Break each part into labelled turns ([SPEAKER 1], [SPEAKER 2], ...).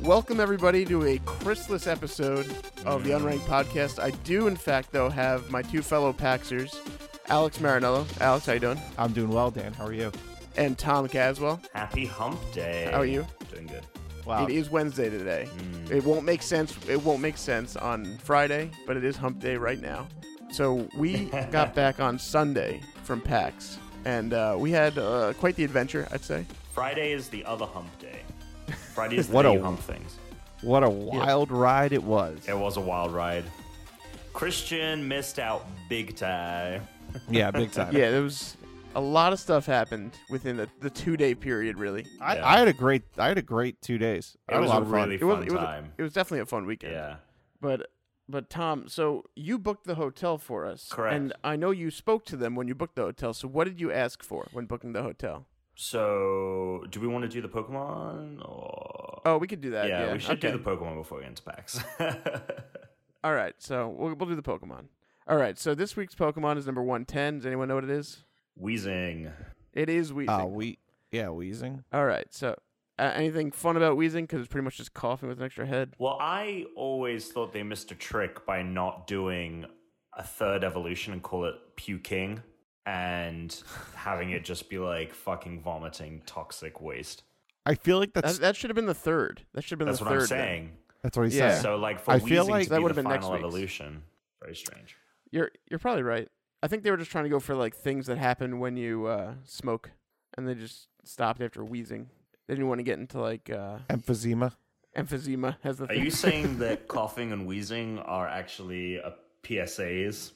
[SPEAKER 1] Welcome, everybody, to a Chrisless episode of the Unranked Podcast. I do, in fact, though, have my two fellow Paxers, Alex Marinello. Alex, how you doing?
[SPEAKER 2] I'm doing well, Dan. How are you?
[SPEAKER 1] And Tom Caswell.
[SPEAKER 3] Happy Hump Day.
[SPEAKER 1] How are you?
[SPEAKER 3] Doing good.
[SPEAKER 2] Wow.
[SPEAKER 1] It is Wednesday today. It won't make sense. It won't make sense on Friday, but it is Hump Day right now. So we got back on Sunday from PAX, and uh, we had uh, quite the adventure, I'd say.
[SPEAKER 3] Friday is the other Hump Day. Friday is the
[SPEAKER 2] What
[SPEAKER 3] day
[SPEAKER 2] a-
[SPEAKER 3] you hump things.
[SPEAKER 2] What a wild ride it was.
[SPEAKER 3] It was a wild ride. Christian missed out big time.
[SPEAKER 2] Yeah, big time.
[SPEAKER 1] Yeah, there was a lot of stuff happened within the, the two day period, really.
[SPEAKER 2] I,
[SPEAKER 3] Yeah.
[SPEAKER 2] I had a great I had a great two days. I
[SPEAKER 3] It
[SPEAKER 2] had
[SPEAKER 3] was
[SPEAKER 2] a lot
[SPEAKER 3] a
[SPEAKER 2] of fun.
[SPEAKER 3] really
[SPEAKER 1] was,
[SPEAKER 3] fun
[SPEAKER 1] it was
[SPEAKER 3] time.
[SPEAKER 1] it was definitely a fun weekend.
[SPEAKER 3] Yeah.
[SPEAKER 1] But but Tom, so you booked the hotel for us.
[SPEAKER 3] Correct.
[SPEAKER 1] And I know you spoke to them when you booked the hotel. So what did you ask for when booking the hotel?
[SPEAKER 3] So, do we want to do the Pokemon? Or...
[SPEAKER 1] Oh, we could do that.
[SPEAKER 3] yeah,
[SPEAKER 1] Yeah,
[SPEAKER 3] we should
[SPEAKER 1] okay.
[SPEAKER 3] do the Pokemon before we get into packs.
[SPEAKER 1] All right, so we'll, we'll do the Pokemon. All right, so this week's Pokemon is number 110. Does anyone know what it is?
[SPEAKER 3] Wheezing.
[SPEAKER 1] It is Weezing.
[SPEAKER 2] Uh, we yeah, wheezing.
[SPEAKER 1] All right, so uh, anything fun about Weezing? Because it's pretty much just coughing with an extra head.
[SPEAKER 3] Well, I always thought they missed a trick by not doing a third evolution and call it puking and having it just be like fucking vomiting toxic waste.
[SPEAKER 2] I feel like that's
[SPEAKER 1] That, that should have been the third. That should have been
[SPEAKER 3] That's
[SPEAKER 1] the
[SPEAKER 3] what
[SPEAKER 1] third.
[SPEAKER 3] I'm
[SPEAKER 1] then.
[SPEAKER 3] saying.
[SPEAKER 2] that's what he
[SPEAKER 1] Yeah.
[SPEAKER 2] said.
[SPEAKER 3] So like for
[SPEAKER 2] I
[SPEAKER 3] Weezing
[SPEAKER 2] feel like-
[SPEAKER 3] to
[SPEAKER 1] That
[SPEAKER 3] be
[SPEAKER 1] would've
[SPEAKER 3] the
[SPEAKER 1] been next
[SPEAKER 3] final
[SPEAKER 1] week's.
[SPEAKER 3] evolution, very strange.
[SPEAKER 1] You're you're probably right. I think they were just trying to go for like things that happen when you uh, smoke, and they just stopped after wheezing. They didn't want to get into like uh,
[SPEAKER 2] Emphysema.
[SPEAKER 1] emphysema as the
[SPEAKER 3] Are
[SPEAKER 1] thing.
[SPEAKER 3] you saying that coughing and wheezing are actually uh PSAs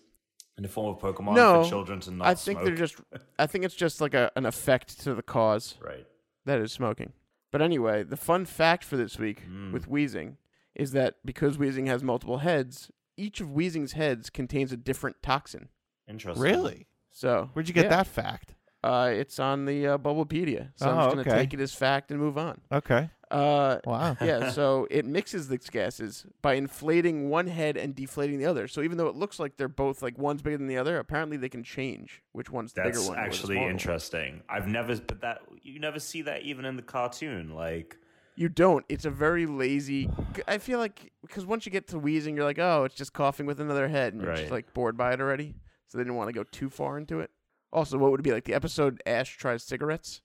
[SPEAKER 3] in the form of Pokemon
[SPEAKER 1] No,
[SPEAKER 3] for children to not
[SPEAKER 1] I think they're
[SPEAKER 3] smoke?
[SPEAKER 1] just. I think it's just like a, an effect to the cause
[SPEAKER 3] right.
[SPEAKER 1] that is smoking. But anyway, the fun fact for this week
[SPEAKER 3] Hmm.
[SPEAKER 1] with wheezing is that because wheezing has multiple heads, each of wheezing's heads contains a different toxin.
[SPEAKER 3] Interesting.
[SPEAKER 2] Really?
[SPEAKER 1] So
[SPEAKER 2] Where'd you get
[SPEAKER 1] yeah.
[SPEAKER 2] that fact?
[SPEAKER 1] Uh, it's on the uh, Bubblepedia. So I'm
[SPEAKER 2] Oh,
[SPEAKER 1] just gonna
[SPEAKER 2] okay.
[SPEAKER 1] take it as fact and move on.
[SPEAKER 2] Okay.
[SPEAKER 1] Uh,
[SPEAKER 2] Wow.
[SPEAKER 1] yeah, so it mixes these gases by inflating one head and deflating the other. So even though it looks like they're both like one's bigger than the other, apparently they can change which one's the
[SPEAKER 3] That's
[SPEAKER 1] bigger one. or the
[SPEAKER 3] actually
[SPEAKER 1] smaller one.
[SPEAKER 3] interesting. I've never, but that you never see that even in the cartoon. Like,
[SPEAKER 1] You don't. It's a very lazy. I feel like because once you get to wheezing, you're like, oh, it's just coughing with another head, and you're just
[SPEAKER 3] Right.
[SPEAKER 1] like bored by it already. So they didn't want to go too far into it. Also, what would it be like the episode Ash tries cigarettes?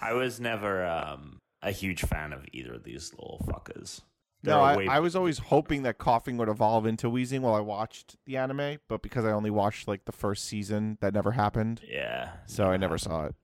[SPEAKER 3] I was never um, a huge fan of either of these little fuckers.
[SPEAKER 2] No,
[SPEAKER 3] They're
[SPEAKER 2] I,
[SPEAKER 3] way-
[SPEAKER 2] I was always hoping that coughing would evolve into wheezing while I watched the anime, but because I only watched like the first season, that never happened.
[SPEAKER 3] yeah.
[SPEAKER 2] So I never saw it.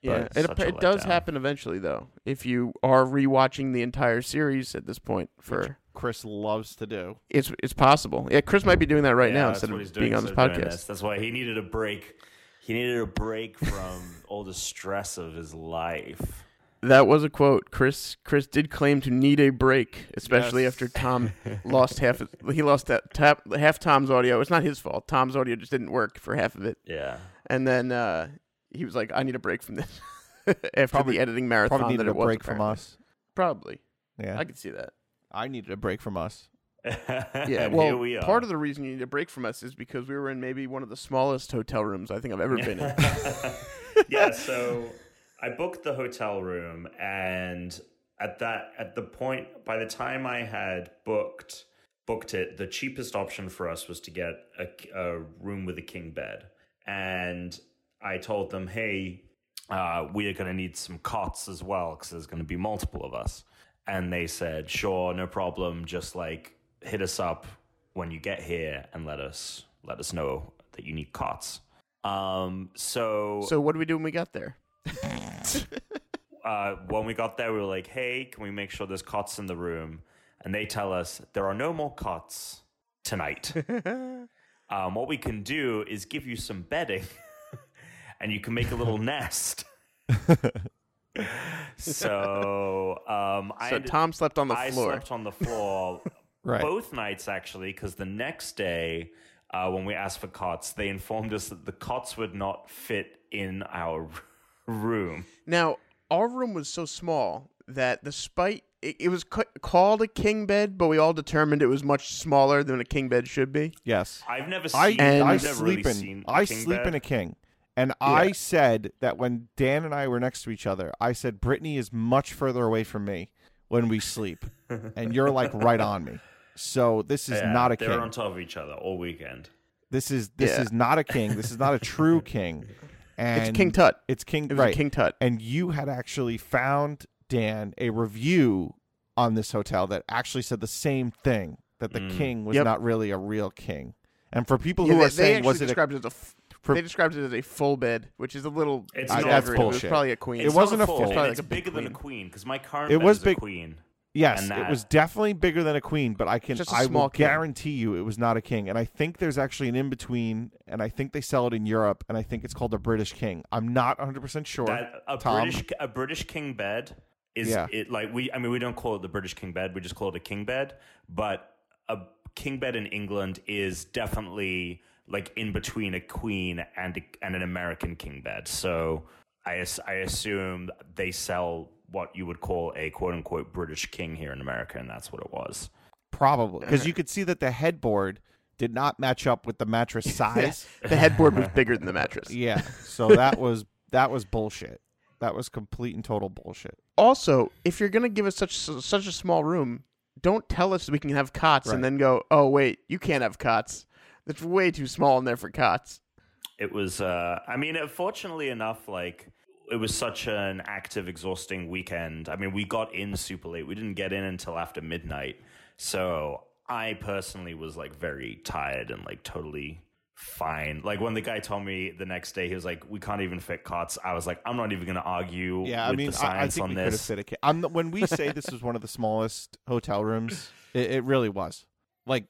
[SPEAKER 1] Yeah,
[SPEAKER 3] But
[SPEAKER 1] it,
[SPEAKER 3] such a
[SPEAKER 1] it does
[SPEAKER 3] letdown.
[SPEAKER 1] happen eventually, though. If you are rewatching the entire series at this point, for
[SPEAKER 2] Chris loves to do.
[SPEAKER 1] it's it's possible. Yeah, Chris might be doing that right
[SPEAKER 3] Yeah,
[SPEAKER 1] now
[SPEAKER 3] that's
[SPEAKER 1] instead
[SPEAKER 3] what
[SPEAKER 1] of
[SPEAKER 3] he's doing
[SPEAKER 1] being on this
[SPEAKER 3] instead of doing
[SPEAKER 1] podcast.
[SPEAKER 3] this. That's why he needed a break. He needed a break from all the stress of his life.
[SPEAKER 1] That was a quote. Chris Chris did claim to need a break, especially
[SPEAKER 2] Yes.
[SPEAKER 1] after Tom Um, lost half. His, he lost that tap, half Tom's audio. It's not his fault. Tom's audio just didn't work for half of it,
[SPEAKER 3] Yeah.
[SPEAKER 1] and then uh, he was like, "I need a break from this." after
[SPEAKER 2] Probably-
[SPEAKER 1] the editing marathon,
[SPEAKER 2] Probably
[SPEAKER 1] that
[SPEAKER 2] needed
[SPEAKER 1] it
[SPEAKER 2] a
[SPEAKER 1] was,
[SPEAKER 2] break from
[SPEAKER 1] apparently.
[SPEAKER 2] us.
[SPEAKER 1] Probably,
[SPEAKER 2] Yeah.
[SPEAKER 1] I could see that.
[SPEAKER 2] I needed a break from us.
[SPEAKER 1] Yeah,
[SPEAKER 3] And
[SPEAKER 1] well,
[SPEAKER 3] here we are.
[SPEAKER 1] part of the reason you need a break from us is because we were in maybe one of the smallest hotel rooms I think I've ever been in.
[SPEAKER 3] yeah, so I booked the hotel room and at that at the point by the time I had booked booked it, the cheapest option for us was to get a, a room with a king bed. And I told them, "Hey, uh, we are going to need some cots as well because there's going to be multiple of us." And they said, "Sure, no problem. Just like hit us up when you get here and let us let us know that you need cots." Um, so
[SPEAKER 1] So what did we do when we got there?
[SPEAKER 3] uh, when we got there, we were like, hey, can we make sure there's cots in the room? And they tell us there are no more cots tonight. um, what we can do is give you some bedding and you can make a little nest. so um, I,
[SPEAKER 1] So
[SPEAKER 3] ended-
[SPEAKER 1] Tom slept on the
[SPEAKER 3] I
[SPEAKER 1] floor.
[SPEAKER 3] slept on the floor
[SPEAKER 2] Right.
[SPEAKER 3] both nights, actually, because the next day, uh, when we asked for cots, they informed us that the cots would not fit in our room.
[SPEAKER 1] Now, our room was so small that despite it, it was c- called a king bed, but we all determined it was much smaller than a king bed should be.
[SPEAKER 2] Yes.
[SPEAKER 3] I've never seen.
[SPEAKER 2] I,
[SPEAKER 3] I,
[SPEAKER 2] I
[SPEAKER 3] have never
[SPEAKER 2] sleep
[SPEAKER 3] really
[SPEAKER 2] in
[SPEAKER 3] seen.
[SPEAKER 2] I
[SPEAKER 3] king
[SPEAKER 2] sleep
[SPEAKER 3] bed.
[SPEAKER 2] in a king, And I said that when Dan and I were next to each other, I said Brittany is much further away from me when we sleep, and you're like right on me. So this is
[SPEAKER 3] Yeah,
[SPEAKER 2] not a
[SPEAKER 3] They're
[SPEAKER 2] king.
[SPEAKER 3] on top of each other all weekend.
[SPEAKER 2] this is this
[SPEAKER 1] Yeah.
[SPEAKER 2] is not a king. This is not a true king. And
[SPEAKER 1] it's King Tut.
[SPEAKER 2] It's king.
[SPEAKER 1] It was
[SPEAKER 2] right.
[SPEAKER 1] a King Tut.
[SPEAKER 2] and you had actually found Dan a review on this hotel that actually said the same thing that the
[SPEAKER 3] Mm.
[SPEAKER 2] king was
[SPEAKER 1] Yep.
[SPEAKER 2] not really a real king. And for people
[SPEAKER 1] Yeah,
[SPEAKER 2] who
[SPEAKER 1] they,
[SPEAKER 2] are
[SPEAKER 1] they
[SPEAKER 2] saying
[SPEAKER 1] actually
[SPEAKER 2] was it a,
[SPEAKER 1] described it as a f-
[SPEAKER 2] for-
[SPEAKER 1] they described it as a full bed, which is a little
[SPEAKER 3] It's
[SPEAKER 2] I-
[SPEAKER 3] not
[SPEAKER 1] exaggerated. It
[SPEAKER 2] that's
[SPEAKER 1] was
[SPEAKER 2] bullshit.
[SPEAKER 1] probably a queen.
[SPEAKER 3] It's
[SPEAKER 2] It wasn't
[SPEAKER 3] not
[SPEAKER 2] a
[SPEAKER 3] a
[SPEAKER 2] full,
[SPEAKER 3] full.
[SPEAKER 1] probably
[SPEAKER 3] and
[SPEAKER 1] like
[SPEAKER 3] it's
[SPEAKER 1] a big
[SPEAKER 3] bigger than a
[SPEAKER 1] queen.
[SPEAKER 3] queen because my current
[SPEAKER 2] It
[SPEAKER 3] bed
[SPEAKER 2] was
[SPEAKER 3] is a
[SPEAKER 2] big-
[SPEAKER 3] queen.
[SPEAKER 2] yes,
[SPEAKER 3] and
[SPEAKER 2] it
[SPEAKER 3] that.
[SPEAKER 2] was definitely bigger than a queen, but I can
[SPEAKER 1] Just a
[SPEAKER 2] I will
[SPEAKER 1] small king.
[SPEAKER 2] guarantee you it was not a king. And I think there's actually an in between, and I think they sell it in Europe, and I think it's called a British king. I'm not 100 percent sure.
[SPEAKER 3] That a
[SPEAKER 2] Tom.
[SPEAKER 3] British a British king bed is
[SPEAKER 2] Yeah.
[SPEAKER 3] it like we I mean we don't call it the British king bed we just call it a king bed but a king bed in England is definitely like in between a queen and a, and an American king bed so I as- I assume they sell what you would call a quote unquote British king here in America and that's what it was
[SPEAKER 2] Probably because you could see that the headboard did not match up with the mattress size.
[SPEAKER 1] The headboard was bigger than the mattress.
[SPEAKER 2] Yeah. So that was that was bullshit. That was complete and total bullshit.
[SPEAKER 1] Also, if you're gonna give us such such a small room, don't tell us we can have cots
[SPEAKER 2] Right.
[SPEAKER 1] and then go, oh wait, you can't have cots. That's way too small in there for cots.
[SPEAKER 3] it was uh i mean fortunately enough like it was such an active exhausting weekend i mean we got in super late we didn't get in until after midnight so i personally was like very tired and like totally fine like when the guy told me the next day he was like we can't even fit cots i was like i'm not even gonna argue
[SPEAKER 2] Yeah, I
[SPEAKER 3] with
[SPEAKER 2] mean,
[SPEAKER 3] the
[SPEAKER 2] I, I
[SPEAKER 3] science
[SPEAKER 2] think we
[SPEAKER 3] on
[SPEAKER 2] could have
[SPEAKER 3] this
[SPEAKER 2] fit a kid. I'm, when we say this was one of the smallest hotel rooms, it, it really was. Like,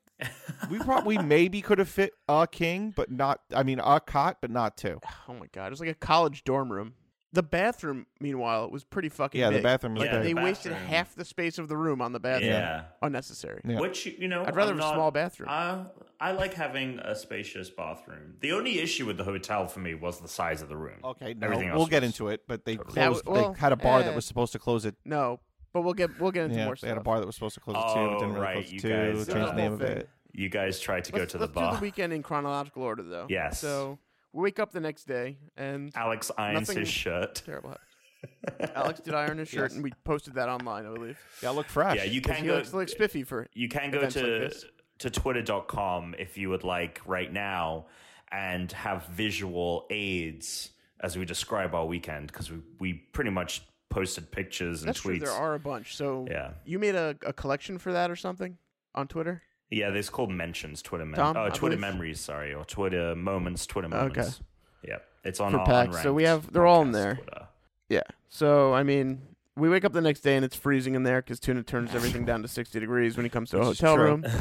[SPEAKER 2] we probably maybe could have fit a king, but not. I mean, a cot, but not two.
[SPEAKER 1] Oh my god, it was like a college dorm room. The bathroom, meanwhile, was pretty fucking
[SPEAKER 2] Yeah, the
[SPEAKER 1] big.
[SPEAKER 2] bathroom was
[SPEAKER 1] Like,
[SPEAKER 3] Yeah,
[SPEAKER 2] big.
[SPEAKER 1] they
[SPEAKER 3] the
[SPEAKER 1] wasted
[SPEAKER 3] bathroom.
[SPEAKER 1] half the space of the room on the bathroom.
[SPEAKER 3] yeah
[SPEAKER 1] Unnecessary.
[SPEAKER 2] Yeah.
[SPEAKER 3] Which you know,
[SPEAKER 1] I'd rather
[SPEAKER 3] I'm
[SPEAKER 1] have a
[SPEAKER 3] not-
[SPEAKER 1] small bathroom.
[SPEAKER 3] Uh, I like having a spacious bathroom. The only issue with the hotel for me was the size of the room.
[SPEAKER 2] Okay, no,
[SPEAKER 3] Everything
[SPEAKER 2] we'll
[SPEAKER 3] else
[SPEAKER 2] get
[SPEAKER 3] was-
[SPEAKER 2] into it. But they closed.
[SPEAKER 1] That was- well,
[SPEAKER 2] they had a bar that
[SPEAKER 1] eh.
[SPEAKER 2] was supposed to close at.
[SPEAKER 1] No, but we'll get we'll get into
[SPEAKER 2] Yeah,
[SPEAKER 1] more
[SPEAKER 2] they
[SPEAKER 1] stuff.
[SPEAKER 2] had a bar that was supposed to close at two, but
[SPEAKER 3] Oh,
[SPEAKER 2] didn't really
[SPEAKER 3] right,
[SPEAKER 2] close
[SPEAKER 3] you
[SPEAKER 2] at two.
[SPEAKER 3] guys,
[SPEAKER 2] changed the
[SPEAKER 1] uh,
[SPEAKER 2] name of
[SPEAKER 1] thing.
[SPEAKER 2] it.
[SPEAKER 3] You guys tried to
[SPEAKER 1] let's,
[SPEAKER 3] go to the
[SPEAKER 1] let's do
[SPEAKER 3] bar.
[SPEAKER 1] the weekend in chronological order, though.
[SPEAKER 3] Yes.
[SPEAKER 1] So we wake up the next day and
[SPEAKER 3] Alex irons
[SPEAKER 1] Nothing-
[SPEAKER 3] his shirt.
[SPEAKER 1] terrible. happens. Alex did iron his shirt,
[SPEAKER 2] Yes.
[SPEAKER 1] and we posted that online, I believe.
[SPEAKER 2] Yeah, look fresh.
[SPEAKER 3] Yeah, you
[SPEAKER 1] 'Cause
[SPEAKER 3] can
[SPEAKER 1] He
[SPEAKER 3] go.
[SPEAKER 1] looks, looks spiffy for it.
[SPEAKER 3] you can go
[SPEAKER 1] events
[SPEAKER 3] to
[SPEAKER 1] like this.
[SPEAKER 3] to twitter.com if you would like right now and have visual aids as we describe our weekend because we, we pretty much posted pictures and
[SPEAKER 1] That's true.
[SPEAKER 3] tweets.
[SPEAKER 1] There are a bunch. So
[SPEAKER 3] Yeah.
[SPEAKER 1] you made a, a collection for that or something on Twitter?
[SPEAKER 3] Yeah, it's called mentions, Twitter mem-
[SPEAKER 1] Tom,
[SPEAKER 3] oh,
[SPEAKER 1] I
[SPEAKER 3] Twitter
[SPEAKER 1] believe-
[SPEAKER 3] memories, sorry, or Twitter moments, Twitter moments. Yeah, it's on
[SPEAKER 1] For
[SPEAKER 3] our
[SPEAKER 1] packs, so we
[SPEAKER 3] Unranked
[SPEAKER 1] have- they're all in
[SPEAKER 3] podcast
[SPEAKER 1] there.
[SPEAKER 3] Twitter.
[SPEAKER 1] Yeah. So I mean, we wake up the next day and it's freezing in there because Tuna turns everything down to sixty degrees when he comes to a
[SPEAKER 2] Which is
[SPEAKER 1] hotel
[SPEAKER 2] true.
[SPEAKER 1] room.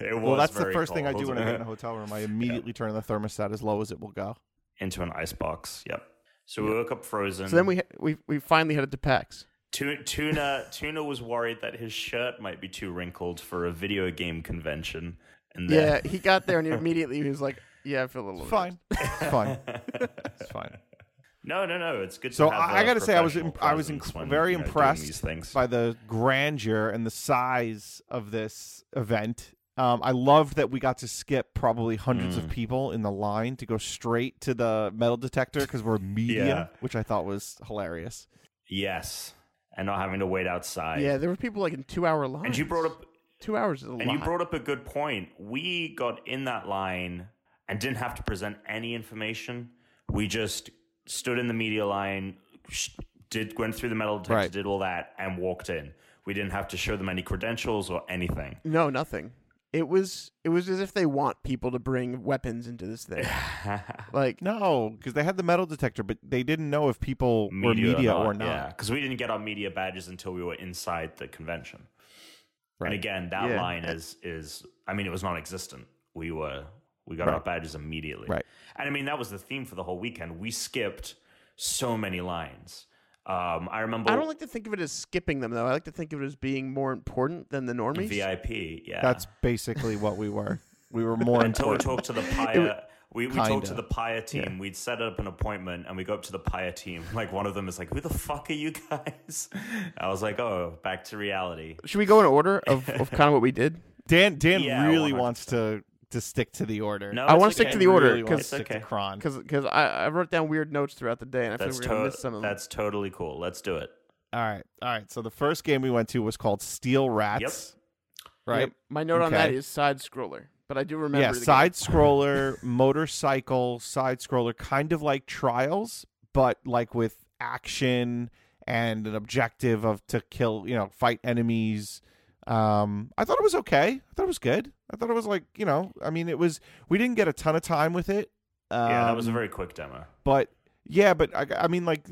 [SPEAKER 3] It
[SPEAKER 2] Well,
[SPEAKER 3] was
[SPEAKER 2] that's the
[SPEAKER 3] very
[SPEAKER 2] first thing I
[SPEAKER 3] cold.
[SPEAKER 2] do when I get in a hotel room. I immediately turn the thermostat as low as it will go.
[SPEAKER 3] into an ice box. Yep. So we woke up frozen.
[SPEAKER 1] So then we we we finally headed to PAX.
[SPEAKER 3] Tu- tuna tuna was worried that his shirt might be too wrinkled for a video game convention, and
[SPEAKER 1] Yeah,
[SPEAKER 3] then
[SPEAKER 1] he got there and immediately he was like, "Yeah, I feel a little bit."
[SPEAKER 2] It's fine. It's fine. It's fine.
[SPEAKER 3] no no no it's good.
[SPEAKER 2] So
[SPEAKER 3] to have
[SPEAKER 2] I, I got
[SPEAKER 3] to
[SPEAKER 2] to say, I was imp- I was inc- very
[SPEAKER 3] These
[SPEAKER 2] impressed
[SPEAKER 3] things.
[SPEAKER 2] by the grandeur and the size of this event. Um, I loved that we got to skip probably hundreds of people in the line to go straight to the metal detector because we're media,
[SPEAKER 3] Yeah.
[SPEAKER 2] which I thought was hilarious.
[SPEAKER 3] yes, and not having to wait outside.
[SPEAKER 1] Yeah, there were people like in two hour lines.
[SPEAKER 3] And you brought up
[SPEAKER 1] two hours is a
[SPEAKER 3] And
[SPEAKER 1] lot.
[SPEAKER 3] you brought up a good point. We got in that line and didn't have to present any information. We just stood in the media line, sh- did went through the metal detector,
[SPEAKER 2] Right.
[SPEAKER 3] did all that, and walked in. We didn't have to show them any credentials or anything.
[SPEAKER 1] no, nothing. It was it was as if they want people to bring weapons into this thing. like
[SPEAKER 2] No, because they had the metal detector, but they didn't know if people were
[SPEAKER 3] Media
[SPEAKER 2] media or not.
[SPEAKER 3] because we didn't get our media badges until we were inside the convention.
[SPEAKER 2] Right.
[SPEAKER 3] And again, that
[SPEAKER 1] Yeah.
[SPEAKER 3] line is is I mean, it was non-existent. We were we got our badges immediately.
[SPEAKER 2] Right.
[SPEAKER 3] And I mean, that was the theme for the whole weekend. We skipped so many lines. Um, I remember
[SPEAKER 1] I don't like to think of it as skipping them though. I like to think of it as being more important than the normies.
[SPEAKER 3] VIP. Yeah,
[SPEAKER 2] That's basically what we were. We were more
[SPEAKER 3] until we
[SPEAKER 2] important.
[SPEAKER 3] talked to the Pia. We, we talked
[SPEAKER 2] Kinda.
[SPEAKER 3] to the Pia team. We'd set up an appointment, and we go up to the Pia team. Like one of them is like, "Who the fuck are you guys?" I was like, "Oh, back to reality."
[SPEAKER 1] Should we go in order of, of kind of what we did?
[SPEAKER 2] Dan Dan
[SPEAKER 3] Yeah,
[SPEAKER 2] really wants to to stick to the order.
[SPEAKER 3] No,
[SPEAKER 1] I
[SPEAKER 3] it's
[SPEAKER 1] want
[SPEAKER 3] okay.
[SPEAKER 1] to stick to the order
[SPEAKER 2] really want to
[SPEAKER 1] because
[SPEAKER 3] It's
[SPEAKER 2] stick
[SPEAKER 3] okay.
[SPEAKER 2] to Kron.
[SPEAKER 1] because I, I wrote down weird notes throughout the day and I feel like
[SPEAKER 3] That's
[SPEAKER 1] we're gonna
[SPEAKER 3] to-
[SPEAKER 1] miss some of them.
[SPEAKER 3] that's totally cool. Let's do it.
[SPEAKER 2] All right, all right. So the first game we went to was called Steel Rats. Right.
[SPEAKER 1] Yep. My note on that
[SPEAKER 2] Okay.
[SPEAKER 1] is side scroller, but I do remember.
[SPEAKER 2] yeah,
[SPEAKER 1] the game.
[SPEAKER 2] side scroller, motorcycle, side scroller, kind of like Trials, but like with action and an objective of to kill, you know, fight enemies. Um, I thought it was okay. I thought it was good. I thought it was like, you know, I mean, it was. We didn't get a ton of time with it. Um,
[SPEAKER 3] yeah, that was a very quick demo.
[SPEAKER 2] but yeah but I, I mean like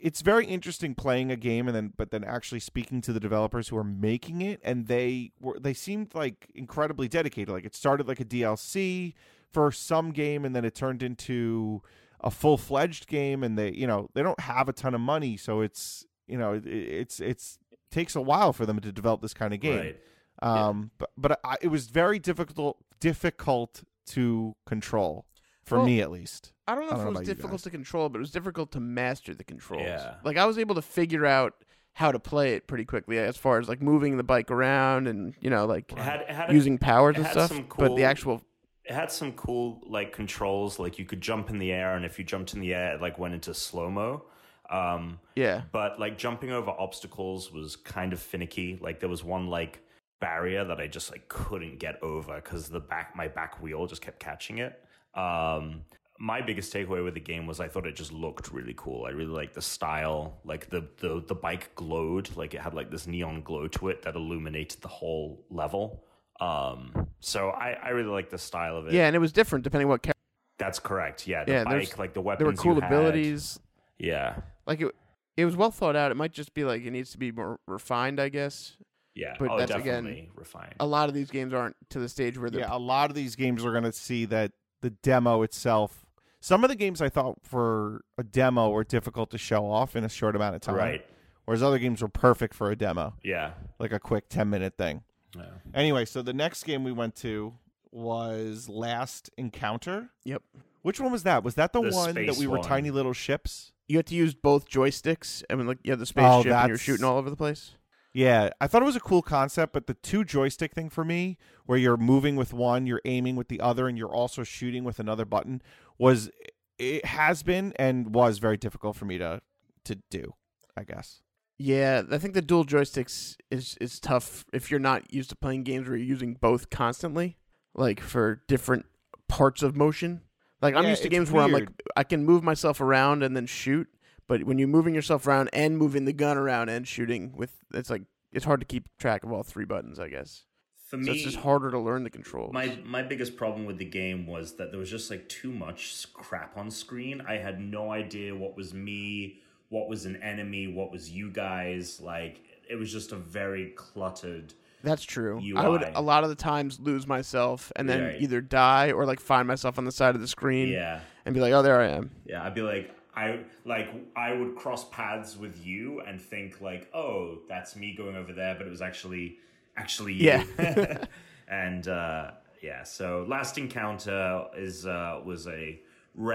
[SPEAKER 2] it's very interesting playing a game and then but then actually speaking to the developers who are making it and they were they seemed like incredibly dedicated like it started like a dlc for some game and then it turned into a full-fledged game and they you know they don't have a ton of money so it's you know it, it's it's takes a while for them to develop this kind of game
[SPEAKER 3] Right.
[SPEAKER 2] um but but I, it was very difficult difficult to control for
[SPEAKER 1] Well,
[SPEAKER 2] me at least
[SPEAKER 1] I don't know if
[SPEAKER 2] I don't know
[SPEAKER 1] it
[SPEAKER 2] about
[SPEAKER 1] was
[SPEAKER 2] you
[SPEAKER 1] difficult
[SPEAKER 2] guys.
[SPEAKER 1] to control, but it was difficult to master the controls.
[SPEAKER 3] Yeah.
[SPEAKER 1] Like I was able to figure out how to play it pretty quickly as far as like moving the bike around and you know like
[SPEAKER 3] It had, it had a-
[SPEAKER 1] using powers
[SPEAKER 3] it
[SPEAKER 1] and
[SPEAKER 3] had
[SPEAKER 1] stuff.
[SPEAKER 3] some
[SPEAKER 1] But the
[SPEAKER 3] cool-
[SPEAKER 1] actual
[SPEAKER 3] it had some cool like controls. Like you could jump in the air, and if you jumped in the air, it like went into slow mo. Um,
[SPEAKER 1] yeah.
[SPEAKER 3] but like jumping over obstacles was kind of finicky. Like there was one like barrier that I just like couldn't get over because the back my back wheel just kept catching it. Um, my biggest takeaway with the game was I thought it just looked really cool. I really liked the style, like the the the bike glowed, like it had like this neon glow to it that illuminated the whole level. Um, so I I really like the style of it.
[SPEAKER 1] Yeah, and it was different depending what character.
[SPEAKER 3] that's correct. Yeah, the
[SPEAKER 1] Yeah, there's-
[SPEAKER 3] bike, like the weapons,
[SPEAKER 1] There were cool
[SPEAKER 3] you had.
[SPEAKER 1] abilities.
[SPEAKER 3] Yeah,
[SPEAKER 1] Like it, it was well thought out. It might just be like it needs to be more refined, I guess.
[SPEAKER 3] yeah.
[SPEAKER 1] But
[SPEAKER 3] oh,
[SPEAKER 1] that's, again,
[SPEAKER 3] definitely refined.
[SPEAKER 1] A lot of these games aren't to the stage where they're
[SPEAKER 2] yeah, a lot of these games are going to see that the demo itself. Some of the games I thought for a demo were difficult to show off in a short amount of time,
[SPEAKER 3] Right.
[SPEAKER 2] Whereas other games were perfect for a demo,
[SPEAKER 3] Yeah.
[SPEAKER 2] like a quick ten minute thing.
[SPEAKER 3] Yeah.
[SPEAKER 2] Anyway, so the next game we went to was Last Encounter.
[SPEAKER 1] Yep.
[SPEAKER 2] Which one was that? Was that the,
[SPEAKER 3] The
[SPEAKER 2] one that
[SPEAKER 3] space
[SPEAKER 2] we were
[SPEAKER 3] one.
[SPEAKER 2] tiny little ships?
[SPEAKER 1] you have to use both joysticks and like you have the spaceship
[SPEAKER 2] Oh,
[SPEAKER 1] and you're
[SPEAKER 2] that's-
[SPEAKER 1] shooting all over the place.
[SPEAKER 2] Yeah, I thought it was a cool concept, but the two joystick thing for me, where you're moving with one, you're aiming with the other, and you're also shooting with another button, was it has been and was very difficult for me to to do. I guess.
[SPEAKER 1] Yeah, I think the dual joysticks is is tough if you're not used to playing games where you're using both constantly, like for different parts of motion. Like I'm
[SPEAKER 2] Yeah,
[SPEAKER 1] used to
[SPEAKER 2] it's
[SPEAKER 1] games where I'm like
[SPEAKER 2] weird.
[SPEAKER 1] I can move myself around and then shoot, but when you're moving yourself around and moving the gun around and shooting with it's like it's hard to keep track of all three buttons, I guess.
[SPEAKER 3] For
[SPEAKER 1] so it's just harder to learn the controls.
[SPEAKER 3] My my biggest problem with the game was that there was just like too much crap on screen. I had no idea what was me, what was an enemy, what was you guys. Like it was just a very cluttered.
[SPEAKER 1] That's true. I would
[SPEAKER 3] UI.
[SPEAKER 1] a lot of the times lose myself and then
[SPEAKER 3] Right.
[SPEAKER 1] either die or like find myself on the side of the screen
[SPEAKER 3] Yeah,
[SPEAKER 1] and be like, "Oh, there I am."
[SPEAKER 3] yeah. I'd be like, I like I would cross paths with you and think like, oh, that's me going over there, but it was actually actually you.
[SPEAKER 1] Yeah.
[SPEAKER 3] and uh, yeah, so Last Encounter is uh, was a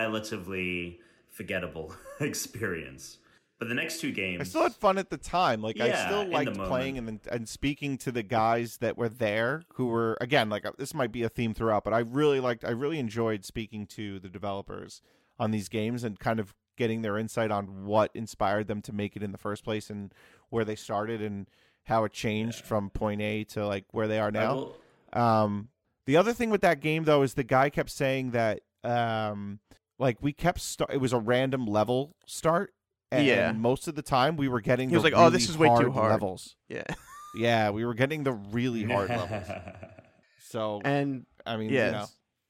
[SPEAKER 3] relatively forgettable experience. But the next two games,
[SPEAKER 2] I still had fun at the time. Like I
[SPEAKER 3] Yeah,
[SPEAKER 2] still
[SPEAKER 3] in the
[SPEAKER 2] liked
[SPEAKER 3] moment.
[SPEAKER 2] playing and and speaking to the guys that were there who were again like uh, this might be a theme throughout, but I really liked I really enjoyed speaking to the developers on these games and kind of getting their insight on what inspired them to make it in the first place and where they started and how it changed from point A to like where they are
[SPEAKER 3] I
[SPEAKER 2] now.
[SPEAKER 3] will-
[SPEAKER 2] Um, the other thing with that game though is the guy kept saying that um, like we kept sta- it was a random level start, and
[SPEAKER 1] Yeah.
[SPEAKER 2] most of the time we were getting
[SPEAKER 1] He was
[SPEAKER 2] the
[SPEAKER 1] like, "Oh,
[SPEAKER 2] really
[SPEAKER 1] this is way too hard."
[SPEAKER 2] levels.
[SPEAKER 1] Yeah.
[SPEAKER 2] Yeah, we were getting the really hard levels. So
[SPEAKER 1] And
[SPEAKER 2] I mean,
[SPEAKER 1] yes.
[SPEAKER 2] you know,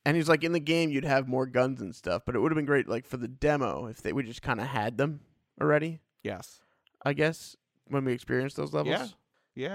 [SPEAKER 1] And he's like, in the game, you'd have more guns and stuff, but it would have been great, like for the demo, if they we just kind of had them already.
[SPEAKER 2] yes,
[SPEAKER 1] I guess when we experienced those levels.
[SPEAKER 2] Yeah.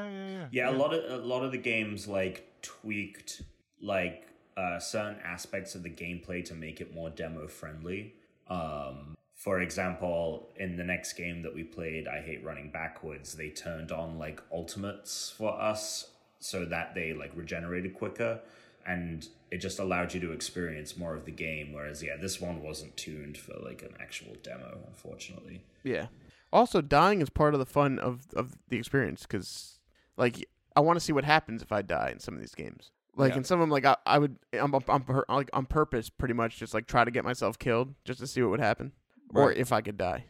[SPEAKER 2] yeah, yeah, yeah.
[SPEAKER 3] Yeah, a lot of a lot of the games like tweaked like uh, certain aspects of the gameplay to make it more demo friendly. Um, for example, in the next game that we played, I hate running backwards. They turned on like ultimates for us so that they like regenerated quicker, and it just allowed you to experience more of the game. Whereas, yeah, this one wasn't tuned for like an actual demo, unfortunately.
[SPEAKER 1] Yeah. Also, dying is part of the fun of of the experience because, like, I want to see what happens if I die in some of these games. Like,
[SPEAKER 2] Yeah.
[SPEAKER 1] and some of them, like I, I would, I'm, I'm, I'm like on purpose, pretty much, just like try to get myself killed just to see what would happen, or
[SPEAKER 2] Right.
[SPEAKER 1] if I could die.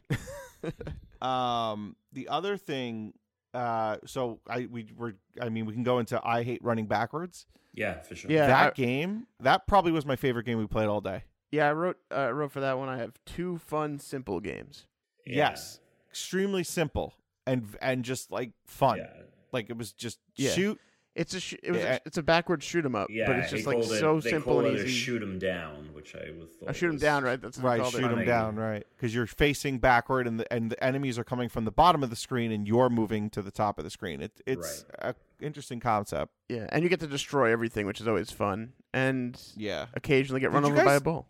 [SPEAKER 2] Um, the other thing, uh, so I we were I mean we can go into I hate running backwards.
[SPEAKER 3] Yeah, for sure.
[SPEAKER 1] Yeah.
[SPEAKER 2] that
[SPEAKER 1] I-
[SPEAKER 2] game, that probably was my favorite game we played all day.
[SPEAKER 1] yeah, I wrote, uh, I wrote for that one. I have two fun, simple games.
[SPEAKER 3] Yeah.
[SPEAKER 2] Yes, extremely simple and and just like fun.
[SPEAKER 3] Yeah.
[SPEAKER 2] Like it was just
[SPEAKER 1] Yeah.
[SPEAKER 2] shoot.
[SPEAKER 1] It's a, sh- it was,
[SPEAKER 2] Yeah.
[SPEAKER 1] a, it's a backward shoot 'em up,
[SPEAKER 3] Yeah,
[SPEAKER 1] but it's just
[SPEAKER 3] they
[SPEAKER 1] like
[SPEAKER 3] called it-
[SPEAKER 1] so
[SPEAKER 3] they
[SPEAKER 1] simple
[SPEAKER 3] call
[SPEAKER 1] and
[SPEAKER 3] it a
[SPEAKER 1] easy.
[SPEAKER 3] shoot 'em down, which I would thought
[SPEAKER 1] I shoot 'em
[SPEAKER 3] was-
[SPEAKER 1] down, right? That's what
[SPEAKER 2] Right,
[SPEAKER 1] called
[SPEAKER 2] shoot
[SPEAKER 1] it.
[SPEAKER 2] them
[SPEAKER 3] Running.
[SPEAKER 2] down, right? Because you're facing backward, and the and the enemies are coming from the bottom of the screen, and you're moving to the top of the screen. It, it's a interesting concept.
[SPEAKER 1] Yeah, and you get to destroy everything, which is always fun, and
[SPEAKER 2] Yeah,
[SPEAKER 1] occasionally get
[SPEAKER 2] Did
[SPEAKER 1] run
[SPEAKER 2] you
[SPEAKER 1] over by
[SPEAKER 2] guys-
[SPEAKER 1] a ball.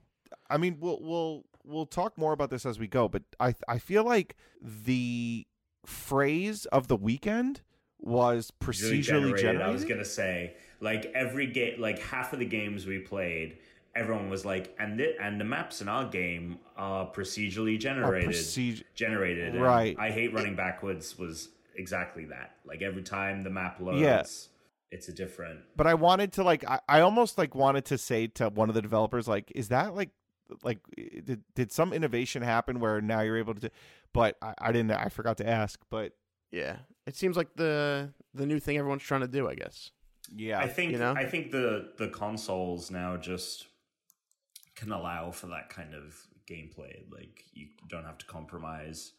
[SPEAKER 2] I mean, we'll we'll we'll talk more about this as we go, but I I feel like the phrase of the weekend was
[SPEAKER 3] procedurally
[SPEAKER 2] procedurally
[SPEAKER 3] generated.
[SPEAKER 2] generated.
[SPEAKER 3] I was gonna say, like every game, like half of the games we played, everyone was like, and the and the maps in our game are procedurally
[SPEAKER 2] Or
[SPEAKER 3] generated,
[SPEAKER 2] proced-
[SPEAKER 3] generated. And
[SPEAKER 2] Right.
[SPEAKER 3] I hate running backwards was exactly that. Like every time the map loads,
[SPEAKER 2] Yeah.
[SPEAKER 3] it's a different.
[SPEAKER 2] but I wanted to like I, I almost like wanted to say to one of the developers like is that like like did, did some innovation happen where now you're able to do but I, I didn't I forgot to ask but
[SPEAKER 1] Yeah, it seems like the the new thing everyone's trying to do. I guess.
[SPEAKER 2] yeah
[SPEAKER 3] I think
[SPEAKER 1] you know?
[SPEAKER 3] I think the the consoles now just can allow for that kind of gameplay. Like you don't have to compromise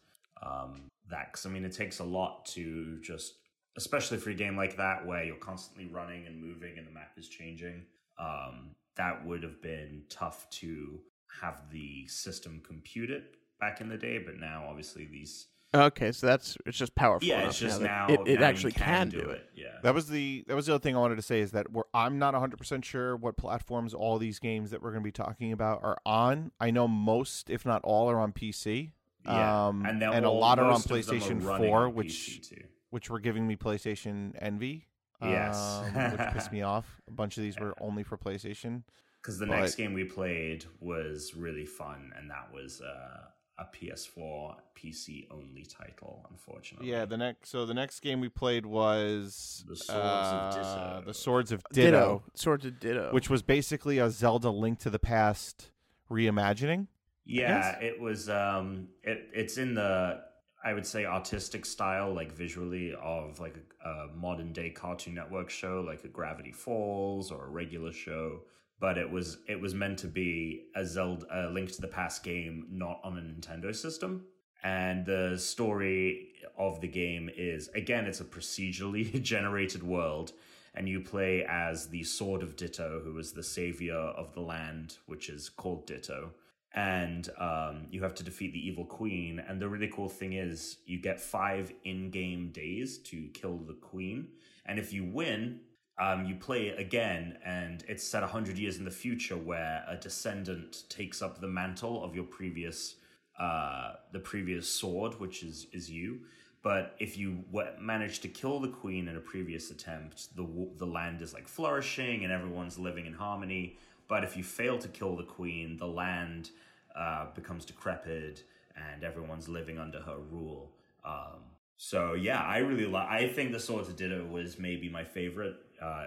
[SPEAKER 3] um, that because I mean it takes a lot to just, especially for a game like that where you're constantly running and moving and the map is changing. Um, that would have been tough to have the system compute it back in the day, but now obviously these
[SPEAKER 1] Okay, so that's it's just powerful.
[SPEAKER 3] yeah,
[SPEAKER 1] enough
[SPEAKER 3] it's just
[SPEAKER 1] now
[SPEAKER 3] now,
[SPEAKER 1] that it, it
[SPEAKER 3] now you
[SPEAKER 1] actually can, do it.
[SPEAKER 3] Yeah,
[SPEAKER 2] that was the that was the other thing I wanted to say is that we're, I'm not 100% sure what platforms all these games that we're going to be talking about are on I know most if not all are on PC
[SPEAKER 3] Yeah,
[SPEAKER 2] um
[SPEAKER 3] they're
[SPEAKER 2] a
[SPEAKER 3] all-
[SPEAKER 2] lot are on
[SPEAKER 3] most of them
[SPEAKER 2] PlayStation
[SPEAKER 3] running
[SPEAKER 2] 4
[SPEAKER 3] on
[SPEAKER 2] which
[SPEAKER 3] PC too.
[SPEAKER 2] which were giving me PlayStation envy
[SPEAKER 3] Yes.
[SPEAKER 2] um, which pissed me off a bunch of these were only for PlayStation
[SPEAKER 3] because the
[SPEAKER 2] but-
[SPEAKER 3] next game we played was really fun, and that was uh, a PS4 PC only title. Unfortunately,
[SPEAKER 2] Yeah, the next so the next game we played was
[SPEAKER 3] The Swords of
[SPEAKER 2] uh,
[SPEAKER 3] Ditto.
[SPEAKER 2] The Swords of
[SPEAKER 1] Ditto.
[SPEAKER 2] Ditto, Oh.
[SPEAKER 1] swords of ditto.
[SPEAKER 2] which was basically a Zelda Link to the Past reimagining.
[SPEAKER 3] yeah, it was. Um, it it's in the I would say artistic style, like visually of like a, a modern day Cartoon Network show, like a Gravity Falls or a regular show. But it was it was meant to be a Zelda a Link to the Past game, not on a Nintendo system. And the story of the game is again, it's a procedurally generated world, and you play as the Sword of Ditto, who is the savior of the land, which is called Ditto. And um, you have to defeat the evil queen. And the really cool thing is, you get five in game days to kill the queen. And if you win, um, you play it again, and it's set 100 years in the future where a descendant takes up the mantle of your previous uh, the previous sword, which is is you. But if you w- manage to kill the queen in a previous attempt, the w- the land is like flourishing and everyone's living in harmony. But if you fail to kill the queen, the land uh, becomes decrepit and everyone's living under her rule. Um, so yeah, I really like. I think the Swords of Ditto was maybe my favorite. Uh,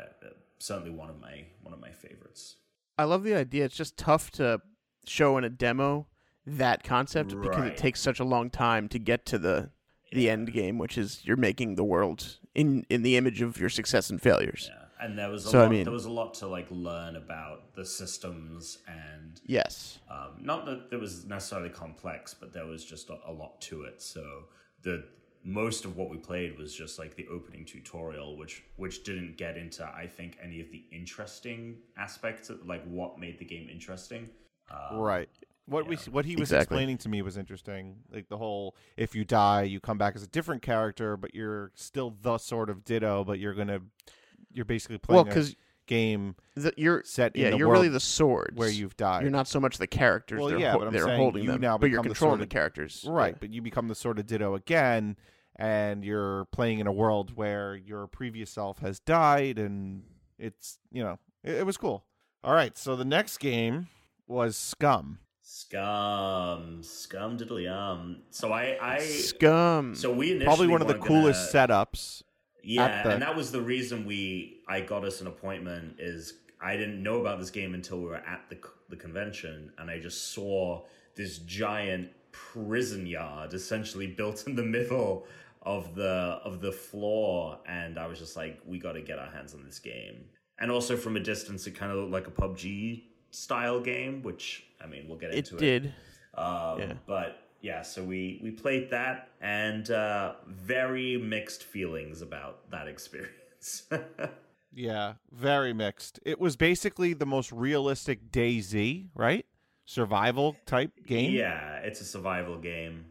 [SPEAKER 3] certainly one of my one of my favorites.
[SPEAKER 1] I love the idea. It's just tough to show in a demo that concept because
[SPEAKER 3] Right.
[SPEAKER 1] it takes such a long time to get to the the end game, which is you're making the world in in the image of your success and failures.
[SPEAKER 3] Yeah, and there was a
[SPEAKER 1] So, I
[SPEAKER 3] lot,
[SPEAKER 1] mean-
[SPEAKER 3] there was a lot to like learn about the systems and
[SPEAKER 1] Yes.
[SPEAKER 3] um, not that it was necessarily complex, but there was just a, a lot to it. So the most of what we played was just like the opening tutorial, which which didn't get into I think any of the interesting aspects, of, like what made the game interesting. Uh,
[SPEAKER 2] right. What we what he was
[SPEAKER 1] Exactly.
[SPEAKER 2] explaining to me was interesting. Like the whole if you die, you come back as a different character, but you're still the sort of Ditto, but you're gonna you're basically
[SPEAKER 1] Well,
[SPEAKER 2] playing a
[SPEAKER 1] because
[SPEAKER 2] game
[SPEAKER 1] you're
[SPEAKER 2] set in
[SPEAKER 1] yeah,
[SPEAKER 2] the
[SPEAKER 1] you're
[SPEAKER 2] world
[SPEAKER 1] really the swords
[SPEAKER 2] where you've died.
[SPEAKER 1] You're not so much the characters
[SPEAKER 2] Well,
[SPEAKER 1] they're,
[SPEAKER 2] yeah,
[SPEAKER 1] ho-
[SPEAKER 2] but I'm
[SPEAKER 1] they're
[SPEAKER 2] saying
[SPEAKER 1] holding
[SPEAKER 2] you
[SPEAKER 1] them,
[SPEAKER 2] now
[SPEAKER 1] but you're
[SPEAKER 2] become the
[SPEAKER 1] controlling
[SPEAKER 2] sort
[SPEAKER 1] the,
[SPEAKER 2] of-
[SPEAKER 1] characters.
[SPEAKER 2] Right,
[SPEAKER 1] Yeah.
[SPEAKER 2] but you become the sort of Ditto again, and you're playing in a world where your previous self has died, and it's you know it, it was cool. All right, so the next game was Scum.
[SPEAKER 3] Scum, scum diddly um. So I I
[SPEAKER 1] Scum.
[SPEAKER 3] so we initially
[SPEAKER 2] Probably one of the
[SPEAKER 3] were
[SPEAKER 2] coolest
[SPEAKER 3] gonna-
[SPEAKER 2] setups
[SPEAKER 3] Yeah,
[SPEAKER 2] the-
[SPEAKER 3] and that was the reason we I got us an appointment is I didn't know about this game until we were at the c- the convention and I just saw this giant prison yard essentially built in the middle of the of the floor and I was just like we got to get our hands on this game. And also from a distance it kind of looked like a PUBG style game which I mean we'll get
[SPEAKER 1] It
[SPEAKER 3] into it.
[SPEAKER 1] did.
[SPEAKER 3] Um,
[SPEAKER 1] Yeah.
[SPEAKER 3] But yeah, so we we played that, and uh, very mixed feelings about that experience.
[SPEAKER 2] Yeah, very mixed. It was basically the most realistic DayZ, right? Survival type game.
[SPEAKER 3] yeah, it's a survival game,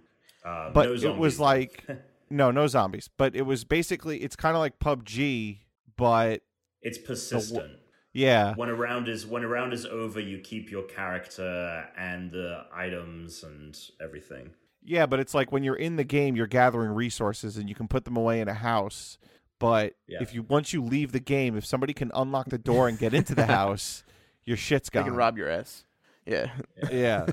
[SPEAKER 3] uh,
[SPEAKER 2] but
[SPEAKER 3] no
[SPEAKER 2] it was
[SPEAKER 3] zombies.
[SPEAKER 2] like no, no zombies. But it was basically it's kind of like PUBG, but
[SPEAKER 3] it's persistent.
[SPEAKER 2] yeah,
[SPEAKER 3] When a round is when a round is over, you keep your character and the items and everything.
[SPEAKER 2] yeah. But it's like when you're in the game, you're gathering resources and you can put them away in a house. But
[SPEAKER 3] Yeah.
[SPEAKER 2] if you once you leave the game, if somebody can unlock the door and get into the house, your shit's
[SPEAKER 1] They
[SPEAKER 2] gone.
[SPEAKER 1] can rob your ass. Yeah.
[SPEAKER 2] yeah.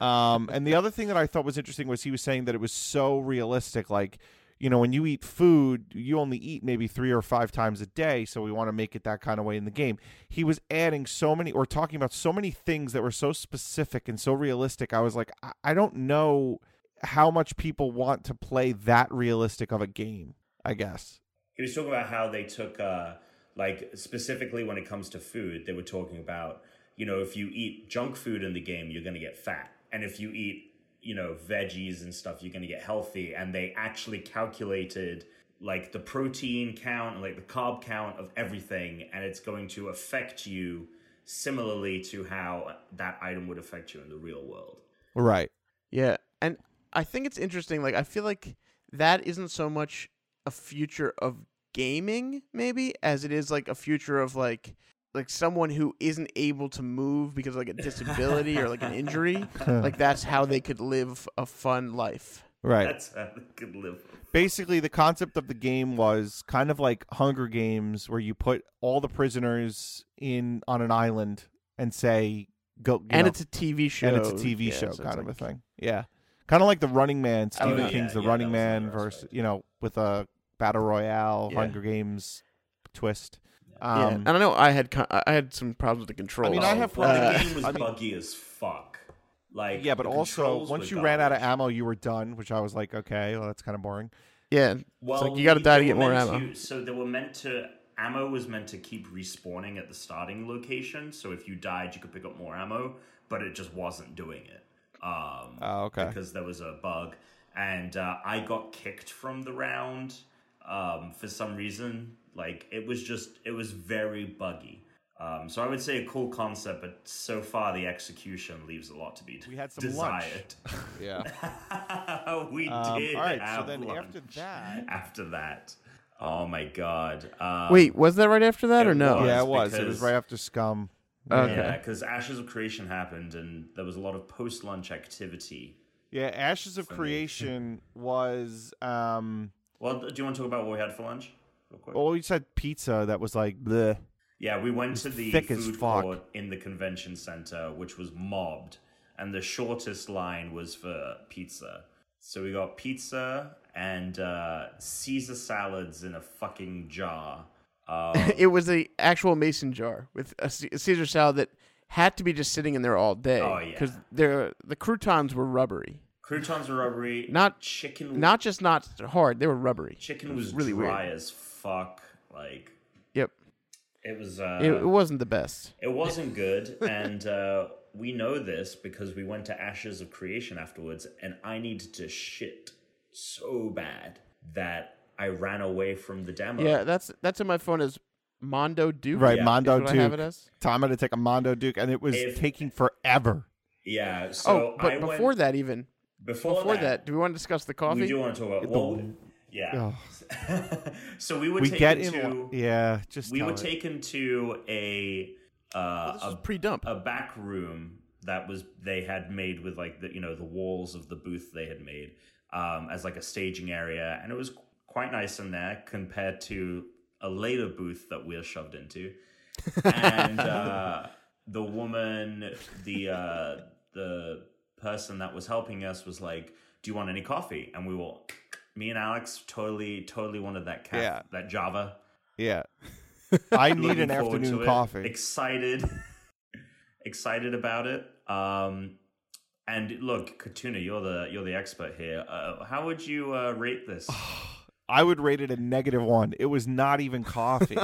[SPEAKER 2] Um, and the other thing that I thought was interesting was he was saying that it was so realistic. Like, you know, when you eat food, you only eat maybe three or five times a day. So we want to make it that kind of way in the game. He was adding so many or talking about so many things that were so specific and so realistic. I was like, I, I don't know how much people want to play that realistic of a game, I guess.
[SPEAKER 3] He was talking about how they took, uh, like, specifically when it comes to food, they were talking about, you know, if you eat junk food in the game, you're going to get fat. And if you eat, you know, veggies and stuff, you're going to get healthy. And they actually calculated, like, the protein count and, like, the carb count of everything. And it's going to affect you similarly to how that item would affect you in the real world.
[SPEAKER 2] Right.
[SPEAKER 1] Yeah, and I think it's interesting. Like, I feel like that isn't so much a future of gaming, maybe, as it is like a future of like like someone who isn't able to move because of, like a disability or like an injury. Like that's how they could live a fun life.
[SPEAKER 2] Right.
[SPEAKER 3] That's how they could live.
[SPEAKER 2] basically the concept of the game was kind of like Hunger Games, where you put all the prisoners in on an island and say go, you
[SPEAKER 1] and
[SPEAKER 2] know,
[SPEAKER 1] it's a TV show.
[SPEAKER 2] and it's a TV
[SPEAKER 1] yeah,
[SPEAKER 2] show
[SPEAKER 1] so it's
[SPEAKER 2] kind of a
[SPEAKER 1] like-
[SPEAKER 2] thing. Yeah, kind of like the Running Man. Stephen
[SPEAKER 3] Oh, yeah,
[SPEAKER 2] King's The
[SPEAKER 3] yeah,
[SPEAKER 2] Running
[SPEAKER 3] that was
[SPEAKER 2] Man
[SPEAKER 3] another
[SPEAKER 2] versus
[SPEAKER 3] aspect.
[SPEAKER 2] you know with a battle royale
[SPEAKER 1] Yeah.
[SPEAKER 2] Hunger Games twist.
[SPEAKER 1] Yeah,
[SPEAKER 2] Um, Oh,
[SPEAKER 1] and I know I had co- I had some problems with the controls.
[SPEAKER 2] mean, I have-
[SPEAKER 3] Well,
[SPEAKER 1] Uh,
[SPEAKER 3] the game was
[SPEAKER 2] I mean-
[SPEAKER 3] buggy as fuck. Like,
[SPEAKER 2] yeah, but
[SPEAKER 3] the
[SPEAKER 2] also
[SPEAKER 3] controls
[SPEAKER 2] once
[SPEAKER 3] were
[SPEAKER 2] you ran out of
[SPEAKER 3] garbage.
[SPEAKER 2] ammo, you were done, which I was like, okay, well that's kind of boring.
[SPEAKER 1] yeah,
[SPEAKER 3] Well,
[SPEAKER 1] it's like you got to die to
[SPEAKER 3] they
[SPEAKER 1] get
[SPEAKER 3] were
[SPEAKER 1] more
[SPEAKER 3] meant
[SPEAKER 1] ammo.
[SPEAKER 3] to- so they were meant to ammo was meant to keep respawning at the starting location. So if you died, you could pick up more ammo, but it just wasn't doing it. Um,
[SPEAKER 2] Oh, okay.
[SPEAKER 3] Because there was a bug, and uh, I got kicked from the round um, for some reason. Like it was just it was very buggy. Um, so I would say a cool concept, but so far the execution leaves a lot to be
[SPEAKER 2] We had some lunch.
[SPEAKER 3] desired.
[SPEAKER 2] Yeah.
[SPEAKER 3] we
[SPEAKER 2] Um,
[SPEAKER 3] did.
[SPEAKER 2] all right. So
[SPEAKER 3] have
[SPEAKER 2] then
[SPEAKER 3] lunch
[SPEAKER 2] after that,
[SPEAKER 3] after that. Oh my god. Um,
[SPEAKER 1] Wait, was that right after that
[SPEAKER 3] it
[SPEAKER 1] or no?
[SPEAKER 3] was.
[SPEAKER 2] yeah, it was. It was
[SPEAKER 3] because-
[SPEAKER 2] right after Scum.
[SPEAKER 1] Okay.
[SPEAKER 3] Yeah, because Ashes of Creation happened and there was a lot of post lunch activity.
[SPEAKER 2] Yeah, Ashes of Creation was um
[SPEAKER 3] Well, do you want to talk about what we had for lunch? Real quick?
[SPEAKER 2] oh you said pizza that was like bleh.
[SPEAKER 3] Yeah, we went to the
[SPEAKER 2] thick as
[SPEAKER 3] food
[SPEAKER 2] fuck.
[SPEAKER 3] court in the convention center, which was mobbed, and the shortest line was for pizza. So we got pizza and uh, Caesar salads in a fucking jar. Um,
[SPEAKER 1] it was a actual mason jar with a Ce- a Caesar salad that had to be just sitting in there all day.
[SPEAKER 3] Oh, yeah.
[SPEAKER 1] because the croutons were rubbery.
[SPEAKER 3] croutons were rubbery.
[SPEAKER 1] Not-
[SPEAKER 3] chicken.
[SPEAKER 1] Not just not hard; they were rubbery.
[SPEAKER 3] chicken was
[SPEAKER 1] really weird.
[SPEAKER 3] dry as fuck. Like
[SPEAKER 1] Yep,
[SPEAKER 3] it was. Uh,
[SPEAKER 1] it, it wasn't the best.
[SPEAKER 3] It wasn't good, and uh, we know this because we went to Ashes of Creation afterwards, and I needed to shit so bad that I ran away from the demo.
[SPEAKER 1] Yeah, that's that's in my phone as Mondo Duke.
[SPEAKER 2] Right,
[SPEAKER 1] is
[SPEAKER 2] Mondo
[SPEAKER 1] what I have
[SPEAKER 2] Duke.
[SPEAKER 1] it as.
[SPEAKER 2] Time had to take a Mondo Duke and it was
[SPEAKER 3] If-
[SPEAKER 2] taking forever.
[SPEAKER 3] Yeah, So
[SPEAKER 1] oh, but
[SPEAKER 3] I
[SPEAKER 1] before
[SPEAKER 3] went,
[SPEAKER 1] that, even
[SPEAKER 3] before,
[SPEAKER 1] before that, do we want to discuss the oh. coffee?
[SPEAKER 3] we do want to talk about. Well, yeah. so we were
[SPEAKER 2] We
[SPEAKER 3] taken
[SPEAKER 2] get in
[SPEAKER 3] to.
[SPEAKER 2] li- yeah, just
[SPEAKER 3] we
[SPEAKER 2] tell
[SPEAKER 3] were
[SPEAKER 2] it.
[SPEAKER 3] taken to a uh,
[SPEAKER 1] This was
[SPEAKER 3] a
[SPEAKER 1] pre-dump.
[SPEAKER 3] a back room that was they had made with like the you know the walls of the booth they had made um, as like a staging area, and it was quite nice in there compared to a later booth that we're shoved into. And uh, the woman, the uh, the person that was helping us was like, "Do you want any coffee?" And we were Me and Alex totally, totally wanted that cat,
[SPEAKER 2] Yeah.
[SPEAKER 3] that Java.
[SPEAKER 2] Yeah. I need
[SPEAKER 3] Looking
[SPEAKER 2] an
[SPEAKER 3] forward to
[SPEAKER 2] afternoon
[SPEAKER 3] it.
[SPEAKER 2] coffee.
[SPEAKER 3] Excited, excited about it. Um, and look, Katuna, you're the you're the expert here. Uh, how would you uh, rate this?
[SPEAKER 2] I would rate it a negative one. It was not even coffee.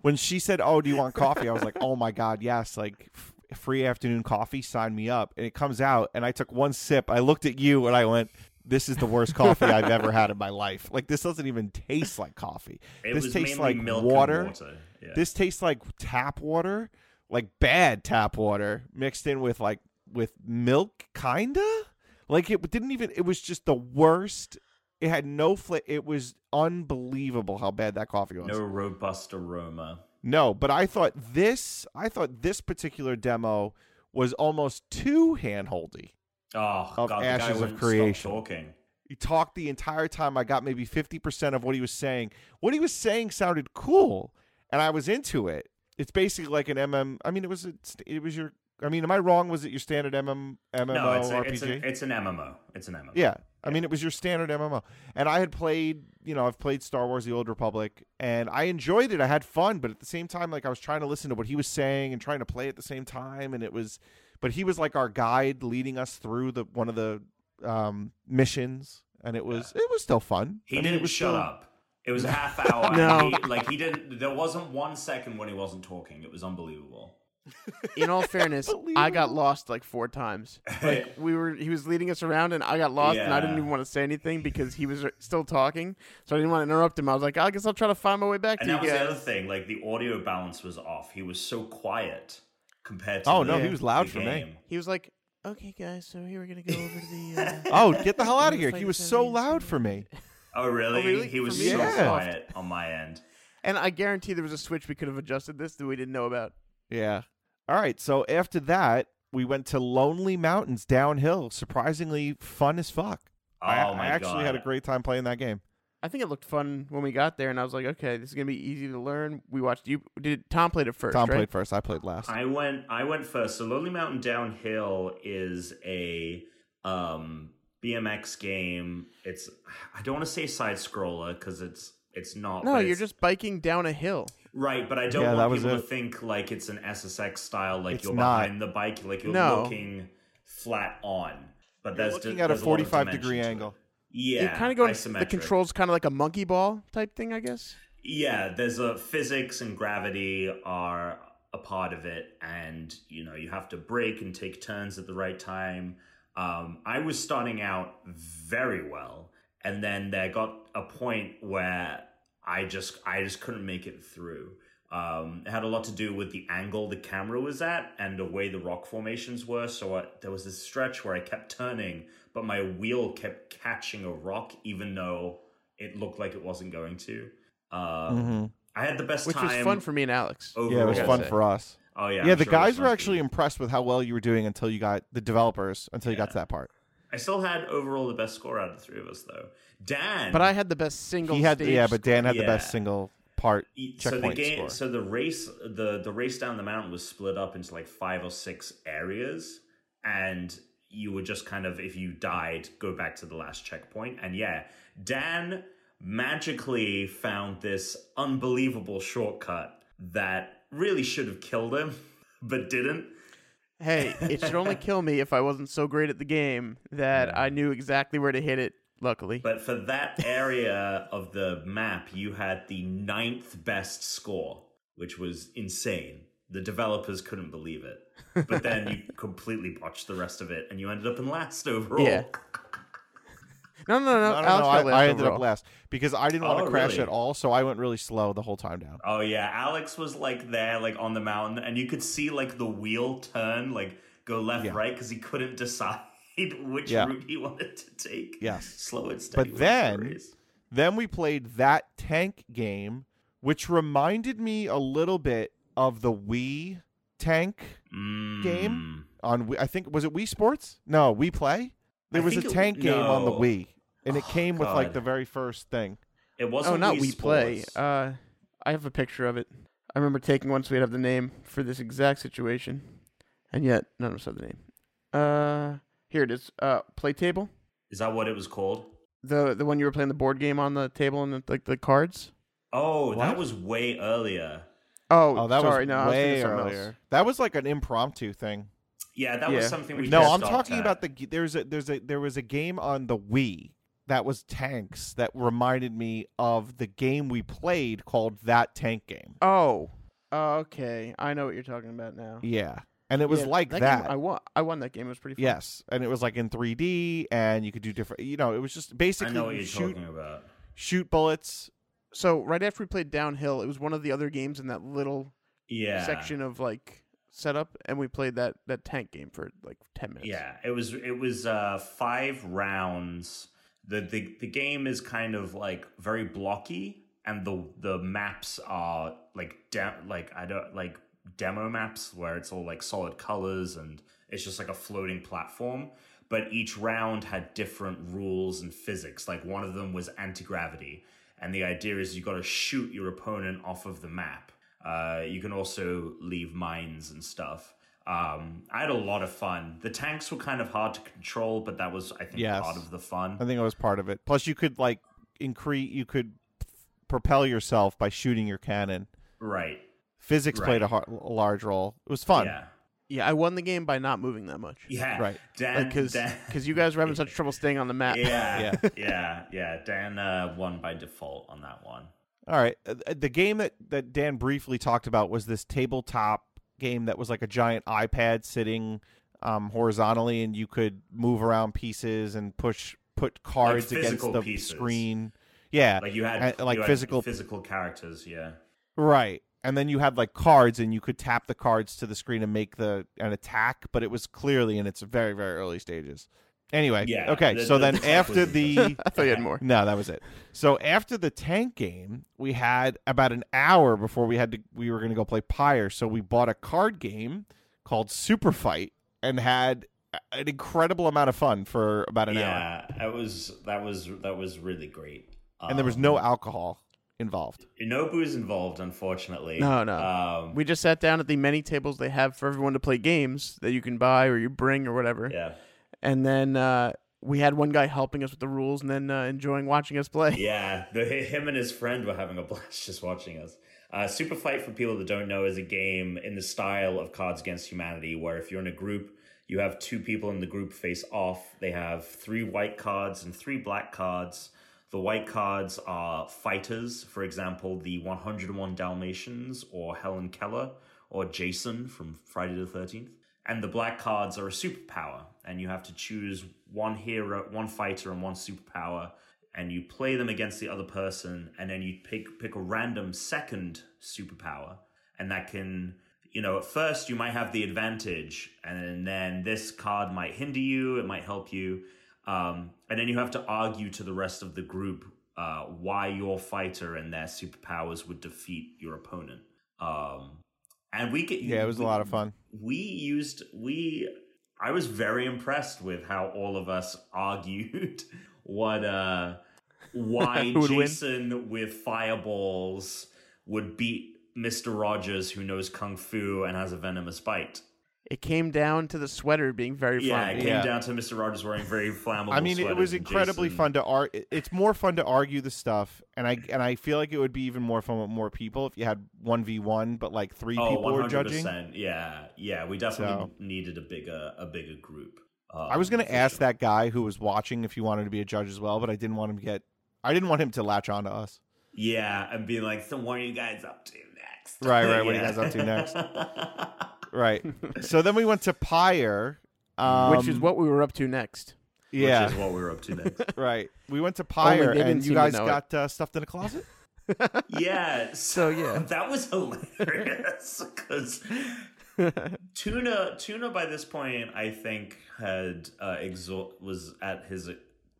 [SPEAKER 2] when she said, "Oh, do you want coffee?" I was like, "Oh my god, yes!" Like f- free afternoon coffee, sign me up. And it comes out, and I took one sip. I looked at you, and I went, "This is the worst coffee I've ever had in my life. Like this doesn't even taste like coffee.
[SPEAKER 3] It
[SPEAKER 2] this
[SPEAKER 3] was
[SPEAKER 2] tastes
[SPEAKER 3] mainly
[SPEAKER 2] like
[SPEAKER 3] milk and
[SPEAKER 2] water.
[SPEAKER 3] water. Yeah.
[SPEAKER 2] This tastes like tap water, like bad tap water mixed in with like with milk, kinda. Like it didn't even. It was just the worst. It had no fla It was unbelievable how bad that coffee was.
[SPEAKER 3] no robust aroma.
[SPEAKER 2] No, but I thought this. I thought this particular demo was almost too handholdy.
[SPEAKER 3] Oh
[SPEAKER 2] Of
[SPEAKER 3] God, the guy
[SPEAKER 2] ashes of
[SPEAKER 3] wouldn't
[SPEAKER 2] creation.
[SPEAKER 3] stop talking.
[SPEAKER 2] He talked the entire time. I got maybe fifty percent of what he was saying. What he was saying sounded cool, and I was into it. It's basically like an MM. I mean, it was a, it was your. I mean, am I wrong? Was it your standard MM MMO
[SPEAKER 3] No, it's, a,
[SPEAKER 2] RPG?
[SPEAKER 3] it's, a, it's an MMO. It's an MMO.
[SPEAKER 2] Yeah. I mean, it was your standard MMO. And I had played, you know, I've played Star Wars The Old Republic and I enjoyed it. I had fun, but at the same time, like I was trying to listen to what he was saying and trying to play at the same time. And it was, but he was like our guide leading us through the one of the um, missions. And it was, it was still fun.
[SPEAKER 3] He
[SPEAKER 2] I mean,
[SPEAKER 3] didn't
[SPEAKER 2] it was
[SPEAKER 3] shut
[SPEAKER 2] still-
[SPEAKER 3] up. It was a half hour. and
[SPEAKER 1] No.
[SPEAKER 3] he- like he didn't. There wasn't one second when he wasn't talking. It was unbelievable.
[SPEAKER 1] In all fairness, I got lost like four times. Like we were, he was leading us around, and I got lost, and I didn't
[SPEAKER 3] Yeah.
[SPEAKER 1] even want to say anything because he was uh, still talking, so I didn't want to interrupt him. I was like, I guess I'll try to find my way back
[SPEAKER 3] And
[SPEAKER 1] to
[SPEAKER 3] that
[SPEAKER 1] you
[SPEAKER 3] was the other
[SPEAKER 1] guys.
[SPEAKER 3] thing. Like the audio balance was off. He was so quiet compared to.
[SPEAKER 2] Oh,
[SPEAKER 3] the-
[SPEAKER 2] no, he was loud
[SPEAKER 3] the
[SPEAKER 2] for me.
[SPEAKER 3] game.
[SPEAKER 1] He was like, "Okay, guys, so here we're gonna go over to the." Uh,
[SPEAKER 2] Oh, get the hell out of
[SPEAKER 1] He
[SPEAKER 2] here.
[SPEAKER 1] was
[SPEAKER 2] He
[SPEAKER 1] like
[SPEAKER 2] was
[SPEAKER 1] the
[SPEAKER 2] so
[SPEAKER 1] main
[SPEAKER 2] loud
[SPEAKER 1] thing.
[SPEAKER 2] for me.
[SPEAKER 3] Oh really?
[SPEAKER 1] Oh, really?
[SPEAKER 3] He was
[SPEAKER 1] For
[SPEAKER 3] so
[SPEAKER 1] me,
[SPEAKER 2] it was soft.
[SPEAKER 3] quiet on my end.
[SPEAKER 1] and I guarantee there was a switch we could have adjusted this that we didn't know about.
[SPEAKER 2] Yeah. All right. So after that, we went to Lonely Mountains downhill. Surprisingly fun as fuck.
[SPEAKER 3] Oh
[SPEAKER 2] I,
[SPEAKER 3] my
[SPEAKER 2] I actually
[SPEAKER 3] god!
[SPEAKER 2] had a great time playing that game.
[SPEAKER 1] I think it looked fun when we got there, and I was like, "Okay, this is gonna be easy to learn." We watched you. Did Tom played it first?
[SPEAKER 2] Tom
[SPEAKER 1] right?
[SPEAKER 2] played first. I played last.
[SPEAKER 3] I went. I went first. So Lonely Mountain Downhill is a um, BMX game. It's. I don't want to say side scroller because it's. It's not.
[SPEAKER 1] No,
[SPEAKER 3] but
[SPEAKER 1] you're
[SPEAKER 3] it's-
[SPEAKER 1] just biking down a hill.
[SPEAKER 3] Right, but I don't
[SPEAKER 2] Yeah, that
[SPEAKER 3] want
[SPEAKER 2] was
[SPEAKER 3] people to
[SPEAKER 2] it.
[SPEAKER 3] think like it's an SSX style, like
[SPEAKER 2] It's
[SPEAKER 3] you're
[SPEAKER 2] not.
[SPEAKER 3] behind the bike, like you're
[SPEAKER 1] No.
[SPEAKER 3] looking flat on.
[SPEAKER 2] You're
[SPEAKER 3] But that's
[SPEAKER 2] looking
[SPEAKER 3] di-
[SPEAKER 2] at a
[SPEAKER 3] there's lot of
[SPEAKER 2] 45
[SPEAKER 3] dimension
[SPEAKER 2] degree
[SPEAKER 3] to it. Uh,
[SPEAKER 2] angle.
[SPEAKER 1] You
[SPEAKER 3] Yeah,
[SPEAKER 1] kind of going. The
[SPEAKER 3] isometric.
[SPEAKER 1] controls kind of like a monkey ball type thing, I guess.
[SPEAKER 3] Yeah, there's a physics and gravity are a part of it, and you know you have to break and take turns at the right time. Um, I was starting out very well, and then there got a point where I just I just couldn't make it through. Um, it had a lot to do with the angle the camera was at and the way the rock formations were. So I, there was this stretch where I kept turning, but my wheel kept catching a rock, even though it looked like it wasn't going to. Um,
[SPEAKER 2] Mhm.
[SPEAKER 3] I had the best
[SPEAKER 1] Mm-hmm. Which
[SPEAKER 3] time.
[SPEAKER 1] was fun for me and Alex.
[SPEAKER 3] overall.
[SPEAKER 2] Yeah, it was
[SPEAKER 1] I
[SPEAKER 2] fun
[SPEAKER 1] say.
[SPEAKER 2] for us.
[SPEAKER 3] Oh yeah,
[SPEAKER 2] Yeah,
[SPEAKER 3] I'm
[SPEAKER 2] the
[SPEAKER 3] sure it was
[SPEAKER 2] guys
[SPEAKER 3] fun
[SPEAKER 2] were
[SPEAKER 3] for
[SPEAKER 2] actually
[SPEAKER 3] you.
[SPEAKER 2] impressed with how well you were doing until you got the developers until you got to that part.
[SPEAKER 3] I still had overall the best score out of the three of us, though. Dan,
[SPEAKER 1] But I had the best single.
[SPEAKER 2] He had
[SPEAKER 1] stage
[SPEAKER 2] yeah, but Dan had the
[SPEAKER 3] Yeah. E,
[SPEAKER 2] best single part
[SPEAKER 3] so the
[SPEAKER 2] checkpoint
[SPEAKER 3] game,
[SPEAKER 2] score.
[SPEAKER 3] so the race, the the race down the mountain was split up into like five or six areas, and you would just kind of, if you died, go back to the last checkpoint. And yeah, Dan magically found this unbelievable shortcut that really should have killed him, but didn't.
[SPEAKER 1] hey, it should only kill me if I wasn't so great at the game that I knew exactly where to hit it. Luckily,
[SPEAKER 3] But for that area of the map, you had the ninth best score, which was insane. The developers couldn't believe it. But then you completely botched the rest of it and you ended up in last overall.
[SPEAKER 1] Yeah. no, no, no, no.
[SPEAKER 2] I don't
[SPEAKER 1] Alex
[SPEAKER 2] know.
[SPEAKER 1] got
[SPEAKER 2] I,
[SPEAKER 1] last
[SPEAKER 2] I ended up
[SPEAKER 1] overall.
[SPEAKER 2] last because I didn't want
[SPEAKER 3] Oh,
[SPEAKER 2] to crash
[SPEAKER 3] really?
[SPEAKER 2] at all, so I went really slow the whole time down.
[SPEAKER 3] Oh, yeah. Alex was like there, like on the mountain, and you could see like the wheel turn, like go left,
[SPEAKER 2] Yeah.
[SPEAKER 3] right, because he couldn't decide which
[SPEAKER 2] Yeah.
[SPEAKER 3] route he wanted to take.
[SPEAKER 2] Yes.
[SPEAKER 3] Slow and steady. wins the
[SPEAKER 2] then-
[SPEAKER 3] race.
[SPEAKER 2] Then we played that tank game, which reminded me a little bit of the Wii tank
[SPEAKER 3] Mm.
[SPEAKER 2] game? on Wii, I think was it Wii Sports? No, We Play. There
[SPEAKER 3] I
[SPEAKER 2] was a
[SPEAKER 3] think it-
[SPEAKER 2] tank game on the
[SPEAKER 3] no.
[SPEAKER 2] Wii, and it
[SPEAKER 3] Oh,
[SPEAKER 2] came with like
[SPEAKER 3] God.
[SPEAKER 2] the very first thing.
[SPEAKER 3] It wasn't
[SPEAKER 1] Oh, not
[SPEAKER 3] Wii
[SPEAKER 1] we play.
[SPEAKER 3] Sports.
[SPEAKER 1] Uh, I have a picture of it. I remember taking one, so we'd have the name for this exact situation, and yet none of us have the name. Uh, here it is. Uh, play table.
[SPEAKER 3] Is that what it was called?
[SPEAKER 1] The the one you were playing the board game on the table and the, like the cards.
[SPEAKER 3] Oh,
[SPEAKER 2] What?
[SPEAKER 3] that was way earlier.
[SPEAKER 1] Oh,
[SPEAKER 2] Oh, that
[SPEAKER 1] sorry,
[SPEAKER 2] was
[SPEAKER 1] no,
[SPEAKER 2] way
[SPEAKER 1] I was thinking of something
[SPEAKER 2] earlier.
[SPEAKER 1] else.
[SPEAKER 2] That was like an impromptu thing.
[SPEAKER 3] Yeah, that
[SPEAKER 1] Yeah.
[SPEAKER 3] was something we.
[SPEAKER 2] no,
[SPEAKER 3] just
[SPEAKER 2] I'm
[SPEAKER 3] stopped
[SPEAKER 2] talking
[SPEAKER 3] at.
[SPEAKER 2] about the g- there's a there's a there was a game on the Wii that was tanks that reminded me of the game we played called that tank game.
[SPEAKER 1] Oh, okay, I know what you're talking about now.
[SPEAKER 2] Yeah, and it was
[SPEAKER 1] Yeah,
[SPEAKER 2] like that.
[SPEAKER 1] game- I won. I won that game. It was pretty. Fun.
[SPEAKER 2] yes, and it was like in 3D, and you could do different. You know, it was just
[SPEAKER 3] I
[SPEAKER 2] basically
[SPEAKER 3] know what
[SPEAKER 2] you
[SPEAKER 3] you're
[SPEAKER 2] shoot
[SPEAKER 3] talking about.
[SPEAKER 2] shoot bullets.
[SPEAKER 1] So right after we played downhill, it was one of the other games in that little
[SPEAKER 3] Yeah.
[SPEAKER 1] section of like setup, and we played that that tank game for like ten minutes.
[SPEAKER 3] Yeah, it was it was uh, five rounds. The, the the game is kind of like very blocky, and the the maps are like de- like I don't like demo maps where it's all like solid colors and it's just like a floating platform. But each round had different rules and physics. Like one of them was anti gravity, and the idea is you got to shoot your opponent off of the map. Uh, you can also leave mines and stuff. Um, I had a lot of fun. The tanks were kind of hard to control, but that was, I think,
[SPEAKER 2] Yes.
[SPEAKER 3] part of the fun.
[SPEAKER 2] I think it was part of it. Plus, you could like increase. You could propel yourself by shooting your cannon.
[SPEAKER 3] Right.
[SPEAKER 2] Physics
[SPEAKER 3] Right.
[SPEAKER 2] played a, har- a large role. It was fun.
[SPEAKER 3] Yeah.
[SPEAKER 1] yeah. I won the game by not moving that much.
[SPEAKER 3] Yeah.
[SPEAKER 2] Right.
[SPEAKER 3] Dan.
[SPEAKER 1] Because
[SPEAKER 3] Dan-
[SPEAKER 1] because you guys were having such trouble staying on the map.
[SPEAKER 3] yeah,
[SPEAKER 2] Yeah.
[SPEAKER 3] yeah, yeah, Dan uh, won by default on that one.
[SPEAKER 2] All right. Uh, th- The game that, that Dan briefly talked about was this tabletop game that was like a giant iPad sitting um, horizontally, and you could move around pieces and push put cards against
[SPEAKER 3] physical
[SPEAKER 2] the
[SPEAKER 3] pieces.
[SPEAKER 2] screen. Yeah,
[SPEAKER 3] Like you had
[SPEAKER 2] Uh, like
[SPEAKER 3] you had
[SPEAKER 2] physical-
[SPEAKER 3] physical characters. Yeah.
[SPEAKER 2] right. And then you had like cards, and you could tap the cards to the screen and make the an attack. But it was clearly in its very very early stages. Anyway,
[SPEAKER 3] Yeah,
[SPEAKER 2] okay.
[SPEAKER 3] th-
[SPEAKER 2] so then
[SPEAKER 3] that's exactly
[SPEAKER 2] after the
[SPEAKER 1] I thought you had more.
[SPEAKER 2] No, that was it. So after the tank game, we had about an hour before we had to we were going to go play Pyre. So we bought a card game called Super Fight and had a- an incredible amount of fun for about an hour.
[SPEAKER 3] yeah. That was that was that was really great.
[SPEAKER 2] And there was
[SPEAKER 3] Um,
[SPEAKER 2] no alcohol involved.
[SPEAKER 3] no booze involved, unfortunately.
[SPEAKER 1] No, no.
[SPEAKER 3] Um,
[SPEAKER 1] We just sat down at the many tables they have for everyone to play games that you can buy or you bring or whatever.
[SPEAKER 3] yeah.
[SPEAKER 1] And then uh, we had one guy helping us with the rules and then uh, enjoying watching us play.
[SPEAKER 3] Yeah, the, him and his friend were having a blast just watching us. Uh, Super Fight, for people that don't know, is a game in the style of Cards Against Humanity, where if you're in a group, you have two people in the group face off. They have three white cards and three black cards. The white cards are fighters, for example, the 101 Dalmatians or Helen Keller or Jason from Friday the 13th. And the black cards are a superpower, and you have to choose one hero, one fighter, and one superpower and you play them against the other person, and then you pick pick a random second superpower, and that can you know at first you might have the advantage, and then this card might hinder you, it might help you, um, and then you have to argue to the rest of the group uh, why your fighter and their superpowers would defeat your opponent. Um, and we get
[SPEAKER 2] Yeah, it was a
[SPEAKER 3] we-
[SPEAKER 2] lot of fun.
[SPEAKER 3] we used we i was very impressed with how all of us argued what uh why
[SPEAKER 1] Who would win?
[SPEAKER 3] jason with fireballs would beat mr rogers who knows kung fu and has a venomous bite
[SPEAKER 1] It came down to the sweater being very
[SPEAKER 3] yeah it
[SPEAKER 1] flammable.
[SPEAKER 3] came
[SPEAKER 2] Yeah.
[SPEAKER 3] down to mr rogers wearing very flammable
[SPEAKER 2] I mean, it
[SPEAKER 3] sweaters
[SPEAKER 2] was
[SPEAKER 3] and
[SPEAKER 2] incredibly
[SPEAKER 3] Jason-
[SPEAKER 2] fun to ar- it- It's more fun to argue the stuff, and I and I feel like it would be even more fun with more people if you had one v one, but like three
[SPEAKER 3] oh,
[SPEAKER 2] people were
[SPEAKER 3] 100%.
[SPEAKER 2] judging.
[SPEAKER 3] yeah yeah we definitely
[SPEAKER 2] So-
[SPEAKER 3] needed a bigger a bigger group um,
[SPEAKER 2] I was going
[SPEAKER 3] for
[SPEAKER 2] to ask
[SPEAKER 3] sure.
[SPEAKER 2] that guy who was watching if he wanted to be a judge as well, but I didn't want him to get. I didn't want him to latch on to us.
[SPEAKER 3] yeah and be like so what are you guys up to next
[SPEAKER 2] Right, right, what are you
[SPEAKER 3] Yeah.
[SPEAKER 2] guys up to
[SPEAKER 3] next
[SPEAKER 2] Right. so then we went to Pyre, um,
[SPEAKER 1] which is what we were up to next.
[SPEAKER 2] Yeah.
[SPEAKER 3] which is what we were up to next.
[SPEAKER 2] right. We went to
[SPEAKER 1] Only
[SPEAKER 2] Pyre,
[SPEAKER 1] they didn't
[SPEAKER 2] and
[SPEAKER 1] seem
[SPEAKER 2] you
[SPEAKER 1] to
[SPEAKER 2] guys
[SPEAKER 1] know
[SPEAKER 2] got uh, stuffed in a closet.
[SPEAKER 3] yeah,
[SPEAKER 1] So,
[SPEAKER 3] so
[SPEAKER 1] yeah.
[SPEAKER 3] that was hilarious because Tuna Tuna by this point I think had uh, exhaust was at his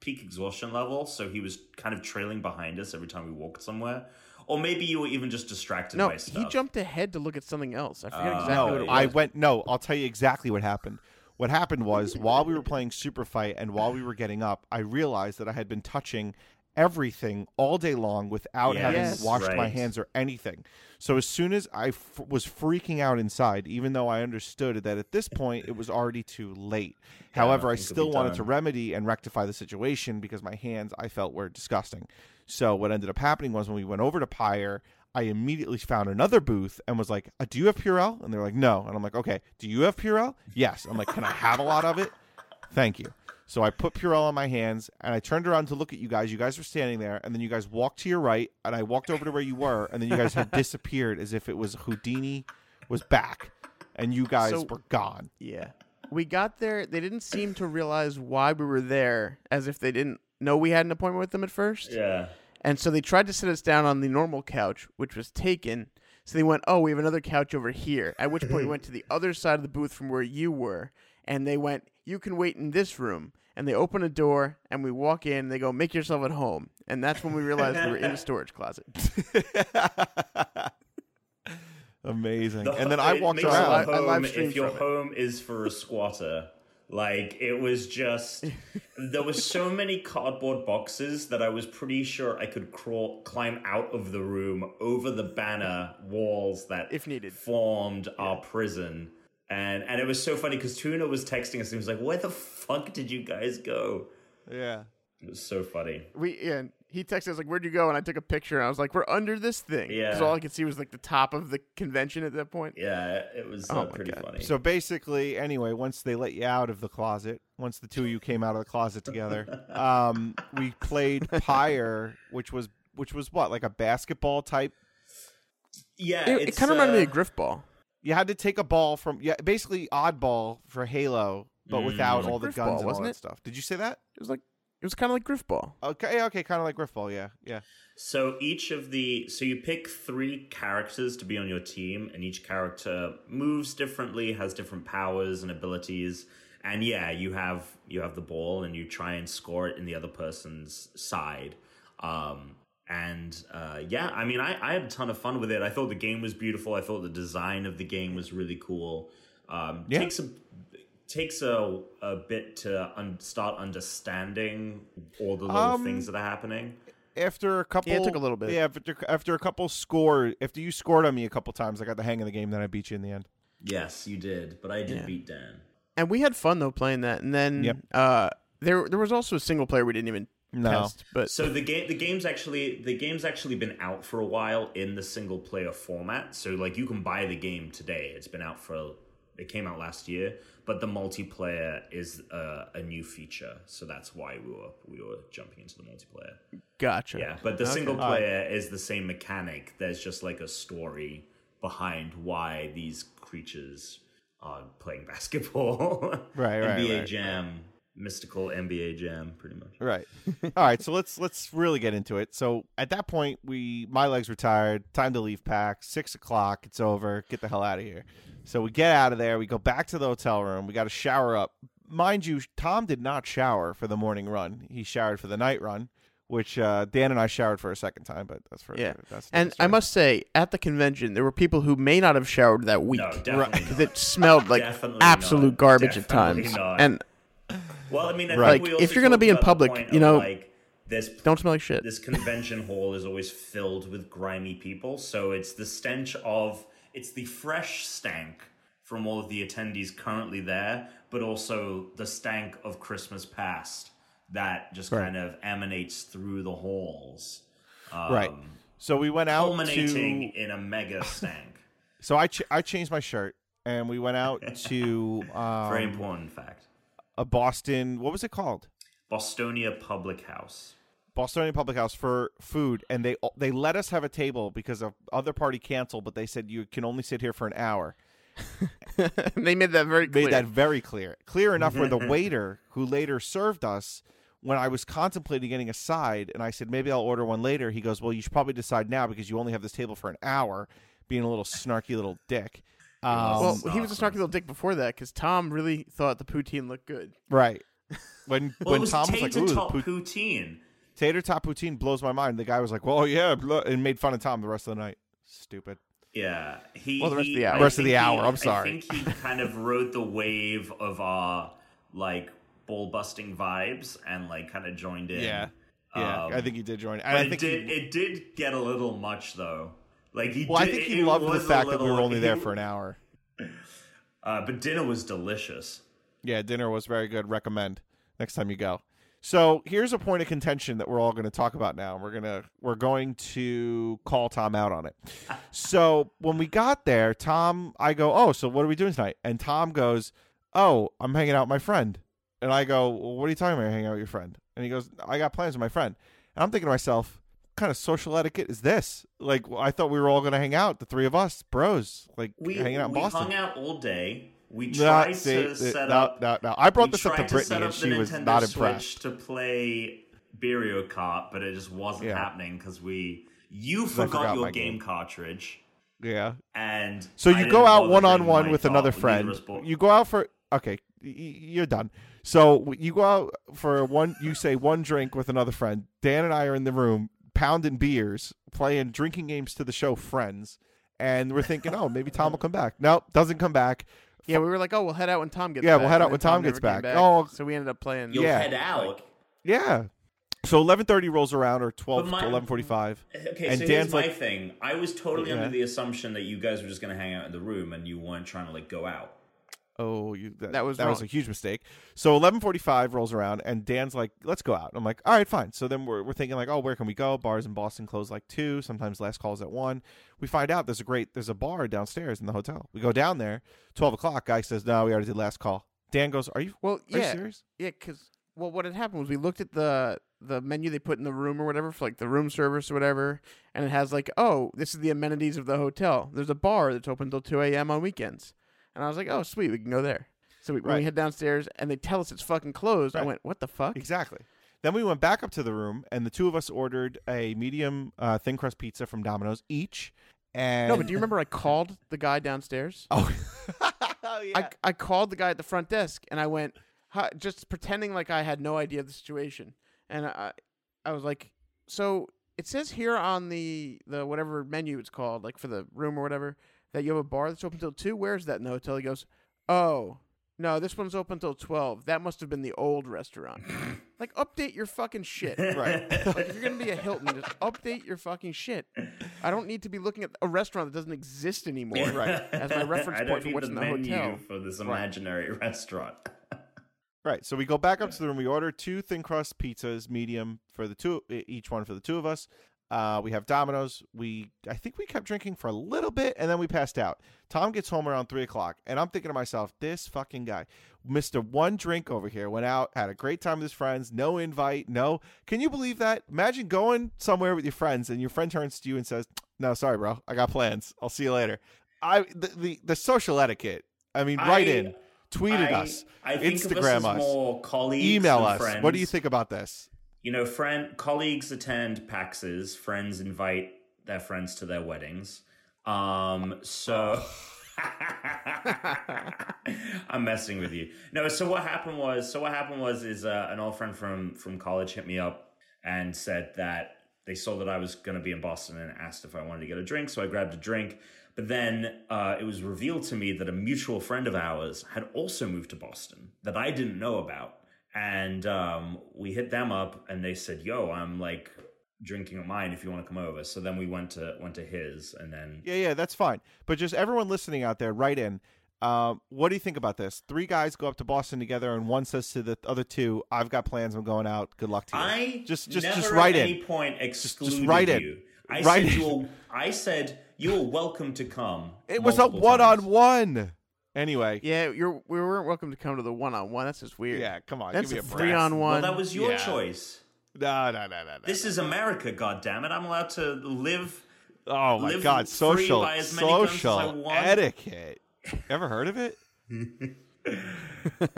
[SPEAKER 3] peak exhaustion level, so he was kind of trailing behind us every time we walked somewhere. Or maybe you were even just distracted
[SPEAKER 1] No,
[SPEAKER 3] by stuff.
[SPEAKER 1] he jumped ahead to look at something else. I forget
[SPEAKER 3] Uh,
[SPEAKER 1] exactly what
[SPEAKER 2] no,
[SPEAKER 1] it
[SPEAKER 2] I
[SPEAKER 1] was.
[SPEAKER 2] went. No, I'll tell you exactly what happened. What happened was while we were playing Super Fight and while we were getting up, I realized that I had been touching everything all day long without having
[SPEAKER 1] Yes.
[SPEAKER 2] washed my
[SPEAKER 3] Right.
[SPEAKER 2] hands or anything. So as soon as I f- was freaking out inside, even though I understood that at this point it was already too late. However, I
[SPEAKER 3] nothing could be
[SPEAKER 2] still wanted to
[SPEAKER 3] done.
[SPEAKER 2] remedy and rectify the situation because my hands I felt were disgusting. So what ended up happening was when we went over to Pyre, I immediately found another booth and was like, uh, "Do you have Purell?" And they're like, "No." And I'm like, "Okay, do you have Purell?" Yes. I'm like, "Can I have a lot of it?" Thank you. So I put Purell on my hands and I turned around to look at you guys. You guys were standing there, and then you guys walked to your right, and I walked over to where you were, and then you guys had disappeared as if it was Houdini was back, and you guys
[SPEAKER 1] So-
[SPEAKER 2] were gone.
[SPEAKER 1] Yeah. We got there. They didn't seem to realize why we were there, as if they didn't know we had an appointment with them at first.
[SPEAKER 3] Yeah.
[SPEAKER 1] And so they tried to sit us down on the normal couch, which was taken. So they went, "Oh, we have another couch over here." At which point we went to the other side of the booth from where you were, and they went, "You can wait in this room." And they open a door, and we walk in. And they go, "Make yourself at home." And that's when we realized we were in a storage closet.
[SPEAKER 2] Amazing.
[SPEAKER 3] The-
[SPEAKER 2] and then I
[SPEAKER 3] it
[SPEAKER 2] walked
[SPEAKER 3] makes your
[SPEAKER 1] I
[SPEAKER 2] around.
[SPEAKER 1] li- I
[SPEAKER 3] home
[SPEAKER 1] live streamed
[SPEAKER 3] if your
[SPEAKER 1] from it.
[SPEAKER 3] home is for a squatter. Like it was just there was so many cardboard boxes that I was pretty sure I could crawl climb out of the room over the banner walls that
[SPEAKER 1] If needed.
[SPEAKER 3] formed our prison. And and it was so funny because Tuna was texting us and he was like, Where the fuck did you guys go?
[SPEAKER 2] yeah.
[SPEAKER 3] It was so funny.
[SPEAKER 1] We and he texted us like, "Where'd you go?" And I took a picture, and I was like, "We're under this thing."
[SPEAKER 3] Yeah.
[SPEAKER 1] all I could see was like the top of the convention at that point.
[SPEAKER 3] Yeah, it was uh,
[SPEAKER 1] Oh my
[SPEAKER 3] pretty
[SPEAKER 1] God.
[SPEAKER 3] funny.
[SPEAKER 2] So basically, anyway, once they let you out of the closet, once the two of you came out of the closet together, um, we played Pyre, which was which was what like a basketball type.
[SPEAKER 3] yeah,
[SPEAKER 1] It,
[SPEAKER 3] it's,
[SPEAKER 1] kind of reminded me
[SPEAKER 3] uh,
[SPEAKER 1] of Griff Ball.
[SPEAKER 2] You had to take a ball from yeah, basically oddball for Halo, but without all the
[SPEAKER 1] Griff Mm.
[SPEAKER 2] guns
[SPEAKER 1] ball,
[SPEAKER 2] and all
[SPEAKER 1] wasn't
[SPEAKER 2] that
[SPEAKER 1] it?
[SPEAKER 2] stuff. Did you say that?
[SPEAKER 1] It was like it was kind of like Griff Ball.
[SPEAKER 2] Okay, okay, kind of like Griff Ball, yeah, yeah.
[SPEAKER 3] So each of the so you pick three characters to be on your team, and each character moves differently, has different powers and abilities. And yeah, you have you have the ball, and you try and score it in the other person's side. Um, and uh, yeah, I mean, I, I had a ton of fun with it. I thought the game was beautiful. I thought the design of the game was really cool. Um,
[SPEAKER 2] Yeah.
[SPEAKER 3] Takes a takes a a bit to un- start understanding all the little
[SPEAKER 2] Um,
[SPEAKER 3] things that are happening.
[SPEAKER 2] after a couple
[SPEAKER 1] Yeah, it took a little bit.
[SPEAKER 2] yeah after, after a couple score after you scored on me a couple times i got the hang of the game then i beat you in the end
[SPEAKER 3] Yes, you did, but I did beat Dan.
[SPEAKER 1] And we had fun though playing that. And then
[SPEAKER 2] Yep.
[SPEAKER 1] uh, there there was also a single player we didn't even
[SPEAKER 2] No.
[SPEAKER 1] test, but
[SPEAKER 3] So the game, the game's actually the game's actually been out for a while in the single player format. So like you can buy the game today. It's been out for it came out last year, but the multiplayer is uh, a, a new feature. So that's why we were we were jumping into the multiplayer.
[SPEAKER 1] gotcha.
[SPEAKER 3] Yeah, but the single player is the same mechanic. There's just like a story behind why these creatures are playing basketball.
[SPEAKER 2] Right, right,
[SPEAKER 3] NBA
[SPEAKER 2] right,
[SPEAKER 3] Jam, mystical NBA Jam, pretty much.
[SPEAKER 2] right all right so let's let's really get into it so at that point we my legs were tired time to leave pack six o'clock it's over get the hell out of here so we get out of there we go back to the hotel room we got to shower up mind you tom did not shower for the morning run he showered for the night run which uh, dan and i showered for a second time but that's for
[SPEAKER 1] Yeah.
[SPEAKER 2] that's a
[SPEAKER 1] And
[SPEAKER 2] different
[SPEAKER 1] I
[SPEAKER 2] story.
[SPEAKER 1] must say, at the convention, there were people who may not have showered that week
[SPEAKER 3] No, definitely
[SPEAKER 1] because
[SPEAKER 3] not.
[SPEAKER 1] it smelled like
[SPEAKER 3] Definitely
[SPEAKER 1] absolute
[SPEAKER 3] not.
[SPEAKER 1] garbage at
[SPEAKER 3] Definitely
[SPEAKER 1] times.
[SPEAKER 3] not.
[SPEAKER 1] And
[SPEAKER 3] Well, I mean, I
[SPEAKER 2] Right.
[SPEAKER 3] think we
[SPEAKER 1] Like,
[SPEAKER 3] also
[SPEAKER 1] if you're gonna
[SPEAKER 3] talked
[SPEAKER 1] be in
[SPEAKER 3] about the
[SPEAKER 1] public,
[SPEAKER 3] point
[SPEAKER 1] you
[SPEAKER 3] of,
[SPEAKER 1] know,
[SPEAKER 3] like this
[SPEAKER 1] don't smell like shit.
[SPEAKER 3] this convention hall is always filled with grimy people, so it's the stench of it's the fresh stank from all of the attendees currently there, but also the stank of Christmas past that just kind of emanates through the halls, um,
[SPEAKER 2] right so we went out to
[SPEAKER 3] culminating in a mega stank.
[SPEAKER 2] So I ch- I changed my shirt and we went out to um,
[SPEAKER 3] Very important fact.
[SPEAKER 2] a Boston. What was it called?
[SPEAKER 3] Bostonia Public House.
[SPEAKER 2] Bostonian Public House for food, and they they let us have a table because of other party canceled, but they said you can only sit here for an hour.
[SPEAKER 1] they made that very clear.
[SPEAKER 2] Made that very clear, clear enough where the waiter who later served us, when I was contemplating getting a side, and I said maybe I'll order one later. He goes, well, you should probably decide now because you only have this table for an hour. Being a little snarky little dick. Um,
[SPEAKER 1] well, he was a snarky little dick before that because Tom really thought the poutine looked good.
[SPEAKER 2] right. When
[SPEAKER 3] Well, it
[SPEAKER 2] when
[SPEAKER 3] was
[SPEAKER 2] Tom was like,
[SPEAKER 3] tater
[SPEAKER 2] ooh, the
[SPEAKER 3] tot
[SPEAKER 2] pout-
[SPEAKER 3] poutine.
[SPEAKER 2] Tater tot poutine blows my mind. The guy was like, "Well, yeah," blah, and made fun of Tom the rest of the night. Stupid.
[SPEAKER 3] Yeah, he.
[SPEAKER 1] Well, the rest of
[SPEAKER 3] he,
[SPEAKER 1] the hour.
[SPEAKER 3] I
[SPEAKER 2] Rest of
[SPEAKER 3] think
[SPEAKER 2] the hour,
[SPEAKER 3] he-
[SPEAKER 2] I'm sorry.
[SPEAKER 3] I think he kind of rode the wave
[SPEAKER 4] uh,
[SPEAKER 3] of our like ball busting vibes and like kind of joined in.
[SPEAKER 2] Yeah. Yeah, I think he did join. And
[SPEAKER 4] um, But
[SPEAKER 2] I
[SPEAKER 4] it
[SPEAKER 2] think
[SPEAKER 4] did.
[SPEAKER 2] he,
[SPEAKER 4] It did get a little much though. Like he.
[SPEAKER 2] well, I
[SPEAKER 4] did-
[SPEAKER 2] think he
[SPEAKER 4] it
[SPEAKER 2] loved the
[SPEAKER 4] was a
[SPEAKER 2] fact that we
[SPEAKER 4] little-
[SPEAKER 2] were only there
[SPEAKER 4] he-
[SPEAKER 2] for an hour.
[SPEAKER 4] Uh, but dinner was delicious.
[SPEAKER 2] Yeah, dinner was very good. Recommend next time you go. So here's a point of contention that we're all going to talk about now. We're gonna we're going to call Tom out on it. so when we got there, Tom, I go, oh, so what are we doing tonight? And Tom goes, oh, I'm hanging out with my friend. And I go, well, what are you talking about? Hanging out with your friend? And he goes, I got plans with my friend. And I'm thinking to myself, what kind of social etiquette is this? Like I thought we were all going to hang out, the three of us, bros, like
[SPEAKER 4] We
[SPEAKER 2] hanging out in
[SPEAKER 4] we
[SPEAKER 2] Boston.
[SPEAKER 4] hung out all day. We
[SPEAKER 2] No,
[SPEAKER 4] tried
[SPEAKER 2] see,
[SPEAKER 4] to
[SPEAKER 2] th-
[SPEAKER 4] set
[SPEAKER 2] no,
[SPEAKER 4] up.
[SPEAKER 2] No, no, I brought
[SPEAKER 4] we
[SPEAKER 2] this up to
[SPEAKER 4] tried set
[SPEAKER 2] Brittany,
[SPEAKER 4] up
[SPEAKER 2] and
[SPEAKER 4] the
[SPEAKER 2] she was
[SPEAKER 4] Nintendo
[SPEAKER 2] not
[SPEAKER 4] Switch
[SPEAKER 2] impressed.
[SPEAKER 4] To play Berio Kart, but it just wasn't
[SPEAKER 2] Yeah.
[SPEAKER 4] happening because we you
[SPEAKER 2] I
[SPEAKER 4] forgot,
[SPEAKER 2] forgot
[SPEAKER 4] your
[SPEAKER 2] my
[SPEAKER 4] game,
[SPEAKER 2] game.
[SPEAKER 4] cartridge,
[SPEAKER 2] Yeah.
[SPEAKER 4] and
[SPEAKER 2] So
[SPEAKER 4] I
[SPEAKER 2] you go
[SPEAKER 4] didn't
[SPEAKER 2] out
[SPEAKER 4] bother
[SPEAKER 2] one on
[SPEAKER 4] bringing my
[SPEAKER 2] one with
[SPEAKER 4] car.
[SPEAKER 2] another
[SPEAKER 4] Neither
[SPEAKER 2] friend.
[SPEAKER 4] of us bought-
[SPEAKER 2] You go out for okay. y- y- You're done. So w- you go out for one. You say one drink with another friend. Dan and I are in the room pounding beers, playing drinking games to the show Friends, and we're thinking, oh, maybe Tom will come back. Nope, doesn't come back.
[SPEAKER 1] Yeah, we were like, oh, we'll head out when Tom gets
[SPEAKER 2] Yeah,
[SPEAKER 1] back.
[SPEAKER 2] we'll head out
[SPEAKER 1] and
[SPEAKER 2] when
[SPEAKER 1] then
[SPEAKER 2] Tom gets
[SPEAKER 1] never came
[SPEAKER 2] back. Oh.
[SPEAKER 1] So we ended up playing.
[SPEAKER 2] You'll Yeah. head
[SPEAKER 3] out.
[SPEAKER 2] Yeah. So eleven thirty rolls around, or twelve
[SPEAKER 4] my-
[SPEAKER 2] to eleven forty-five.
[SPEAKER 3] Okay,
[SPEAKER 2] And
[SPEAKER 3] so
[SPEAKER 2] Dan's
[SPEAKER 3] here's my
[SPEAKER 2] like-
[SPEAKER 3] thing. I was totally
[SPEAKER 2] Yeah.
[SPEAKER 3] under the assumption that you guys were just gonna hang out in the room and you weren't trying to like go out.
[SPEAKER 2] oh you that,
[SPEAKER 1] That was
[SPEAKER 2] that was a
[SPEAKER 1] wrong.
[SPEAKER 2] huge mistake so 1145 rolls around and dan's like let's go out i'm like all right fine so then we're, we're thinking like oh where can we go bars in boston close like two sometimes last calls at one we find out there's a great there's a bar downstairs in the hotel we go down there 12 o'clock guy says no we already did last call dan goes are you
[SPEAKER 1] Well,
[SPEAKER 2] are you
[SPEAKER 1] yeah,
[SPEAKER 2] serious
[SPEAKER 1] yeah, because well, what had happened was we looked at the the menu they put in the room or whatever for like the room service or whatever, and it has like, oh, this is the amenities of the hotel. There's a bar that's open till two a.m. on weekends, and I was like, oh, sweet, we can go there. So we, when
[SPEAKER 2] Right.
[SPEAKER 1] we head downstairs and they tell us it's fucking closed, I
[SPEAKER 2] Right.
[SPEAKER 1] went, what the fuck?
[SPEAKER 2] Exactly. Then we went back up to the room, and the two of us ordered a medium uh, thin crust pizza from Domino's each. And
[SPEAKER 1] No, but do you remember I called the guy downstairs?
[SPEAKER 2] Oh, Oh, yeah.
[SPEAKER 1] I, I called the guy at the front desk and I went, "Hi," just pretending like I had no idea of the situation. And I, I was like, so it says here on the, the whatever menu it's called, like for the room or whatever, that you have a bar that's open till 2. Where is that in the hotel? He goes, oh, no, this one's open till 12. That must have been the old restaurant. like, update your fucking shit.
[SPEAKER 2] right.
[SPEAKER 1] Like, if you're going to be a Hilton, just update your fucking shit. I don't need to be looking at a restaurant that doesn't exist anymore
[SPEAKER 2] Right.
[SPEAKER 1] as my reference
[SPEAKER 3] I don't
[SPEAKER 1] point for
[SPEAKER 3] need
[SPEAKER 1] what's
[SPEAKER 3] the
[SPEAKER 1] in the
[SPEAKER 3] menu
[SPEAKER 1] hotel.
[SPEAKER 3] for this imaginary restaurant.
[SPEAKER 2] Right. So we go back up to the room. We order two thin crust pizzas, medium for the two, e- each one for the two of us. Uh, we have Domino's. We I think we kept drinking for a little bit, and then we passed out. Tom gets home around three o'clock, and I'm thinking to myself, this fucking guy, Mister One Drink over here, went out, had a great time with his friends, no invite, no. Can you believe that? Imagine going somewhere with your friends, and your friend turns to you and says, "No, sorry, bro, I got plans. I'll see you later." I the the, the social etiquette. I mean, right
[SPEAKER 3] I-
[SPEAKER 2] in, tweeted us.
[SPEAKER 3] I think of us,
[SPEAKER 2] Instagram
[SPEAKER 3] as
[SPEAKER 2] us.
[SPEAKER 3] more colleagues.
[SPEAKER 2] email
[SPEAKER 3] than
[SPEAKER 2] us.
[SPEAKER 3] Friends.
[SPEAKER 2] What do you think about this?
[SPEAKER 3] You know, friend colleagues attend PAXs. Friends invite their friends to their weddings. Um, so I'm messing with you. No, so what happened was, so what happened was, is uh, an old friend from from college hit me up and said that they saw that I was going to be in Boston and asked if I wanted to get a drink. So I grabbed a drink. But then uh, it was revealed to me that a mutual friend of ours had also moved to Boston that I didn't know about. And um, we hit them up and they said, yo, I'm like drinking at mine if you want to come over. So then we went to went to his and then
[SPEAKER 2] Yeah, yeah, that's fine. But just everyone listening out there, write in. Um, what do you think about this? Three guys go up to Boston together, and one says to the other two, "I've got plans. I'm going out. Good luck to you."
[SPEAKER 3] I
[SPEAKER 2] just, just,
[SPEAKER 3] never
[SPEAKER 2] just write
[SPEAKER 3] at
[SPEAKER 2] in.
[SPEAKER 3] any point excluded
[SPEAKER 2] write in.
[SPEAKER 3] you. I
[SPEAKER 2] Write
[SPEAKER 3] said
[SPEAKER 2] in.
[SPEAKER 3] you're I said you're welcome to come.
[SPEAKER 2] It was a
[SPEAKER 3] multiple times.
[SPEAKER 2] one-on-one. Anyway, yeah,
[SPEAKER 1] Yeah, you're we weren't welcome to come to the one on one. That's just weird.
[SPEAKER 2] come on,
[SPEAKER 1] that's
[SPEAKER 2] give me
[SPEAKER 1] a
[SPEAKER 2] a
[SPEAKER 1] three
[SPEAKER 2] break.
[SPEAKER 1] on
[SPEAKER 3] Well,
[SPEAKER 1] one.
[SPEAKER 3] that was your
[SPEAKER 2] Yeah.
[SPEAKER 3] choice.
[SPEAKER 2] No, no, no, no, no.
[SPEAKER 3] This is America, goddammit. I'm allowed to live
[SPEAKER 2] oh my
[SPEAKER 3] live
[SPEAKER 2] God,
[SPEAKER 3] free
[SPEAKER 2] social,
[SPEAKER 3] by as many guns as I
[SPEAKER 2] social
[SPEAKER 3] want.
[SPEAKER 2] etiquette. Ever heard of it?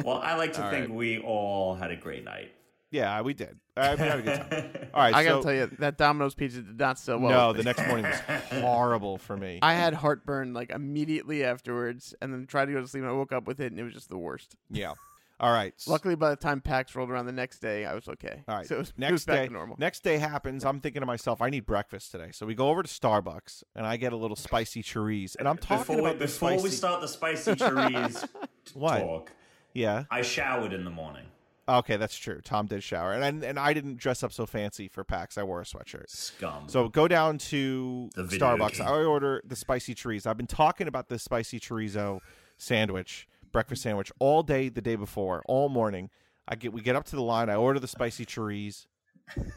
[SPEAKER 3] Well, I like to
[SPEAKER 2] All
[SPEAKER 3] think
[SPEAKER 2] right.
[SPEAKER 3] we all had a great night.
[SPEAKER 2] Yeah, we did. I we had a good time. All right,
[SPEAKER 1] I gotta
[SPEAKER 2] so,
[SPEAKER 1] tell you that Domino's pizza did not sell well.
[SPEAKER 2] no, the next morning was horrible for me.
[SPEAKER 1] I had heartburn like immediately afterwards, and then tried to go to sleep. and I woke up with it, and it was just the worst.
[SPEAKER 2] yeah. All right.
[SPEAKER 1] Luckily, by the time PAX rolled around the next day, I was okay.
[SPEAKER 2] All right.
[SPEAKER 1] so it was, it
[SPEAKER 2] next
[SPEAKER 1] was back
[SPEAKER 2] day,
[SPEAKER 1] to normal.
[SPEAKER 2] next day happens. I'm thinking to myself, I need breakfast today. So we go over to Starbucks, and I get a little spicy chorizo. And I'm talking
[SPEAKER 3] Before,
[SPEAKER 2] about
[SPEAKER 3] we,
[SPEAKER 2] the
[SPEAKER 3] before
[SPEAKER 2] spicy.
[SPEAKER 3] we start the spicy chorizo
[SPEAKER 2] What?
[SPEAKER 3] talk,
[SPEAKER 2] yeah.
[SPEAKER 3] I showered in the morning.
[SPEAKER 2] Okay, that's true. Tom did shower, and I, and I didn't dress up so fancy for PAX. I wore a sweatshirt.
[SPEAKER 3] Scum.
[SPEAKER 2] So go down to
[SPEAKER 3] The video
[SPEAKER 2] Starbucks.
[SPEAKER 3] game.
[SPEAKER 2] I order the spicy chorizo. I've been talking about this spicy chorizo sandwich, breakfast sandwich, all day the day before, all morning. I get we get up to the line. I order the spicy chorizo.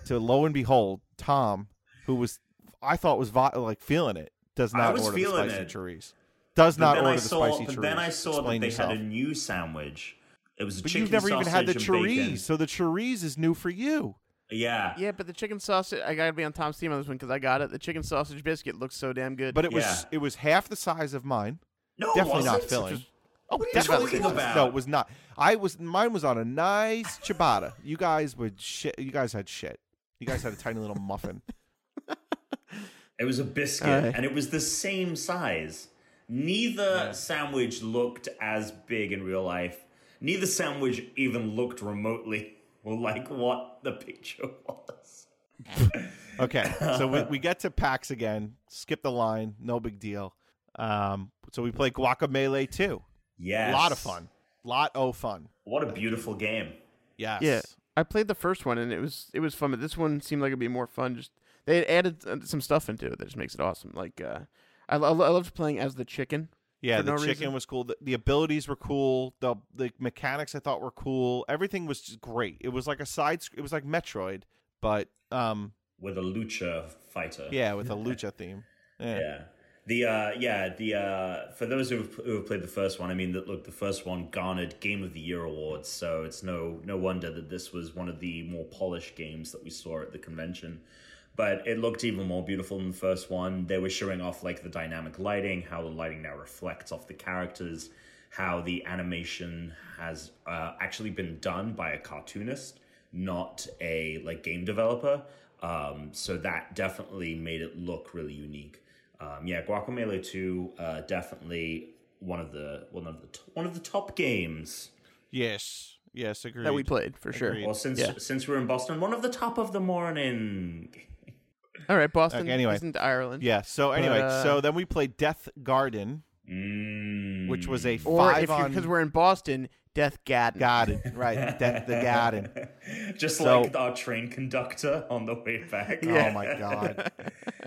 [SPEAKER 2] To lo and behold, Tom, who was I thought was vi- like feeling it, does
[SPEAKER 3] I
[SPEAKER 2] not
[SPEAKER 3] was
[SPEAKER 2] order the
[SPEAKER 3] feeling
[SPEAKER 2] spicy
[SPEAKER 3] it.
[SPEAKER 2] chorizo. Does
[SPEAKER 3] But
[SPEAKER 2] not
[SPEAKER 3] then
[SPEAKER 2] order
[SPEAKER 3] I
[SPEAKER 2] the
[SPEAKER 3] saw,
[SPEAKER 2] spicy chorizo.
[SPEAKER 3] But then I saw
[SPEAKER 2] Explain
[SPEAKER 3] that they
[SPEAKER 2] yourself.
[SPEAKER 3] had a new sandwich. It was a
[SPEAKER 2] But
[SPEAKER 3] chicken
[SPEAKER 2] you've never even had the
[SPEAKER 3] sausage and bacon.
[SPEAKER 2] chorizo, so the chorizo is new for you.
[SPEAKER 3] Yeah.
[SPEAKER 1] Yeah, but the chicken sausage. I gotta be on Tom's team on this one because I got it. The chicken sausage biscuit looks so damn good.
[SPEAKER 2] But it was
[SPEAKER 3] Yeah.
[SPEAKER 2] it was half the size of mine.
[SPEAKER 3] No, it
[SPEAKER 2] definitely not
[SPEAKER 3] wasn't.
[SPEAKER 2] filling. Oh,
[SPEAKER 3] What are you
[SPEAKER 2] definitely
[SPEAKER 3] talking
[SPEAKER 2] was.
[SPEAKER 3] about?
[SPEAKER 2] No, it was not. I was mine was on a nice ciabatta. You guys would shit. You guys had shit. You guys had a tiny little muffin.
[SPEAKER 3] It was a biscuit,
[SPEAKER 1] Alright.
[SPEAKER 3] and it was the same size. Neither sandwich looked as big in real life. Neither sandwich even looked remotely like what the picture was.
[SPEAKER 2] Okay, so we, we get to PAX again. Skip the line. No big deal. Um, so we play Guacamelee too.
[SPEAKER 3] Yes.
[SPEAKER 2] A lot of fun. Lot of fun.
[SPEAKER 3] What a beautiful game.
[SPEAKER 2] Yes.
[SPEAKER 1] yeah, I played the first one and it was it was fun, but this one seemed like it'd be more fun. Just they had added uh, some stuff into it that just makes it awesome. Like uh, I, lo- I lo- I loved playing as the chicken.
[SPEAKER 2] Yeah,
[SPEAKER 1] for
[SPEAKER 2] the
[SPEAKER 1] no
[SPEAKER 2] chicken
[SPEAKER 1] reason.
[SPEAKER 2] was cool. The, the abilities were cool. The the mechanics I thought were cool. Everything was just great. It was like a side. sc- It was like Metroid, but um,
[SPEAKER 3] With a lucha fighter.
[SPEAKER 2] yeah, with a lucha theme. Yeah.
[SPEAKER 3] Yeah. The uh, yeah the uh, for those who who have played the first one, I mean that look the first one garnered Game of the Year awards, so it's no no wonder that this was one of the more polished games that we saw at the convention. But it looked even more beautiful than the first one. They were showing off like the dynamic lighting, how the lighting now reflects off the characters, how the animation has uh, actually been done by a cartoonist, not a like game developer. Um, so that definitely made it look really unique. Um, yeah, Guacamelee Two uh, definitely one of the one of the t- one of the top games.
[SPEAKER 2] Yes. Yes. Agreed.
[SPEAKER 1] that we played for sure.
[SPEAKER 2] Agreed.
[SPEAKER 3] Well, since
[SPEAKER 1] Yeah.
[SPEAKER 3] since we're in Boston, one of the top of the morning.
[SPEAKER 1] All right, Boston
[SPEAKER 2] Okay, anyway.
[SPEAKER 1] isn't Ireland.
[SPEAKER 2] Yeah. So anyway,
[SPEAKER 1] uh,
[SPEAKER 2] so then we played Death Garden,
[SPEAKER 3] Mm.
[SPEAKER 2] which was a
[SPEAKER 1] or
[SPEAKER 2] five
[SPEAKER 1] if you
[SPEAKER 2] on
[SPEAKER 1] because we're in Boston, Death Garden.
[SPEAKER 2] Garden, right? Death the Garden.
[SPEAKER 3] just
[SPEAKER 2] So-
[SPEAKER 3] like our train conductor on the way back.
[SPEAKER 2] Oh my god.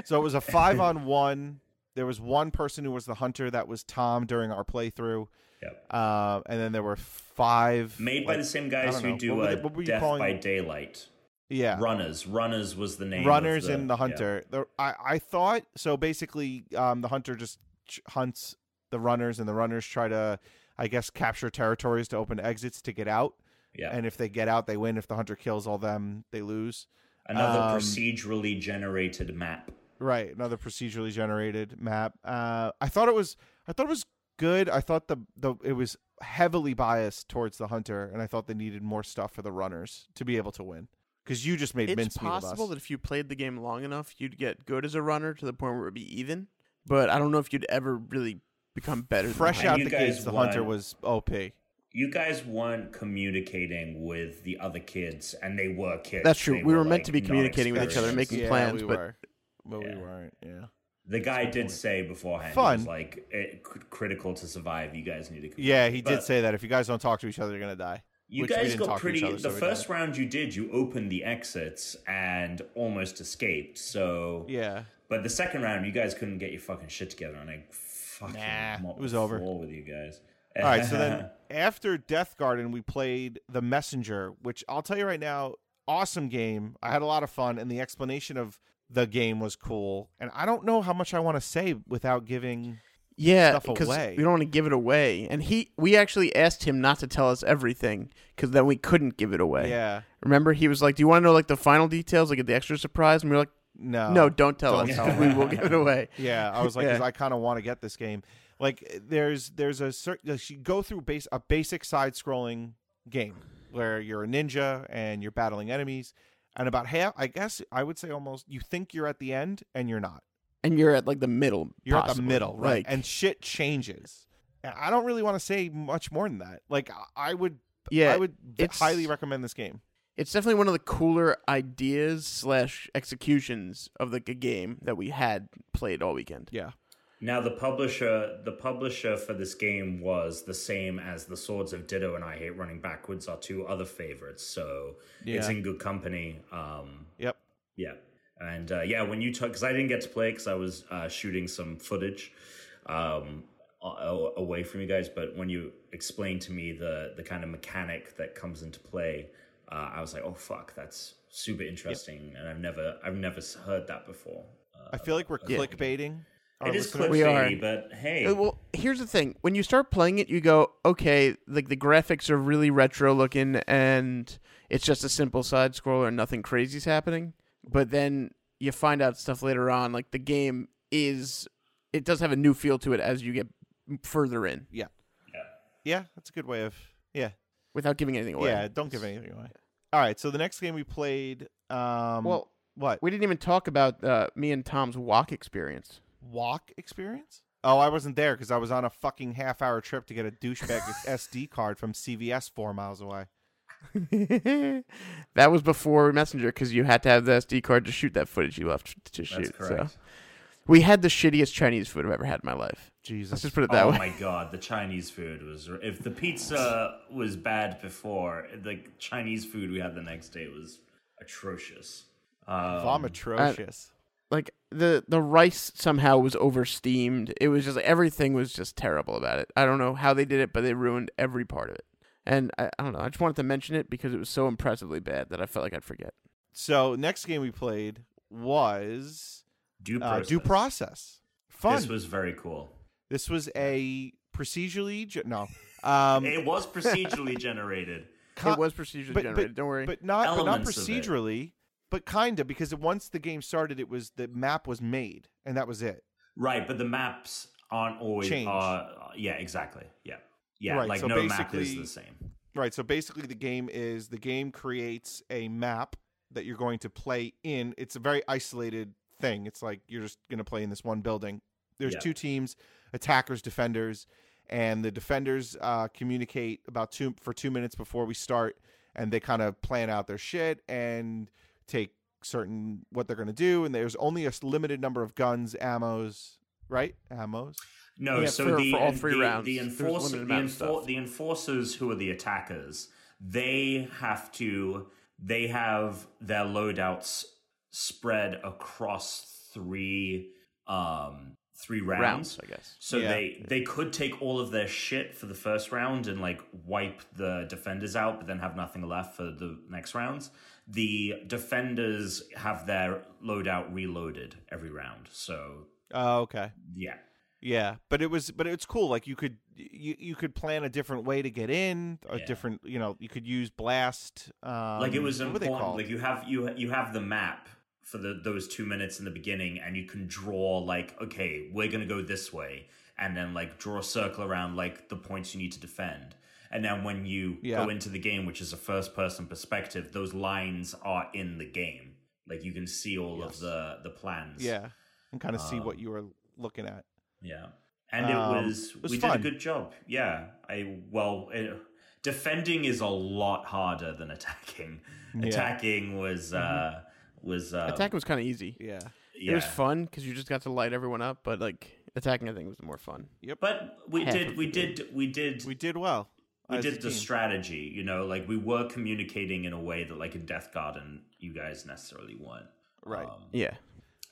[SPEAKER 2] So it was a five on one. There was one person who was the hunter. That was Tom during our playthrough.
[SPEAKER 3] Yep.
[SPEAKER 2] Uh, and then there were five
[SPEAKER 3] Made by
[SPEAKER 2] like,
[SPEAKER 3] the same
[SPEAKER 2] I
[SPEAKER 3] guys
[SPEAKER 2] don't
[SPEAKER 3] who
[SPEAKER 2] know.
[SPEAKER 3] do
[SPEAKER 2] What were
[SPEAKER 3] uh,
[SPEAKER 2] they- what were you
[SPEAKER 3] Death
[SPEAKER 2] calling-
[SPEAKER 3] by Daylight.
[SPEAKER 2] yeah
[SPEAKER 3] Runners, Runners was the name. of
[SPEAKER 2] runners
[SPEAKER 3] the,
[SPEAKER 2] and the
[SPEAKER 3] yeah.
[SPEAKER 2] hunter. The, I I thought so. Basically, um, the hunter just ch- hunts the runners, and the runners try to, I guess, capture territories to open exits to get out.
[SPEAKER 3] Yeah.
[SPEAKER 2] And if they get out, they win. If the hunter kills all them, they lose.
[SPEAKER 3] Another
[SPEAKER 2] um,
[SPEAKER 3] procedurally generated map.
[SPEAKER 2] Right, another procedurally generated map. Uh, I thought it was, I thought it was good. I thought the the it was heavily biased towards the hunter, and I thought they needed more stuff for the runners to be able to win. Because you just made
[SPEAKER 1] It's
[SPEAKER 2] mincemeat
[SPEAKER 1] possible
[SPEAKER 2] of us.
[SPEAKER 1] that if you played the game long enough, you'd get good as a runner to the point where it'd be even. But I don't know if you'd ever really become better. than
[SPEAKER 2] Fresh
[SPEAKER 1] Heinz.
[SPEAKER 2] out
[SPEAKER 3] you
[SPEAKER 2] the
[SPEAKER 3] guys
[SPEAKER 2] gates, the
[SPEAKER 3] won.
[SPEAKER 2] hunter was OP.
[SPEAKER 3] You guys weren't communicating with the other kids, and they were kids.
[SPEAKER 1] That's true.
[SPEAKER 3] They
[SPEAKER 1] We were meant
[SPEAKER 3] like,
[SPEAKER 1] to be communicating with each other,
[SPEAKER 3] non-experienced.
[SPEAKER 1] making plans, but-
[SPEAKER 2] were. but we
[SPEAKER 3] Yeah.
[SPEAKER 2] weren't. Yeah.
[SPEAKER 3] The guy did say beforehand,
[SPEAKER 2] Fun.
[SPEAKER 3] Fun. was like it, c- critical to survive. You guys need to. Communicate.
[SPEAKER 2] Yeah, he did
[SPEAKER 3] But
[SPEAKER 2] say that if you guys don't talk to each other, you're gonna die.
[SPEAKER 3] You
[SPEAKER 2] Which we
[SPEAKER 3] guys
[SPEAKER 2] didn't
[SPEAKER 3] got
[SPEAKER 2] talk to each
[SPEAKER 3] pretty.
[SPEAKER 2] other, so
[SPEAKER 3] the
[SPEAKER 2] we
[SPEAKER 3] first
[SPEAKER 2] died.
[SPEAKER 3] round you did, you opened the exits and almost escaped. So,
[SPEAKER 2] Yeah.
[SPEAKER 3] but the second round, you guys couldn't get your fucking shit together, and I fucking
[SPEAKER 2] Nah,
[SPEAKER 3] mopped
[SPEAKER 2] it was
[SPEAKER 3] the
[SPEAKER 2] over.
[SPEAKER 3] floor with you guys.
[SPEAKER 2] All right. So then after Death Garden, we played The Messenger, which I'll tell you right now, awesome game. I had a lot of fun, and the explanation of the game was cool. And I don't know how much I want to say without giving.
[SPEAKER 1] yeah,
[SPEAKER 2] stuff
[SPEAKER 1] because
[SPEAKER 2] away.
[SPEAKER 1] we don't want to give it away. And he, we actually asked him not to tell us everything because then we couldn't give it away.
[SPEAKER 2] Yeah.
[SPEAKER 1] Remember, he was like, "Do you want to know like the final details, like the extra surprise?" And we were like,
[SPEAKER 2] No.
[SPEAKER 1] "No, don't tell
[SPEAKER 2] Oh. don't
[SPEAKER 1] us.
[SPEAKER 2] tell
[SPEAKER 1] we will give it away."
[SPEAKER 2] Yeah, I was like, 'cause
[SPEAKER 1] Yeah.
[SPEAKER 2] I kind of want to get this game. Like, eh, there's there's a certain you go through base a basic side scrolling game where you're a ninja and you're battling enemies, and about half, I guess I would say almost you think you're at the end and you're not.
[SPEAKER 1] And you're at like the middle.
[SPEAKER 2] You're at the
[SPEAKER 1] possibly.
[SPEAKER 2] middle,
[SPEAKER 1] Like,
[SPEAKER 2] right? and shit changes. And I don't really want to say much more than that. Like, I- I would,
[SPEAKER 1] yeah,
[SPEAKER 2] I would v-
[SPEAKER 1] it's-
[SPEAKER 2] highly recommend this game.
[SPEAKER 1] it's definitely one of the cooler ideas slash executions of like a game that we had played all weekend.
[SPEAKER 2] Yeah,
[SPEAKER 3] Now the publisher, the publisher for this game was the same as the Swords of Ditto and I Hate Running Backwards are two other favorites, so it's
[SPEAKER 2] Yeah.
[SPEAKER 3] in good company. Um,
[SPEAKER 2] Yep.
[SPEAKER 3] yeah, and uh, yeah, when you took because I didn't get to play because I was uh, shooting some footage um, a- a- away from you guys, but when you explained to me the the kind of mechanic that comes into play, uh, I was like, oh fuck, that's super interesting, and I've never I've never s- heard that before. Uh,
[SPEAKER 2] I feel like we're
[SPEAKER 1] Yeah.
[SPEAKER 2] clickbaiting. our
[SPEAKER 3] it is
[SPEAKER 2] listeners.
[SPEAKER 1] We are.
[SPEAKER 3] clickbaity, but hey,
[SPEAKER 1] Uh, Well, here's the thing: when you start playing it, you go, "Okay, like the graphics are really retro looking, and it's just a simple side scroller, and nothing crazy's happening." But then you find out stuff later on, like the game is, it does have a new feel to it as you get further in,
[SPEAKER 2] Yeah, that's a good way of. Yeah,
[SPEAKER 1] without giving anything away.
[SPEAKER 2] yeah. Don't give anything away. All right. So the next game we played. Um,
[SPEAKER 1] Well,
[SPEAKER 2] what
[SPEAKER 1] we didn't even talk about uh, me and Tom's walk experience.
[SPEAKER 2] walk experience? Oh, I wasn't there because I was on a fucking half-hour trip to get a douchebag SD card from CVS four miles away.
[SPEAKER 1] that was before Messenger because you had to have the SD card to shoot that footage you left to
[SPEAKER 3] that's
[SPEAKER 1] shoot. So
[SPEAKER 3] correct.
[SPEAKER 1] we had the shittiest Chinese food I've ever had in my life.
[SPEAKER 2] Jesus.
[SPEAKER 1] Let's just put it that
[SPEAKER 3] oh
[SPEAKER 1] way.
[SPEAKER 3] my god, the Chinese food was. If the pizza was bad before, the Chinese food we had the next day was atrocious. Um,
[SPEAKER 2] Vomitrocious.
[SPEAKER 1] Like the the rice somehow was oversteamed. It was just everything was just terrible about it. I don't know how they did it, but they ruined every part of it. And I, I don't know. I just wanted to mention it because it was so impressively bad that I felt like I'd forget.
[SPEAKER 2] so next game we played was
[SPEAKER 3] due
[SPEAKER 2] uh,
[SPEAKER 3] process.
[SPEAKER 2] Due Process. Fun.
[SPEAKER 3] This was very cool.
[SPEAKER 2] This was a procedurally ge- no. Um,
[SPEAKER 3] It was procedurally generated.
[SPEAKER 2] co-
[SPEAKER 1] it was procedurally
[SPEAKER 2] but-
[SPEAKER 1] generated.
[SPEAKER 2] but-
[SPEAKER 1] don't worry.
[SPEAKER 2] but not but not
[SPEAKER 3] Elements of it.
[SPEAKER 2] procedurally, but kinda because once the game started, it was the map was made and that was it.
[SPEAKER 3] Right, but the maps aren't always.
[SPEAKER 2] Change.
[SPEAKER 3] Uh, yeah, exactly. Yeah. Yeah,
[SPEAKER 2] Right,
[SPEAKER 3] like
[SPEAKER 2] so
[SPEAKER 3] no map is
[SPEAKER 2] basically-
[SPEAKER 3] the same.
[SPEAKER 2] Right. So basically, the game is the game creates a map that you're going to play in. It's a very isolated thing. It's like you're just going to play in this one building. There's
[SPEAKER 3] Yeah.
[SPEAKER 2] two teams, attackers, defenders, and the defenders uh, communicate about two for two minutes before we start, and they kind of plan out their shit and take certain what they're going to do. And there's only a s- limited number of guns, ammos, right? Ammos.
[SPEAKER 3] No,
[SPEAKER 1] Yeah,
[SPEAKER 3] so
[SPEAKER 1] for-
[SPEAKER 3] the,
[SPEAKER 1] for all
[SPEAKER 3] and
[SPEAKER 1] three
[SPEAKER 3] the,
[SPEAKER 1] rounds,
[SPEAKER 3] the,
[SPEAKER 1] there's
[SPEAKER 3] enforce, the,
[SPEAKER 1] limited amount of
[SPEAKER 3] enfor-
[SPEAKER 1] stuff.
[SPEAKER 3] the enforcers who are the attackers, they have to they have their loadouts spread across three um three rounds.
[SPEAKER 1] Rounds, I guess.
[SPEAKER 3] So
[SPEAKER 2] Yeah.
[SPEAKER 3] they they could take all of their shit for the first round and like wipe the defenders out, but then have nothing left for the next rounds. The defenders have their loadout reloaded every round. So
[SPEAKER 2] Oh, okay.
[SPEAKER 3] yeah.
[SPEAKER 2] Yeah, but it was but it's cool. Like you could you you could plan a different way to get in, a
[SPEAKER 3] Yeah.
[SPEAKER 2] different you know you could use blast. Um,
[SPEAKER 3] like it was
[SPEAKER 2] what were they
[SPEAKER 3] important
[SPEAKER 2] called?
[SPEAKER 3] like you have you you have the map for the those two minutes in the beginning and you can draw like okay we're gonna go this way and then like draw a circle around like the points you need to defend and then when you
[SPEAKER 2] Yeah.
[SPEAKER 3] go into the game which is a first person perspective those lines are in the game like you can see all
[SPEAKER 2] Yes.
[SPEAKER 3] of the the plans
[SPEAKER 2] yeah, and kind of see what
[SPEAKER 3] Um,
[SPEAKER 2] you were looking at.
[SPEAKER 3] yeah and it
[SPEAKER 2] Um,
[SPEAKER 3] was,
[SPEAKER 2] it was
[SPEAKER 3] we
[SPEAKER 2] fun.
[SPEAKER 3] did a good job yeah i well it, defending is a lot harder than attacking
[SPEAKER 2] Yeah. Mm-hmm.
[SPEAKER 3] attacking was uh was uh
[SPEAKER 1] Attacking was kind of easy.
[SPEAKER 2] Yeah,
[SPEAKER 1] It was fun because you just got to light everyone up. But like attacking, I think was more fun.
[SPEAKER 3] but we
[SPEAKER 1] Half
[SPEAKER 3] did
[SPEAKER 1] of
[SPEAKER 3] we
[SPEAKER 1] the
[SPEAKER 3] did we did
[SPEAKER 2] we did well.
[SPEAKER 3] we
[SPEAKER 2] as a
[SPEAKER 3] did the
[SPEAKER 2] team.
[SPEAKER 3] strategy you know like we were communicating in a way that like in death garden you guys necessarily weren't
[SPEAKER 2] right.
[SPEAKER 3] um,
[SPEAKER 1] Yeah.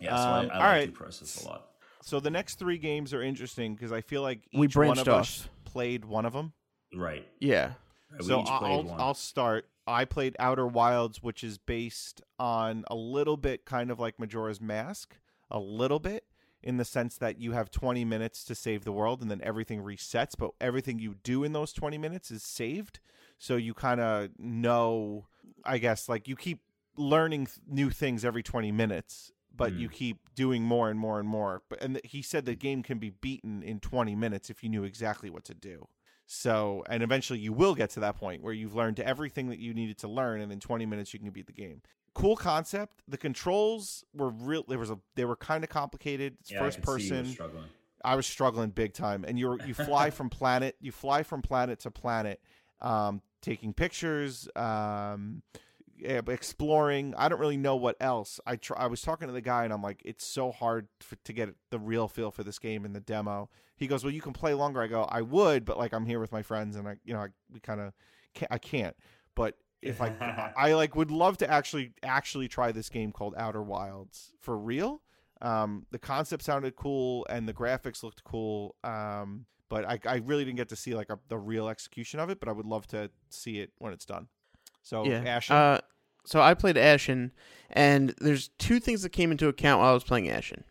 [SPEAKER 3] yeah so
[SPEAKER 2] Um,
[SPEAKER 3] i, I
[SPEAKER 2] all
[SPEAKER 3] like
[SPEAKER 2] right.
[SPEAKER 3] the process a lot
[SPEAKER 2] So the next three games are interesting because I feel like each
[SPEAKER 1] We branched
[SPEAKER 2] one of us
[SPEAKER 1] off.
[SPEAKER 2] played one of them.
[SPEAKER 3] right
[SPEAKER 1] Yeah.
[SPEAKER 3] Right, we
[SPEAKER 2] so
[SPEAKER 3] each
[SPEAKER 2] I-
[SPEAKER 3] played
[SPEAKER 2] I'll,
[SPEAKER 3] one.
[SPEAKER 2] I'll start. I played Outer Wilds, which is based on a little bit kind of like Majora's Mask, a little bit in the sense that you have 20 minutes to save the world and then everything resets, but everything you do in those 20 minutes is saved. So you kind of know, I guess, like you keep learning th- new things every 20 minutes, but
[SPEAKER 3] Hmm.
[SPEAKER 2] you keep doing more and more and more. But and th- he said the game can be beaten in 20 minutes if you knew exactly what to do. So, and eventually you will get to that point where you've learned everything that you needed to learn, and in 20 minutes you can beat the game. Cool concept. The controls were real. There was a they were kind of complicated. It's
[SPEAKER 3] Yeah, I
[SPEAKER 2] first
[SPEAKER 3] can see you were
[SPEAKER 2] person.
[SPEAKER 3] struggling
[SPEAKER 2] I was struggling big time, and you you fly from planet you fly from planet to planet, um, taking pictures, um, eh, exploring. I don't really know what else. I tr- I was talking to the guy and I'm like, it's so hard f- to get the real feel for this game in the demo. He goes, well, you can play longer. I go, I would, but like I'm here with my friends and I, you know, I we kind of can't, I can't. But if I, I like would love to actually actually try this game called Outer Wilds for real. Um, the concept sounded cool and the graphics looked cool. Um, but I, I really didn't get to see like a, the real execution of it. But I would love to see it when it's done. So
[SPEAKER 1] yeah.
[SPEAKER 2] Ashen,
[SPEAKER 1] Uh, so I played Ashen, and there's two things that came into account while I was playing Ashen.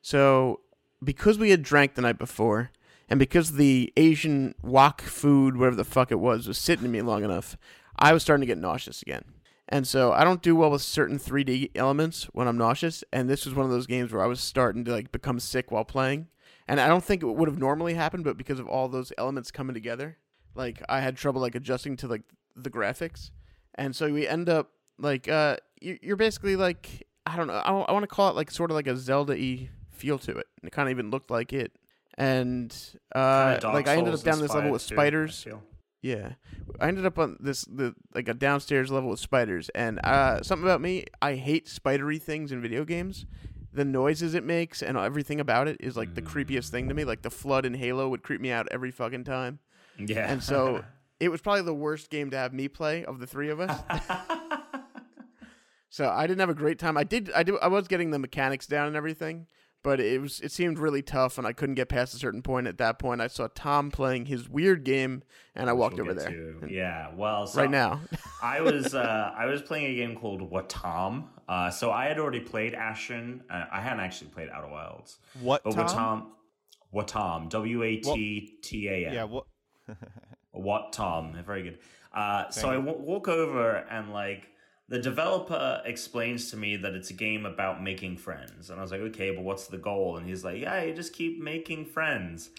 [SPEAKER 1] So because we had drank the night before, and because the Asian wok food, whatever the fuck it was, was sitting to me long enough, I was starting to get nauseous again. And so I don't do well with certain 3D elements when I'm nauseous, and this was one of those games where I was starting to like become sick while playing. And I don't think it would have normally happened, but because of all those elements coming together, like I had trouble like adjusting to like the graphics and so we end up like uh you- you're basically like i don't know i, don't- I want to call it like sort of like a zelda-y feel to it and it kind of even looked like it and uh
[SPEAKER 3] Dark
[SPEAKER 1] like i ended up
[SPEAKER 3] Souls
[SPEAKER 1] down this level
[SPEAKER 3] inspired
[SPEAKER 1] with
[SPEAKER 3] too, I
[SPEAKER 1] spiders
[SPEAKER 3] feel.
[SPEAKER 1] yeah i ended up on this the like a downstairs level with spiders and uh something about me i hate spidery things in video games the noises it makes and everything about it is like the creepiest thing to me like the flood in halo would creep me out every fucking time
[SPEAKER 3] Yeah.
[SPEAKER 1] and so it was probably the worst game to have me play of the three of us. so I didn't have a great time. I did I do I was getting the mechanics down and everything, but it was it seemed really tough and I couldn't get past a certain point. At that point I saw Tom playing his weird game and I walked
[SPEAKER 3] We'll
[SPEAKER 1] over
[SPEAKER 3] get
[SPEAKER 1] there.
[SPEAKER 3] to- Yeah. Well, so
[SPEAKER 1] Right now.
[SPEAKER 3] I was uh, I was playing a game called Watam. Uh, so I had already played Ashen. Uh, I hadn't actually played Outer Wilds.
[SPEAKER 2] what
[SPEAKER 3] But
[SPEAKER 2] Tom?
[SPEAKER 3] Watam, Watam, W A T T A N.
[SPEAKER 2] Yeah, what?
[SPEAKER 3] What Tom? Very good. Uh, so I w- walk over and like the developer explains to me that it's a game about making friends, and I was like, okay, but what's the goal? And he's like, yeah, you just keep making friends.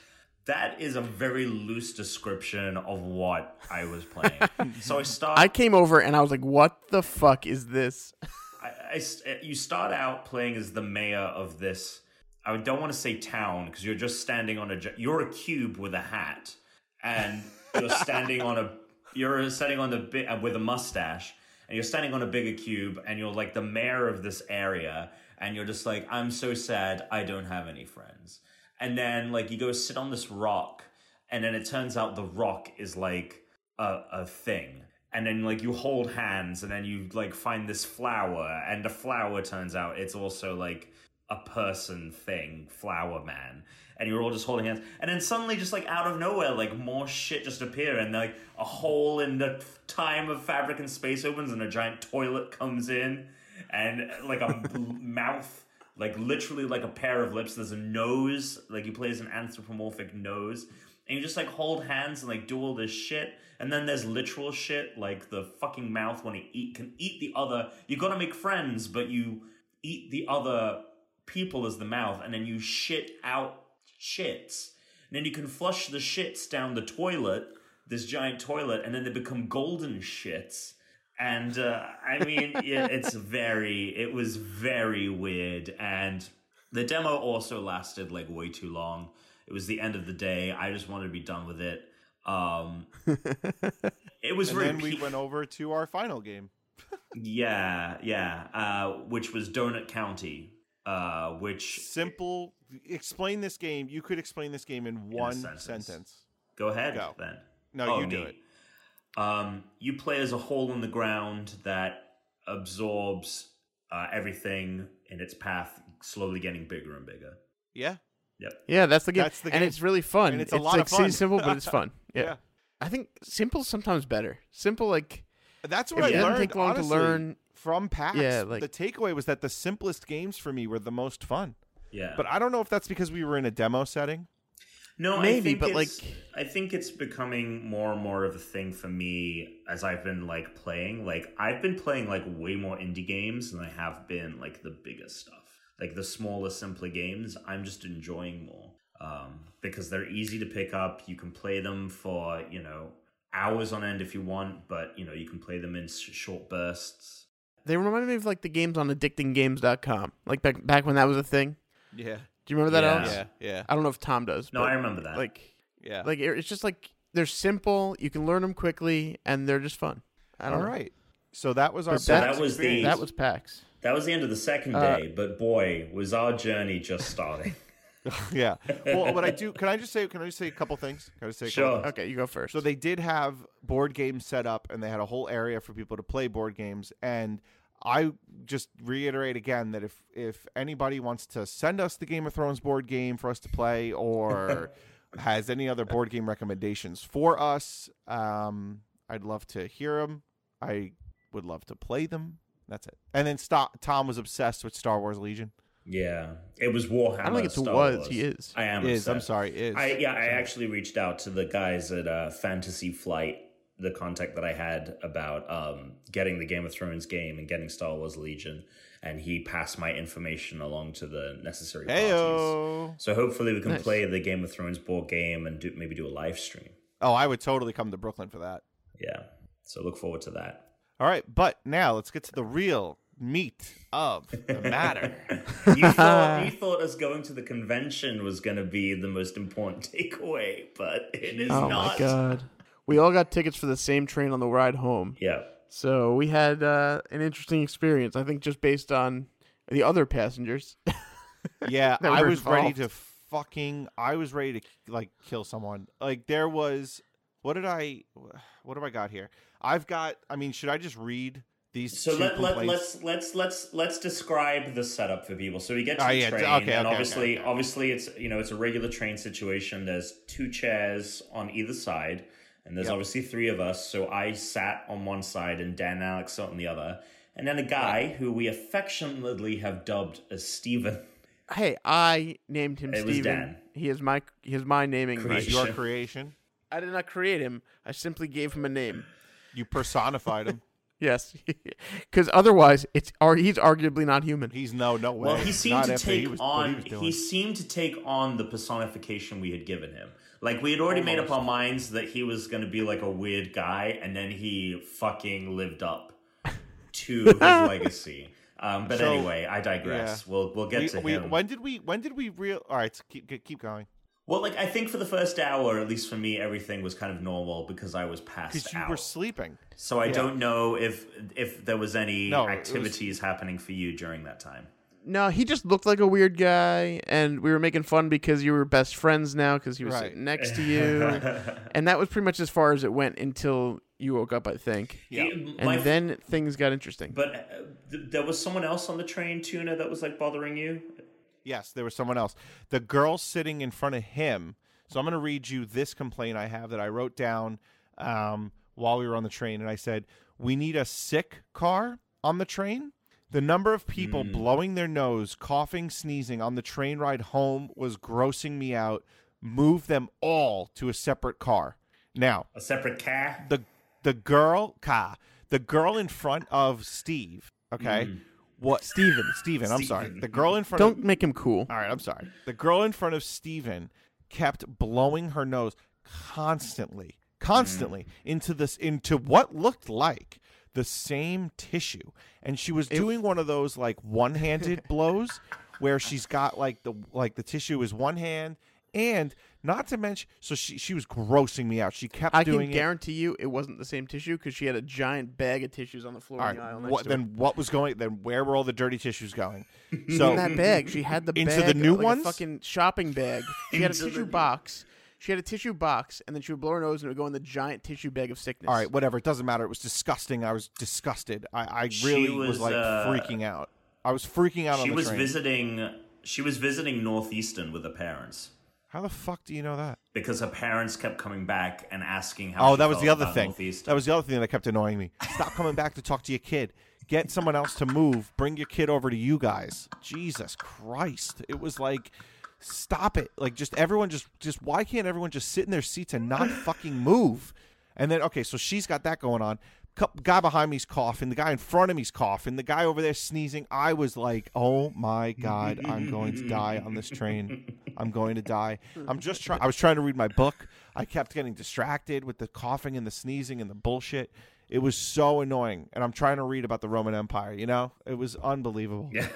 [SPEAKER 3] That is a very loose description of what I was playing. so I start.
[SPEAKER 1] I came over and I was like, what the fuck is this?
[SPEAKER 3] I, I s- uh, you start out playing as the mayor of this. I don't want to say town because you're just standing on a. gi- You're a cube with a hat, and you're standing on a. You're standing on the bi- uh, with a mustache, and you're standing on a bigger cube, and you're like the mayor of this area, and you're just like, I'm so sad, I don't have any friends. And then like you go sit on this rock, and then it turns out the rock is like a, a thing and then like you hold hands and then you like find this flower and the flower turns out it's also like a person thing flower man and you're all just holding hands and then suddenly just like out of nowhere like more shit just appear and like a hole in the time of fabric and space opens and a giant toilet comes in and like a mouth like literally like a pair of lips there's a nose like you play as an anthropomorphic nose and you just like hold hands and like do all this shit and then there's literal shit like the fucking mouth when it eat can eat the other you gotta make friends but you eat the other people as the mouth and then you shit out shits and then you can flush the shits down the toilet this giant toilet and then they become golden shits and uh, I mean, yeah, it's very, it was very weird. And the demo also lasted like way too long. It was the end of the day. I just wanted to be done with it. Um, it was
[SPEAKER 2] And
[SPEAKER 3] very
[SPEAKER 2] then we
[SPEAKER 3] peak-
[SPEAKER 2] went over to our final game.
[SPEAKER 3] yeah, yeah, uh, which was Donut County, uh, which
[SPEAKER 2] Simple. Explain this game. You could explain this game in
[SPEAKER 3] a
[SPEAKER 2] one
[SPEAKER 3] sentence.
[SPEAKER 2] sentence.
[SPEAKER 3] Go ahead
[SPEAKER 2] Go.
[SPEAKER 3] then.
[SPEAKER 2] No,
[SPEAKER 3] Oh,
[SPEAKER 2] you do
[SPEAKER 3] me.
[SPEAKER 2] it.
[SPEAKER 3] Um, you play as a hole in the ground that absorbs uh, everything in its path, slowly getting bigger and bigger.
[SPEAKER 2] Yeah.
[SPEAKER 1] Yeah, that's the game.
[SPEAKER 2] That's the
[SPEAKER 1] And
[SPEAKER 2] game.
[SPEAKER 1] it's really fun.
[SPEAKER 2] And it's a lot
[SPEAKER 1] like,
[SPEAKER 2] of fun.
[SPEAKER 1] seems simple, but it's fun. Yeah.
[SPEAKER 2] Yeah.
[SPEAKER 1] I think simple's sometimes better. Simple like
[SPEAKER 2] That's
[SPEAKER 1] It
[SPEAKER 2] what I
[SPEAKER 1] didn't
[SPEAKER 2] learned.
[SPEAKER 1] take long to
[SPEAKER 2] honestly,
[SPEAKER 1] learn.
[SPEAKER 2] from PAX.
[SPEAKER 1] Yeah, like-
[SPEAKER 2] the takeaway was that the simplest games for me were the most fun.
[SPEAKER 3] Yeah,
[SPEAKER 2] But I don't know if that's because we were in a demo setting.
[SPEAKER 3] no, I
[SPEAKER 1] maybe,
[SPEAKER 3] think
[SPEAKER 1] but,
[SPEAKER 3] it's-
[SPEAKER 1] like-
[SPEAKER 3] I think it's becoming more and more of a thing for me as I've been like playing. Like I've been playing like way more indie games than I have been like the bigger stuff, like the smaller, simpler games. I'm just enjoying more um, because they're easy to pick up. You can play them for you know hours on end if you want, but you know you can play them in sh- short bursts.
[SPEAKER 1] they reminded me of like the games on addictinggames.com. Like back back when that was a thing.
[SPEAKER 2] Yeah.
[SPEAKER 1] Do you remember that
[SPEAKER 3] Yeah.
[SPEAKER 1] Alex?
[SPEAKER 3] Yeah,
[SPEAKER 2] Yeah.
[SPEAKER 1] I don't know if Tom does.
[SPEAKER 3] No,
[SPEAKER 1] but,
[SPEAKER 3] I remember that.
[SPEAKER 1] Like,
[SPEAKER 2] Yeah.
[SPEAKER 1] like it- it's just like they're simple. You can learn them quickly, and they're just fun. I
[SPEAKER 2] All
[SPEAKER 1] don't know.
[SPEAKER 2] right. So that was our
[SPEAKER 1] But
[SPEAKER 2] PAX.
[SPEAKER 1] that,
[SPEAKER 3] that was the-
[SPEAKER 1] that was PAX.
[SPEAKER 3] That was the end of the second
[SPEAKER 1] Uh,
[SPEAKER 3] day, but boy, was our journey just starting.
[SPEAKER 2] yeah. Well, what I do, can I just say, can I just say a couple things? Can I just say a couple
[SPEAKER 3] Sure.
[SPEAKER 1] Okay, you go first.
[SPEAKER 2] So they did have board games set up, and they had a whole area for people to play board games. And I just reiterate again that if if anybody wants to send us the Game of Thrones board game for us to play, or has any other board game recommendations for us, um, I'd love to hear them. I would love to play them. That's it. And then Sto- Tom was obsessed with Star Wars Legion.
[SPEAKER 3] Yeah, it was Warhammer.
[SPEAKER 1] I don't think it's
[SPEAKER 3] Star
[SPEAKER 1] was,
[SPEAKER 3] Wars.
[SPEAKER 1] he is.
[SPEAKER 3] I am.
[SPEAKER 2] Is I'm
[SPEAKER 3] upset.
[SPEAKER 2] sorry. Is
[SPEAKER 3] I yeah, I actually reached out to the guys at uh, Fantasy Flight, the contact that I had about um, getting the Game of Thrones game and getting Star Wars Legion, and he passed my information along to the necessary parties.
[SPEAKER 2] Heyo.
[SPEAKER 3] So hopefully we can
[SPEAKER 1] Nice.
[SPEAKER 3] play the Game of Thrones board game and do, maybe do a live stream.
[SPEAKER 2] Oh, I would totally come to Brooklyn for that.
[SPEAKER 3] Yeah, so look forward to that.
[SPEAKER 2] All right, but now let's get to the real meat of the matter.
[SPEAKER 3] you, thought, you thought us going to the convention was going to be the most important takeaway, but it is
[SPEAKER 1] oh my
[SPEAKER 3] not.
[SPEAKER 1] god. We all got tickets for the same train on the ride home.
[SPEAKER 3] Yeah.
[SPEAKER 1] So we had uh, an interesting experience. I think just based on the other passengers.
[SPEAKER 2] yeah,
[SPEAKER 1] That
[SPEAKER 2] I
[SPEAKER 1] we're
[SPEAKER 2] was ready to
[SPEAKER 1] involved.
[SPEAKER 2] fucking. I was ready to like kill someone. Like there was. What did I? What have I got here? I've got. I mean, should I just read these?
[SPEAKER 3] So
[SPEAKER 2] two
[SPEAKER 3] let, let,
[SPEAKER 2] complaints?
[SPEAKER 3] let's let's let's let's describe the setup for people. So we get to
[SPEAKER 2] Ah,
[SPEAKER 3] the
[SPEAKER 2] yeah,
[SPEAKER 3] train,
[SPEAKER 2] okay, okay,
[SPEAKER 3] and
[SPEAKER 2] okay,
[SPEAKER 3] obviously,
[SPEAKER 2] okay.
[SPEAKER 3] obviously, it's you know it's a regular train situation. There's two chairs on either side, and there's
[SPEAKER 2] Yep.
[SPEAKER 3] obviously three of us. So I sat on one side, and Dan and Alex sat on the other, and then a guy who we affectionately have dubbed as Steven.
[SPEAKER 1] hey, I named him
[SPEAKER 3] It was
[SPEAKER 1] Steven.
[SPEAKER 3] Dan.
[SPEAKER 1] He is my he is my naming
[SPEAKER 3] Creation.
[SPEAKER 1] right.
[SPEAKER 2] your creation.
[SPEAKER 1] I did not create him. I simply gave him a name.
[SPEAKER 2] You personified him.
[SPEAKER 1] Yes, because otherwise, it's ar- he's arguably not human.
[SPEAKER 2] He's no, no way.
[SPEAKER 3] Well, he seemed
[SPEAKER 2] Not
[SPEAKER 3] to
[SPEAKER 2] after
[SPEAKER 3] take
[SPEAKER 2] he was, what
[SPEAKER 3] on.
[SPEAKER 2] He, was
[SPEAKER 3] He,
[SPEAKER 2] doing.
[SPEAKER 3] seemed to take on the personification we had given him. Like we had already made up our minds that he was going to be like a weird guy, and then he fucking lived up to his legacy. Um, but
[SPEAKER 2] So-
[SPEAKER 3] anyway, I digress. We'll we'll get
[SPEAKER 2] We-
[SPEAKER 3] to
[SPEAKER 2] we-
[SPEAKER 3] him.
[SPEAKER 2] when did we? When did we real? All right, keep keep going.
[SPEAKER 3] well, like I think for the first hour, at least for me, everything was kind of normal because I was
[SPEAKER 2] Because
[SPEAKER 3] passed
[SPEAKER 2] you
[SPEAKER 3] out.
[SPEAKER 2] were sleeping.
[SPEAKER 3] so I don't know if if there was any
[SPEAKER 2] No, it was-
[SPEAKER 3] activities happening for you during that time.
[SPEAKER 1] No, he just looked like a weird guy, and we were making fun because you were best friends now because he was
[SPEAKER 2] Right.
[SPEAKER 1] sitting next to you, and that was pretty much as far as it went until you woke up, I think.
[SPEAKER 2] Yeah.
[SPEAKER 3] It-
[SPEAKER 1] And
[SPEAKER 3] my-
[SPEAKER 1] then things got interesting.
[SPEAKER 3] But uh, th- there was someone else on the train, Tuna, that was like bothering you.
[SPEAKER 2] Yes, there was someone else. The girl sitting in front of him. So I'm going to read you this complaint I have that I wrote down um, while we were on the train. And I said, We need a sick car on the train. The number of people blowing their nose, coughing, sneezing on the train ride home was grossing me out. Move them all to a separate car. Now,
[SPEAKER 3] A separate car.
[SPEAKER 2] the the girl Ka, the girl in front of Steve, okay? What Steven, Steven, I'm sorry.
[SPEAKER 3] Steven.
[SPEAKER 2] The girl in front of
[SPEAKER 1] Don't make him cool.
[SPEAKER 2] all right, I'm sorry. The girl in front of Steven kept blowing her nose constantly,
[SPEAKER 1] Mm.
[SPEAKER 2] constantly into this into what looked like the same tissue. And she was doing one of those like one-handed blows where she's got like the like the tissue is one hand and not to mention so she she was grossing me out. She kept
[SPEAKER 1] I
[SPEAKER 2] doing
[SPEAKER 1] can
[SPEAKER 2] it.
[SPEAKER 1] guarantee you it wasn't the same tissue because she had a giant bag of tissues on the floor
[SPEAKER 2] All
[SPEAKER 1] in the
[SPEAKER 2] right,
[SPEAKER 1] aisle next
[SPEAKER 2] what,
[SPEAKER 1] to her.
[SPEAKER 2] then what was going then where were all the dirty tissues going? So
[SPEAKER 1] in that bag. She had Oh. Mm-hmm. the
[SPEAKER 2] Into the
[SPEAKER 1] bag,
[SPEAKER 2] new
[SPEAKER 1] like a
[SPEAKER 2] ones?
[SPEAKER 1] fucking shopping bag. She had a
[SPEAKER 3] Into the
[SPEAKER 1] tissue
[SPEAKER 3] new-
[SPEAKER 1] box. She had a tissue box, and then she would blow her nose, and it would go in the giant tissue bag of sickness.
[SPEAKER 2] All right, whatever. It doesn't matter. It was disgusting. I was disgusted. I, I really was,
[SPEAKER 3] was,
[SPEAKER 2] like
[SPEAKER 3] uh,
[SPEAKER 2] freaking out. I was freaking out on
[SPEAKER 3] She
[SPEAKER 2] the
[SPEAKER 3] was
[SPEAKER 2] train.
[SPEAKER 3] visiting. She was visiting Northeastern with her parents
[SPEAKER 2] How the fuck do you know that?
[SPEAKER 3] because her parents kept coming back and asking how.
[SPEAKER 2] Oh,
[SPEAKER 3] she
[SPEAKER 2] that was
[SPEAKER 3] felt
[SPEAKER 2] the other
[SPEAKER 3] about
[SPEAKER 2] thing.
[SPEAKER 3] Northeastern.
[SPEAKER 2] That was the other thing that kept annoying me. Stop coming back to talk to your kid. Get someone else to move. Bring your kid over to you guys. Jesus Christ! It was like, stop it. Like just everyone just just why can't everyone just sit in their seats and not fucking move? And then okay, so she's got that going on. Cou- Guy behind me's coughing. The guy in front of me's coughing. The guy over there sneezing. I was like, "Oh my god, I'm going to die on this train. I'm going to die." I'm just trying. I was trying to read my book. I kept getting distracted with the coughing and the sneezing and the bullshit. It was so annoying. And I'm trying to read about the Roman Empire. You know, it was unbelievable.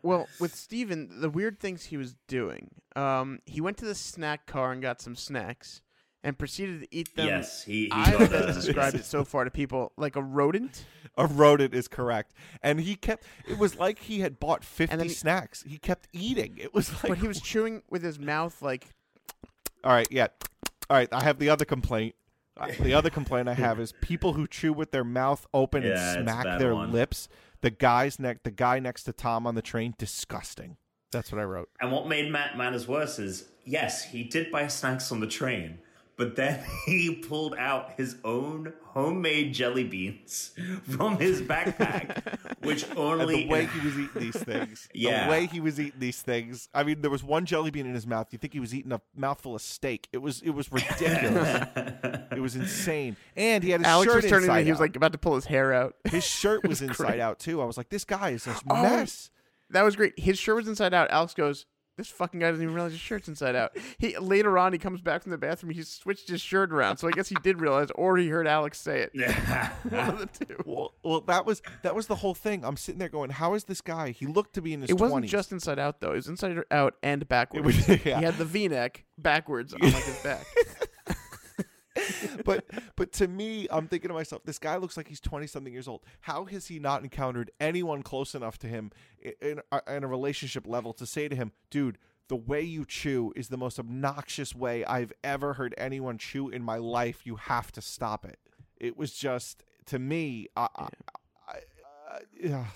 [SPEAKER 1] Well, with Steven, the weird things he was doing. Um, he went to the snack car and got some snacks, and proceeded to eat them.
[SPEAKER 3] Yes, he, he
[SPEAKER 1] I
[SPEAKER 3] got
[SPEAKER 1] have
[SPEAKER 3] that.
[SPEAKER 1] described it so far to people like a rodent.
[SPEAKER 2] A rodent is correct, and he kept. It was like he had bought fifty
[SPEAKER 1] then he-
[SPEAKER 2] snacks. He kept eating. It was like
[SPEAKER 1] But he was chewing with his mouth like
[SPEAKER 2] All right, yeah. All right, I have the other complaint. Uh, The other complaint I have is people who chew with their mouth open
[SPEAKER 3] Yeah, it's
[SPEAKER 2] and smack
[SPEAKER 3] that
[SPEAKER 2] their
[SPEAKER 3] one.
[SPEAKER 2] lips. The guy's neck, the guy next to Tom on the train, disgusting. That's what I wrote.
[SPEAKER 3] And what made Matt matters worse is, yes, he did buy snacks on the train, but then he pulled out his own homemade jelly beans from his backpack, which
[SPEAKER 2] And
[SPEAKER 3] only
[SPEAKER 2] the way he was eating these things,
[SPEAKER 3] Yeah.
[SPEAKER 2] the way he was eating these things. I mean, there was one jelly bean in his mouth. You think he was eating a mouthful of steak? It was, it was ridiculous. it was insane. And he had his
[SPEAKER 1] Alex
[SPEAKER 2] shirt
[SPEAKER 1] was turning.
[SPEAKER 2] inside
[SPEAKER 1] and He was
[SPEAKER 2] out.
[SPEAKER 1] like about to pull his hair out.
[SPEAKER 2] his shirt was inside out too. I was like, this guy is a
[SPEAKER 1] Oh,
[SPEAKER 2] mess.
[SPEAKER 1] That was great. His shirt was inside out. Alex goes, "This fucking guy doesn't even realize his shirt's inside out." He later on he comes back from the bathroom. He switched his shirt around, so I guess he did realize, or he heard Alex say it. One of the two.
[SPEAKER 2] Well, well, that was that was the whole thing. I'm sitting there going, "How is this guy? He looked to be in his
[SPEAKER 1] It wasn't
[SPEAKER 2] 20s.
[SPEAKER 1] just inside out though. It was inside out and backwards.
[SPEAKER 2] was- yeah.
[SPEAKER 1] He had the V-neck backwards on like his back.
[SPEAKER 2] but but to me, I'm thinking to myself, this guy looks like he's 20 something years old. How has he not encountered anyone close enough to him i- in, uh, in, a relationship level to say to him, dude? The way you chew is the most obnoxious way I've ever heard anyone chew in my life. You have to stop it. It was just to me. I, I, I, I, yeah.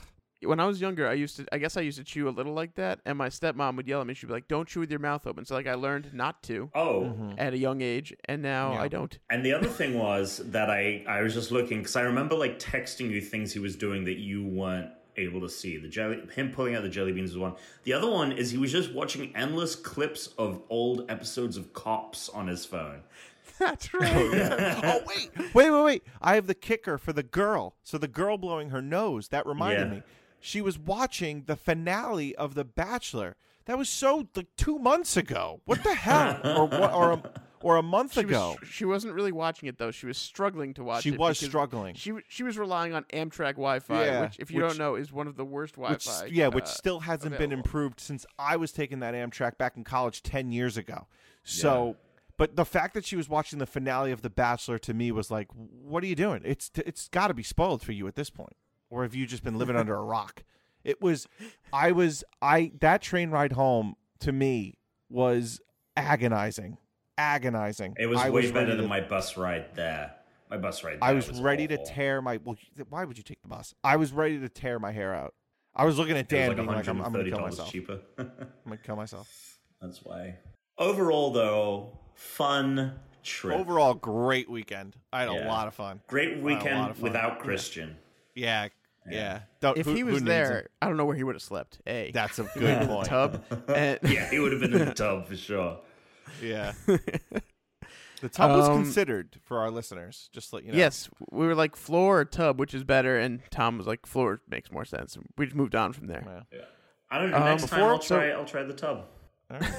[SPEAKER 1] when I was younger, I used to. I guess I used to chew a little like that, and my stepmom would yell at me. She'd be like, "Don't chew with your mouth open." So like I learned not to
[SPEAKER 3] Oh,
[SPEAKER 2] Mm-hmm.
[SPEAKER 1] at a young age, and now I don't.
[SPEAKER 3] and the other thing was that I I was just looking because I remember like texting you things he was doing that you weren't able to see. The jelly, him pulling out the jelly beans was one. The other one is he was just watching endless clips of old episodes of Cops on his phone.
[SPEAKER 1] That's right.
[SPEAKER 2] oh wait, wait, wait, wait! I have the kicker for the girl. So the girl blowing her nose that reminded
[SPEAKER 3] Yeah.
[SPEAKER 2] me. She was watching the finale of The Bachelor. That was so like two months ago. What the hell? or what? Or a, or a month
[SPEAKER 1] she,
[SPEAKER 2] ago?
[SPEAKER 1] was, she wasn't really watching it though. She was struggling to watch
[SPEAKER 2] She
[SPEAKER 1] it.
[SPEAKER 2] was
[SPEAKER 1] because
[SPEAKER 2] struggling.
[SPEAKER 1] She w- she was relying on Amtrak Wi-Fi,
[SPEAKER 2] Yeah,
[SPEAKER 1] which, if you
[SPEAKER 2] which-
[SPEAKER 1] don't know, is one of the worst Wi-Fi.
[SPEAKER 2] which s- yeah, which
[SPEAKER 1] uh,
[SPEAKER 2] still hasn't been
[SPEAKER 1] available.
[SPEAKER 2] improved since I was taking that Amtrak back in college ten years ago. So, but the fact that she was watching the finale of The Bachelor to me was like, what are you doing? It's it's got to be spoiled for you at this point, or have you just been living under a rock? It was, I was, I that train ride home to me was agonizing, agonizing.
[SPEAKER 3] It was
[SPEAKER 2] I
[SPEAKER 3] way
[SPEAKER 2] ready
[SPEAKER 3] better
[SPEAKER 2] to-
[SPEAKER 3] than my bus ride there. My bus ride. There
[SPEAKER 2] I was, ready
[SPEAKER 3] awful.
[SPEAKER 2] to tear my. Well, you- why would you take the bus? I was ready to tear my hair out. I was looking at
[SPEAKER 3] It was
[SPEAKER 2] Dan
[SPEAKER 3] like
[SPEAKER 2] being like, I'm, I'm gonna kill
[SPEAKER 3] $130
[SPEAKER 2] myself.
[SPEAKER 3] cheaper.
[SPEAKER 2] I'm gonna kill myself.
[SPEAKER 3] That's why. Overall, though, fun trip.
[SPEAKER 2] Overall, great weekend. I had a
[SPEAKER 3] Yeah.
[SPEAKER 2] lot of fun.
[SPEAKER 3] great
[SPEAKER 2] Wow, a lot
[SPEAKER 3] weekend
[SPEAKER 2] of fun.
[SPEAKER 3] without Christian.
[SPEAKER 2] Yeah, yeah. Don't-
[SPEAKER 1] If
[SPEAKER 2] who-
[SPEAKER 1] he
[SPEAKER 2] who
[SPEAKER 1] was
[SPEAKER 2] needs him?
[SPEAKER 1] there, I don't know where he would have slept. A
[SPEAKER 2] that's a
[SPEAKER 1] He would've
[SPEAKER 2] good
[SPEAKER 1] been in the
[SPEAKER 2] point.
[SPEAKER 1] tub. And
[SPEAKER 3] Yeah, he would have been in the tub for sure.
[SPEAKER 2] Yeah, the tub was
[SPEAKER 1] Um,
[SPEAKER 2] considered for our listeners. Just to let you know.
[SPEAKER 1] Yes, we were like floor or tub, which is better, and Tom was like floor makes more sense. and We just moved on from there.
[SPEAKER 2] Yeah.
[SPEAKER 3] I don't know.
[SPEAKER 1] Um,
[SPEAKER 3] next time
[SPEAKER 1] before-
[SPEAKER 3] I'll try. I'll try the tub.
[SPEAKER 2] All right.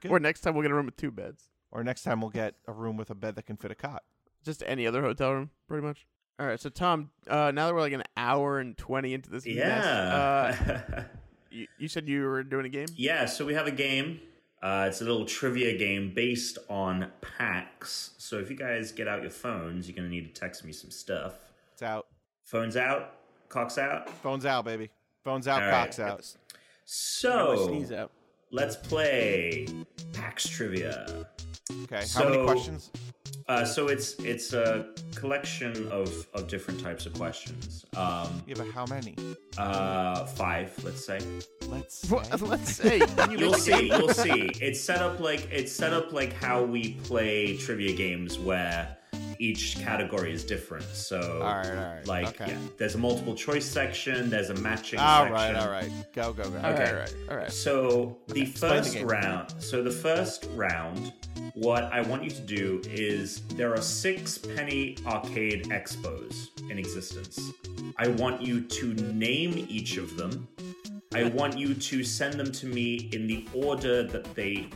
[SPEAKER 2] Good.
[SPEAKER 1] Or next time we'll get a room with two beds.
[SPEAKER 2] or next time we'll get a room with a bed that can fit a cot.
[SPEAKER 1] Just any other hotel room, pretty much. All right, so Tom, uh, now that we're like an hour and twenty into this, mess,
[SPEAKER 3] Yeah.
[SPEAKER 1] uh, you, you said you were doing a game.
[SPEAKER 3] yeah. So we have a game. Uh, it's a little trivia game based on packs. So if you guys get out your phones, you're gonna need to text me some stuff.
[SPEAKER 2] It's out.
[SPEAKER 3] Phones out. Cocks out.
[SPEAKER 2] Phones out, baby. Phones out.
[SPEAKER 3] All right.
[SPEAKER 2] cocks out.
[SPEAKER 1] I
[SPEAKER 3] So
[SPEAKER 1] sneeze out.
[SPEAKER 3] let's play packs trivia.
[SPEAKER 2] Okay. How many
[SPEAKER 3] So-
[SPEAKER 2] questions?
[SPEAKER 3] Uh, so it's it's a collection of, of different types of questions. Um,
[SPEAKER 2] Yeah, but how many?
[SPEAKER 3] uh, five, let's say.
[SPEAKER 2] Let's.
[SPEAKER 1] Well,
[SPEAKER 2] say.
[SPEAKER 1] let's say you
[SPEAKER 3] You'll
[SPEAKER 1] make a
[SPEAKER 3] see.
[SPEAKER 1] game.
[SPEAKER 3] You'll see. It's set up like it's set up like how we play trivia games, where each category is different. So,
[SPEAKER 2] All right, all right,
[SPEAKER 3] like,
[SPEAKER 2] okay.
[SPEAKER 3] yeah, there's a multiple choice section. There's a matching.
[SPEAKER 2] All
[SPEAKER 3] section.
[SPEAKER 2] right. All right. Go. Go. Go.
[SPEAKER 1] All right,
[SPEAKER 3] Okay.
[SPEAKER 1] all right, all right.
[SPEAKER 3] So the
[SPEAKER 2] Explain the
[SPEAKER 3] first
[SPEAKER 2] game.
[SPEAKER 3] round. So the first round. What I want you to do is there are six penny arcade expos in existence. I want you to name each of them. I want you to send them to me in the order that they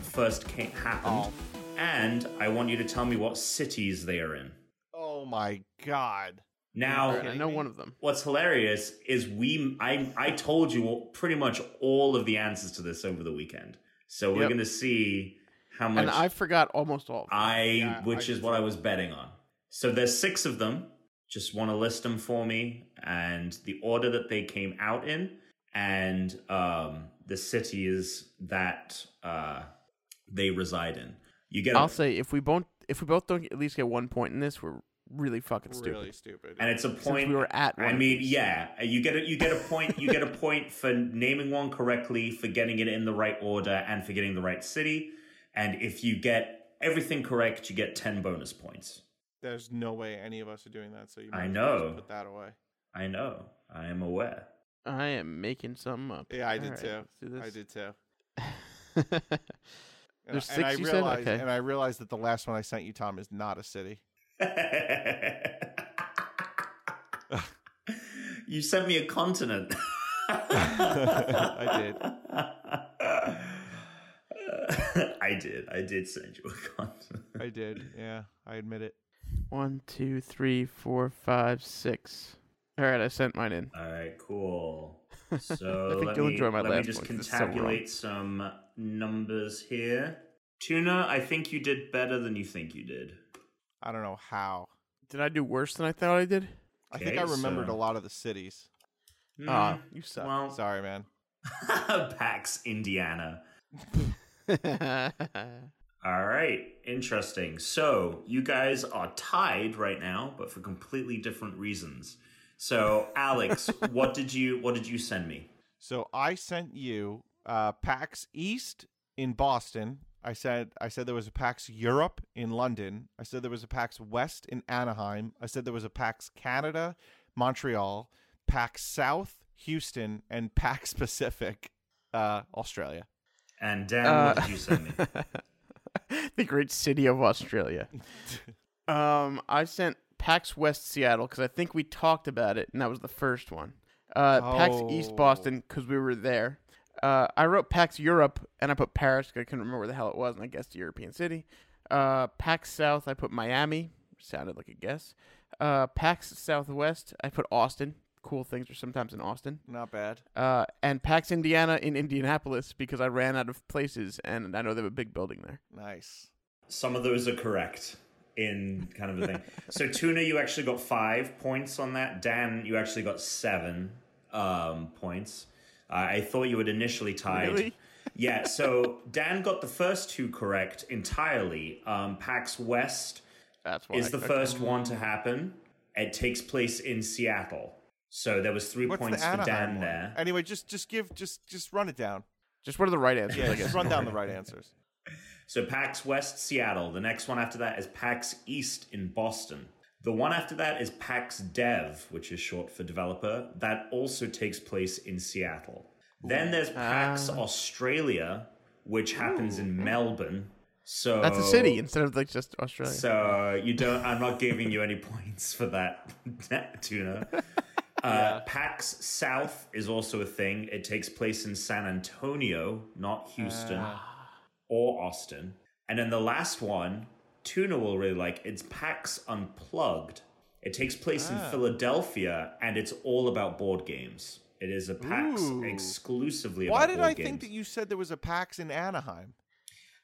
[SPEAKER 3] first came, happened,
[SPEAKER 2] Oh.
[SPEAKER 3] and I want you to tell me what cities they are in.
[SPEAKER 2] Oh my God.
[SPEAKER 3] Now,
[SPEAKER 1] I know one of them.
[SPEAKER 3] what's hilarious is we I I told you pretty much all of the answers to this over the weekend. So we're
[SPEAKER 1] Yep.
[SPEAKER 3] going to see how much
[SPEAKER 1] and I forgot almost all. of them.
[SPEAKER 3] I,
[SPEAKER 1] Yeah,
[SPEAKER 3] which
[SPEAKER 1] I-
[SPEAKER 3] is what I was betting on. So there's six of them. Just want to list them for me and the order that they came out in, and um, the cities that uh, they reside in. You get,
[SPEAKER 1] I'll
[SPEAKER 3] a,
[SPEAKER 1] say if we both if we both don't at least get one point in this, we're really fucking stupid.
[SPEAKER 2] stupid.
[SPEAKER 3] and it's a
[SPEAKER 1] Since
[SPEAKER 3] point.
[SPEAKER 1] we were at. One
[SPEAKER 3] I
[SPEAKER 1] of
[SPEAKER 3] mean,
[SPEAKER 1] these.
[SPEAKER 3] yeah, you get a, you get a point. You get a point for naming one correctly, for getting it in the right order, and for getting the right city. And if you get everything correct, you get ten bonus points.
[SPEAKER 2] There's no way any of us are doing that. So you.
[SPEAKER 3] I
[SPEAKER 2] might as well just
[SPEAKER 3] know.
[SPEAKER 2] Put that away.
[SPEAKER 3] I know. I am aware.
[SPEAKER 1] I am making something up.
[SPEAKER 2] Yeah, I did
[SPEAKER 1] All right,
[SPEAKER 2] too.
[SPEAKER 1] let's do this.
[SPEAKER 2] I did too. And,
[SPEAKER 1] There's
[SPEAKER 2] I-
[SPEAKER 1] six
[SPEAKER 2] and I
[SPEAKER 1] you said?
[SPEAKER 2] realized,
[SPEAKER 1] Okay.
[SPEAKER 2] and I realized that the last one I sent you, Tom, is not a city.
[SPEAKER 3] you sent me a continent.
[SPEAKER 2] I
[SPEAKER 3] did. I did. I did send you a continent.
[SPEAKER 2] I did. Yeah, I admit it.
[SPEAKER 1] One, two, three, four, five, six. All right, I sent mine in.
[SPEAKER 3] All right, cool. So
[SPEAKER 1] I think
[SPEAKER 3] let
[SPEAKER 1] you'll
[SPEAKER 3] me,
[SPEAKER 1] enjoy my
[SPEAKER 3] let
[SPEAKER 1] last
[SPEAKER 3] me just
[SPEAKER 1] one 'cause it's so wrong.
[SPEAKER 3] confabulate some numbers here. Tuna, I think you did better than you think you did.
[SPEAKER 2] I don't know how.
[SPEAKER 1] Did I do worse than I thought I did?
[SPEAKER 2] I think I
[SPEAKER 3] Okay,
[SPEAKER 2] remembered
[SPEAKER 3] so-
[SPEAKER 2] a lot of the cities.
[SPEAKER 1] Ah,
[SPEAKER 3] Mm,
[SPEAKER 1] you suck.
[SPEAKER 3] well,
[SPEAKER 2] Sorry, man.
[SPEAKER 3] PAX Indiana.
[SPEAKER 1] All
[SPEAKER 3] All right, interesting. So you guys are tied right now, but for completely different reasons. So Alex, what did you what did you send me?
[SPEAKER 2] So I sent you uh, PAX East in Boston. I said I said there was a PAX Europe in London. I said there was a PAX West in Anaheim. I said there was a PAX Canada, Montreal, PAX South, Houston, and PAX Pacific, uh, Australia.
[SPEAKER 3] And Dan,
[SPEAKER 1] Uh,
[SPEAKER 3] what did you send me?
[SPEAKER 1] the great city of Australia. um, I sent PAX West Seattle because I think we talked about it, and that was the first one. Uh, PAX East
[SPEAKER 2] Oh.
[SPEAKER 1] Boston because we were there. Uh, I wrote PAX Europe, and I put Paris 'cause I couldn't remember where the hell it was, and I guessed a European city. Uh, PAX South, I put Miami. Sounded like a guess. Uh, PAX Southwest, I put Austin. Cool things are sometimes in Austin.
[SPEAKER 2] Not bad.
[SPEAKER 1] uh, and PAX Indiana in Indianapolis because I ran out of places and I know they have a big building there.
[SPEAKER 2] Nice.
[SPEAKER 3] Some of those are correct in kind of a thing. so Tuna, you actually got five points on that. Dan, you actually got seven um, points. I I thought you had initially tied.
[SPEAKER 1] Really?
[SPEAKER 3] yeah, so Dan got the first two correct entirely. Um, PAX West
[SPEAKER 1] That's why
[SPEAKER 3] is
[SPEAKER 1] I
[SPEAKER 3] the
[SPEAKER 1] cooked.
[SPEAKER 3] first one to happen. It takes place in Seattle. So there was three
[SPEAKER 2] What's
[SPEAKER 3] points
[SPEAKER 2] the
[SPEAKER 3] for
[SPEAKER 2] Anaheim
[SPEAKER 3] Dan
[SPEAKER 2] one?
[SPEAKER 3] there.
[SPEAKER 2] Anyway, just just give just just run it down.
[SPEAKER 1] Just what are the right answers?
[SPEAKER 2] Yeah,
[SPEAKER 1] I guess.
[SPEAKER 2] just run down the right answers.
[SPEAKER 3] So PAX West, Seattle. The next one after that is PAX East in Boston. The one after that is PAX Dev, which is short for developer. That also takes place in Seattle. Then there's PAX
[SPEAKER 1] Ah.
[SPEAKER 3] Australia, which happens in Melbourne. So
[SPEAKER 1] That's a
[SPEAKER 3] Oh.
[SPEAKER 1] city instead of like just Australia.
[SPEAKER 3] So you don't. I'm not giving you any points for that, tuna. Uh, PAX South is also a thing. It takes place in San Antonio, not Houston
[SPEAKER 2] Ah.
[SPEAKER 3] or Austin. And then the last one, tuna will really like. It's PAX Unplugged. It takes place
[SPEAKER 2] Ah.
[SPEAKER 3] in Philadelphia, and it's all about board games. It is a PAX
[SPEAKER 2] Ooh.
[SPEAKER 3] exclusively.
[SPEAKER 2] Why
[SPEAKER 3] about
[SPEAKER 2] did
[SPEAKER 3] board
[SPEAKER 2] I
[SPEAKER 3] games.
[SPEAKER 2] think that you said there was a PAX in Anaheim?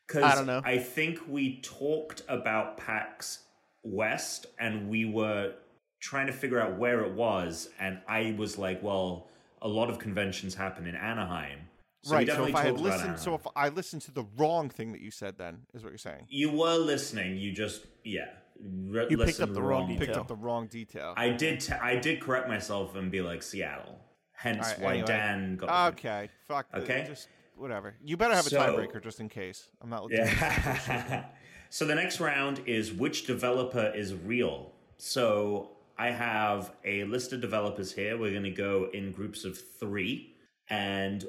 [SPEAKER 3] Because
[SPEAKER 1] I don't know.
[SPEAKER 3] I think we talked about PAX West and we were trying to figure out where it was. And I was like, well, a lot of conventions happen in Anaheim. So we
[SPEAKER 2] right. So
[SPEAKER 3] definitely
[SPEAKER 2] if I had
[SPEAKER 3] talked about
[SPEAKER 2] listened, so
[SPEAKER 3] Anaheim.
[SPEAKER 2] if I listened to the wrong thing that you said, then is what you're saying.
[SPEAKER 3] you were listening, you just, yeah. Re-
[SPEAKER 1] You picked
[SPEAKER 3] listened
[SPEAKER 1] up the wrong
[SPEAKER 3] wrong.
[SPEAKER 1] detail.
[SPEAKER 2] Picked up the wrong detail.
[SPEAKER 3] I did, t- I did correct myself and be like Seattle. Hence
[SPEAKER 2] All right,
[SPEAKER 3] why
[SPEAKER 2] anyway. Ah,
[SPEAKER 3] Dan got. the-
[SPEAKER 2] okay. Fuck. it,
[SPEAKER 3] Okay.
[SPEAKER 2] Just whatever. You better have a
[SPEAKER 3] So-
[SPEAKER 2] tiebreaker just in case. I'm not looking.
[SPEAKER 3] Yeah. so the next round is which developer is real. So I have a list of developers here. We're going to go in groups of three, and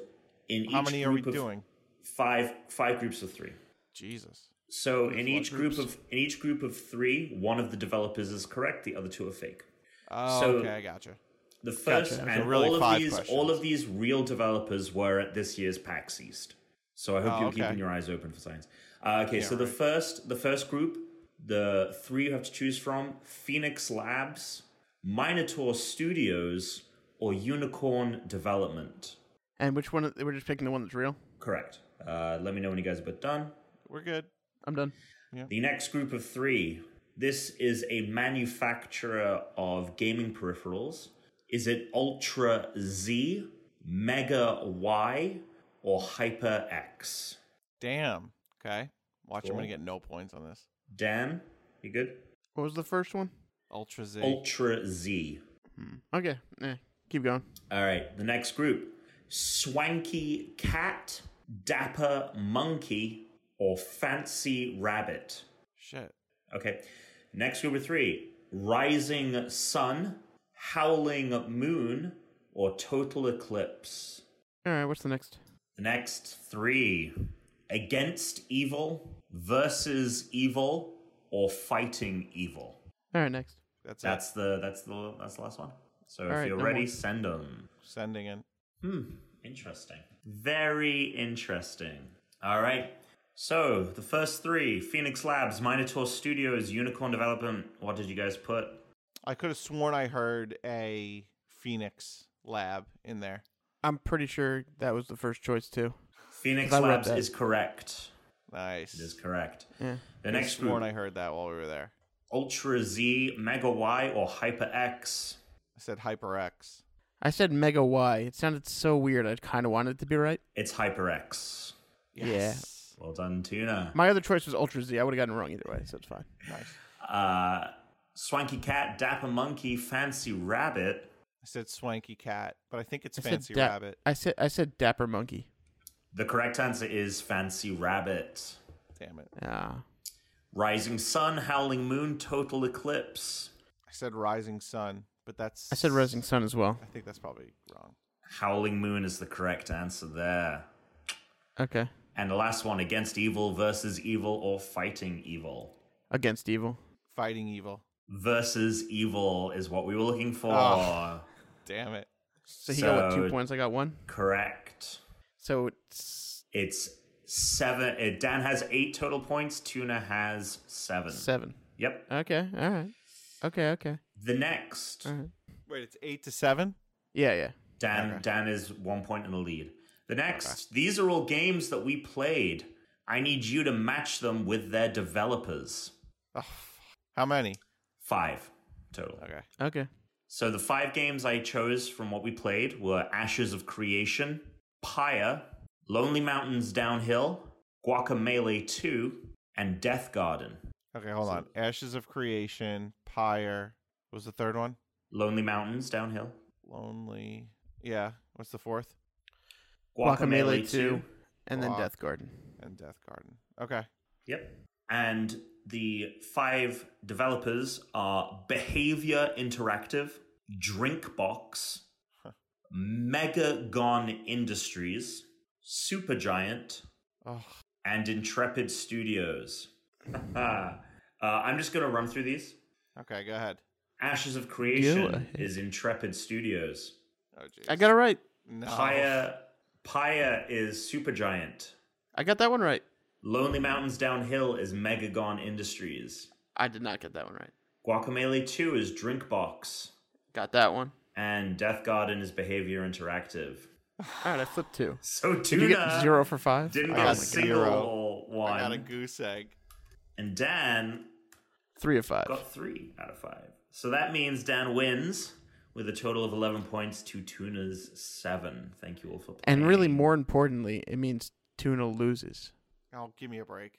[SPEAKER 3] in
[SPEAKER 2] How
[SPEAKER 3] each
[SPEAKER 2] many are we
[SPEAKER 3] group of
[SPEAKER 2] doing?
[SPEAKER 3] Five, five groups of three.
[SPEAKER 2] Jesus.
[SPEAKER 3] So in each group
[SPEAKER 1] groups.
[SPEAKER 3] of in each group of three, one of the developers is correct, the other two are fake.
[SPEAKER 2] Oh,
[SPEAKER 3] So-
[SPEAKER 2] okay. I gotcha.
[SPEAKER 3] The first
[SPEAKER 1] Gotcha.
[SPEAKER 3] and
[SPEAKER 2] So really
[SPEAKER 3] all of
[SPEAKER 2] five
[SPEAKER 3] these
[SPEAKER 2] questions.
[SPEAKER 3] all of these real developers were at this year's PAX East. So I hope
[SPEAKER 2] Oh,
[SPEAKER 3] you're
[SPEAKER 2] okay.
[SPEAKER 3] keeping your eyes open for signs. Uh, okay, so the first the first group, the three you have to choose from: Phoenix Labs, Minotaur Studios, or Unicorn Development.
[SPEAKER 1] and which one? We're just picking the one that's real.
[SPEAKER 3] Correct. Uh, let me know when you guys are both done.
[SPEAKER 2] We're good.
[SPEAKER 1] I'm done.
[SPEAKER 3] The next group of three. This is a manufacturer of gaming peripherals. Is it Ultra Z, Mega Y, or Hyper X?
[SPEAKER 2] Damn. Okay. Watch, I'm
[SPEAKER 3] Cool.
[SPEAKER 2] gonna get no points on this.
[SPEAKER 3] Dan, you good?
[SPEAKER 1] What was the first one?
[SPEAKER 2] Ultra Z.
[SPEAKER 3] Ultra Z.
[SPEAKER 1] Okay. Eh. Keep going.
[SPEAKER 3] All right, the next group Swanky Cat, Dapper Monkey, or Fancy Rabbit.
[SPEAKER 2] Shit.
[SPEAKER 3] Okay. Next group of three Rising Sun, Howling Moon, or Total Eclipse.
[SPEAKER 1] All right. What's the next?
[SPEAKER 3] The next three Against Evil, Versus Evil, or Fighting Evil.
[SPEAKER 1] All right. Next.
[SPEAKER 2] That's, it.
[SPEAKER 3] That's the that's the that's the last one. So if
[SPEAKER 1] right,
[SPEAKER 3] you're
[SPEAKER 1] no
[SPEAKER 3] ready,
[SPEAKER 1] more.
[SPEAKER 3] send them.
[SPEAKER 2] Sending in.
[SPEAKER 3] Hmm. Interesting. Very interesting. All right. So the first three: Phoenix Labs, Minotaur Studios, Unicorn Development. What did you guys put?
[SPEAKER 2] I could have sworn I heard a Phoenix Lab in there.
[SPEAKER 1] I'm pretty sure that was the first choice too.
[SPEAKER 3] Phoenix
[SPEAKER 1] 'Cause I read
[SPEAKER 3] Labs
[SPEAKER 1] that.
[SPEAKER 3] is correct.
[SPEAKER 2] Nice.
[SPEAKER 3] It is correct.
[SPEAKER 1] Yeah.
[SPEAKER 3] The
[SPEAKER 2] I
[SPEAKER 3] next
[SPEAKER 2] sworn
[SPEAKER 3] group:
[SPEAKER 2] I heard that while we were there.
[SPEAKER 3] Ultra Z, Mega Y, or Hyper X.
[SPEAKER 2] I said HyperX.
[SPEAKER 1] I said Mega Y. It sounded so weird. I kind of wanted it to be right.
[SPEAKER 3] It's Hyper X.
[SPEAKER 1] Yeah.
[SPEAKER 2] Yes.
[SPEAKER 3] Well done, Tuna.
[SPEAKER 1] My other choice was Ultra Z. I would have gotten it wrong either way, so it's fine.
[SPEAKER 2] Nice.
[SPEAKER 3] Uh, Swanky Cat, Dapper Monkey, Fancy Rabbit.
[SPEAKER 2] I said swanky cat, but I think it's
[SPEAKER 1] I said
[SPEAKER 2] fancy
[SPEAKER 1] da-
[SPEAKER 2] rabbit.
[SPEAKER 1] I said I said Dapper Monkey.
[SPEAKER 3] The correct answer is Fancy Rabbit.
[SPEAKER 2] Damn it.
[SPEAKER 1] Ah.
[SPEAKER 3] Rising Sun, Howling Moon, Total Eclipse.
[SPEAKER 2] I said rising sun, but that's
[SPEAKER 1] I said Rising Sun as well.
[SPEAKER 2] I think that's probably wrong.
[SPEAKER 3] Howling Moon is the correct answer there.
[SPEAKER 1] Okay.
[SPEAKER 3] And the last one Against Evil versus Evil or Fighting Evil.
[SPEAKER 1] Against Evil.
[SPEAKER 2] Fighting evil.
[SPEAKER 3] Versus Evil is what we were looking for.
[SPEAKER 2] Ah. Damn it.
[SPEAKER 1] So he got what, two
[SPEAKER 3] So-
[SPEAKER 1] points. I got one.
[SPEAKER 3] Correct.
[SPEAKER 1] So it's
[SPEAKER 3] It's seven. uh, Dan has eight total points, Tuna has seven.
[SPEAKER 1] seven.
[SPEAKER 3] Yep.
[SPEAKER 1] Okay. All right. Okay. Okay.
[SPEAKER 3] The next.
[SPEAKER 1] All right.
[SPEAKER 2] Wait, it's eight to seven?
[SPEAKER 1] Yeah. Yeah.
[SPEAKER 3] Dan Dan is one point in the lead. The next, these are all games that we played. I need you to match them with their developers.
[SPEAKER 2] Oh, fuck. how many?
[SPEAKER 3] Five total.
[SPEAKER 2] Okay.
[SPEAKER 1] Okay.
[SPEAKER 3] So the five games I chose from what we played were Ashes of Creation, Pyre, Lonely Mountains Downhill, Guacamelee 2, and Death Garden.
[SPEAKER 2] Okay, hold on. Ashes of Creation, Pyre. What was the third one?
[SPEAKER 3] Lonely Mountains Downhill,
[SPEAKER 2] Lonely. Yeah. What's the fourth?
[SPEAKER 1] Guacamelee two, and then
[SPEAKER 2] Guac.
[SPEAKER 1] Death Garden.
[SPEAKER 2] And Death Garden. Okay.
[SPEAKER 3] Yep. And the five developers are Behavior Interactive, Drinkbox, Megagon Industries, Supergiant,
[SPEAKER 2] Oh,
[SPEAKER 3] and Intrepid Studios. uh, I'm just going to run through these.
[SPEAKER 2] okay. Go ahead.
[SPEAKER 3] Ashes of Creation
[SPEAKER 1] ahead.
[SPEAKER 3] is Intrepid Studios.
[SPEAKER 2] Oh, jeez.
[SPEAKER 1] I got it right.
[SPEAKER 2] no.
[SPEAKER 3] Pyre, Pyre is Supergiant.
[SPEAKER 1] I got that one right.
[SPEAKER 3] Lonely Mountains Downhill is Megagon Industries.
[SPEAKER 1] I did not get that one right.
[SPEAKER 3] Guacamelee 2 is Drinkbox,
[SPEAKER 1] Got that one.
[SPEAKER 3] and Death Garden is Behavior Interactive.
[SPEAKER 1] All right. I flipped two.
[SPEAKER 3] So
[SPEAKER 1] Did
[SPEAKER 3] Tuna
[SPEAKER 1] you get zero for five?
[SPEAKER 3] didn't
[SPEAKER 1] I
[SPEAKER 2] got
[SPEAKER 3] get a
[SPEAKER 1] got
[SPEAKER 2] like
[SPEAKER 3] single
[SPEAKER 2] zero. I got a
[SPEAKER 3] one,
[SPEAKER 2] goose egg.
[SPEAKER 3] and Dan
[SPEAKER 1] three of five.
[SPEAKER 3] got three out of five. So that means Dan wins with a total of 11 points to Tuna's seven. Thank you all for playing.
[SPEAKER 1] And really, more importantly, it means Tuna loses.
[SPEAKER 2] Oh, give me a break.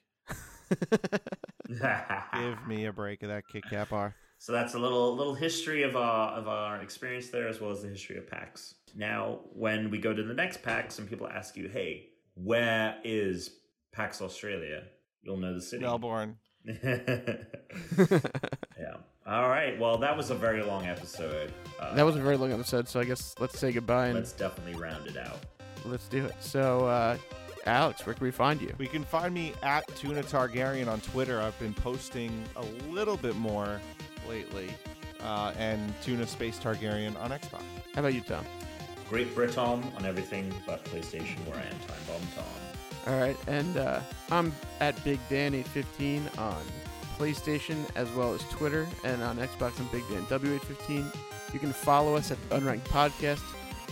[SPEAKER 3] Ah.
[SPEAKER 2] Give me a break of that Kit Kat bar.
[SPEAKER 3] So that's a little little history of our of our experience there, as well as the history of PAX. Now, when we go to the next PAX, and people ask you, "Hey, where is PAX Australia?" You'll know the city.
[SPEAKER 2] Melbourne.
[SPEAKER 3] yeah. All right. Well, that was a very long episode. Uh,
[SPEAKER 1] That was a very long episode, so I guess let's say goodbye and
[SPEAKER 3] let's definitely round it out.
[SPEAKER 1] Let's do it. So, uh, Alex, where can we find you?
[SPEAKER 2] We can find me at Tuna Targaryen on Twitter. I've been posting a little bit more lately. Uh, and Tuna Space Targaryen on Xbox.
[SPEAKER 1] How about you, Tom?
[SPEAKER 3] Great Britom on everything but PlayStation, where I am Time Bomb Tom.
[SPEAKER 1] All right, and uh, I'm at Big Dan eight fifteen on PlayStation as well as Twitter, and on Xbox and Big Dan W eight fifteen. You can follow us at Unranked Podcast.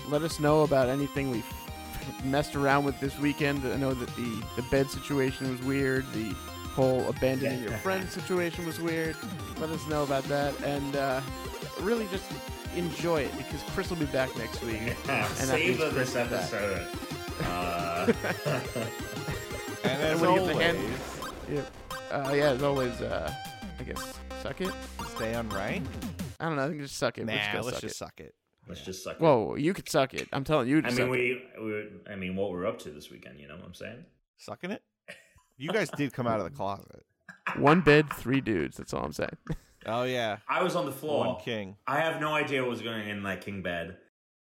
[SPEAKER 1] Let us know about anything we messed around with this weekend. I know that the, the bed situation was weird. The whole abandoning your friend situation was weird. Let us know about that. And uh, really just enjoy it because Chris will be back next week.
[SPEAKER 3] Yeah,
[SPEAKER 1] that means
[SPEAKER 3] savor
[SPEAKER 1] Chris
[SPEAKER 3] this
[SPEAKER 1] is back.
[SPEAKER 3] episode. Uh,
[SPEAKER 2] And as
[SPEAKER 1] What do you
[SPEAKER 2] always,
[SPEAKER 1] think, Andy? Yeah. Uh, yeah, as always, uh, I guess suck it.
[SPEAKER 2] stay on right.
[SPEAKER 1] I don't know. I think just suck it. We're
[SPEAKER 2] Nah,
[SPEAKER 1] just gonna
[SPEAKER 2] let's
[SPEAKER 1] suck
[SPEAKER 2] just
[SPEAKER 1] it.
[SPEAKER 2] suck it.
[SPEAKER 3] let's just suck. it.
[SPEAKER 1] Whoa, you could suck it. I'm telling you. To
[SPEAKER 3] I
[SPEAKER 1] suck
[SPEAKER 3] mean,
[SPEAKER 1] it.
[SPEAKER 3] we, we, I mean, what we're up to this weekend. You know what I'm saying?
[SPEAKER 2] Sucking it. You guys did come out of the closet.
[SPEAKER 1] One bed, three dudes. That's all I'm saying.
[SPEAKER 2] Oh yeah,
[SPEAKER 3] I was on the floor.
[SPEAKER 2] one king.
[SPEAKER 3] I have no idea what was going on in that king bed.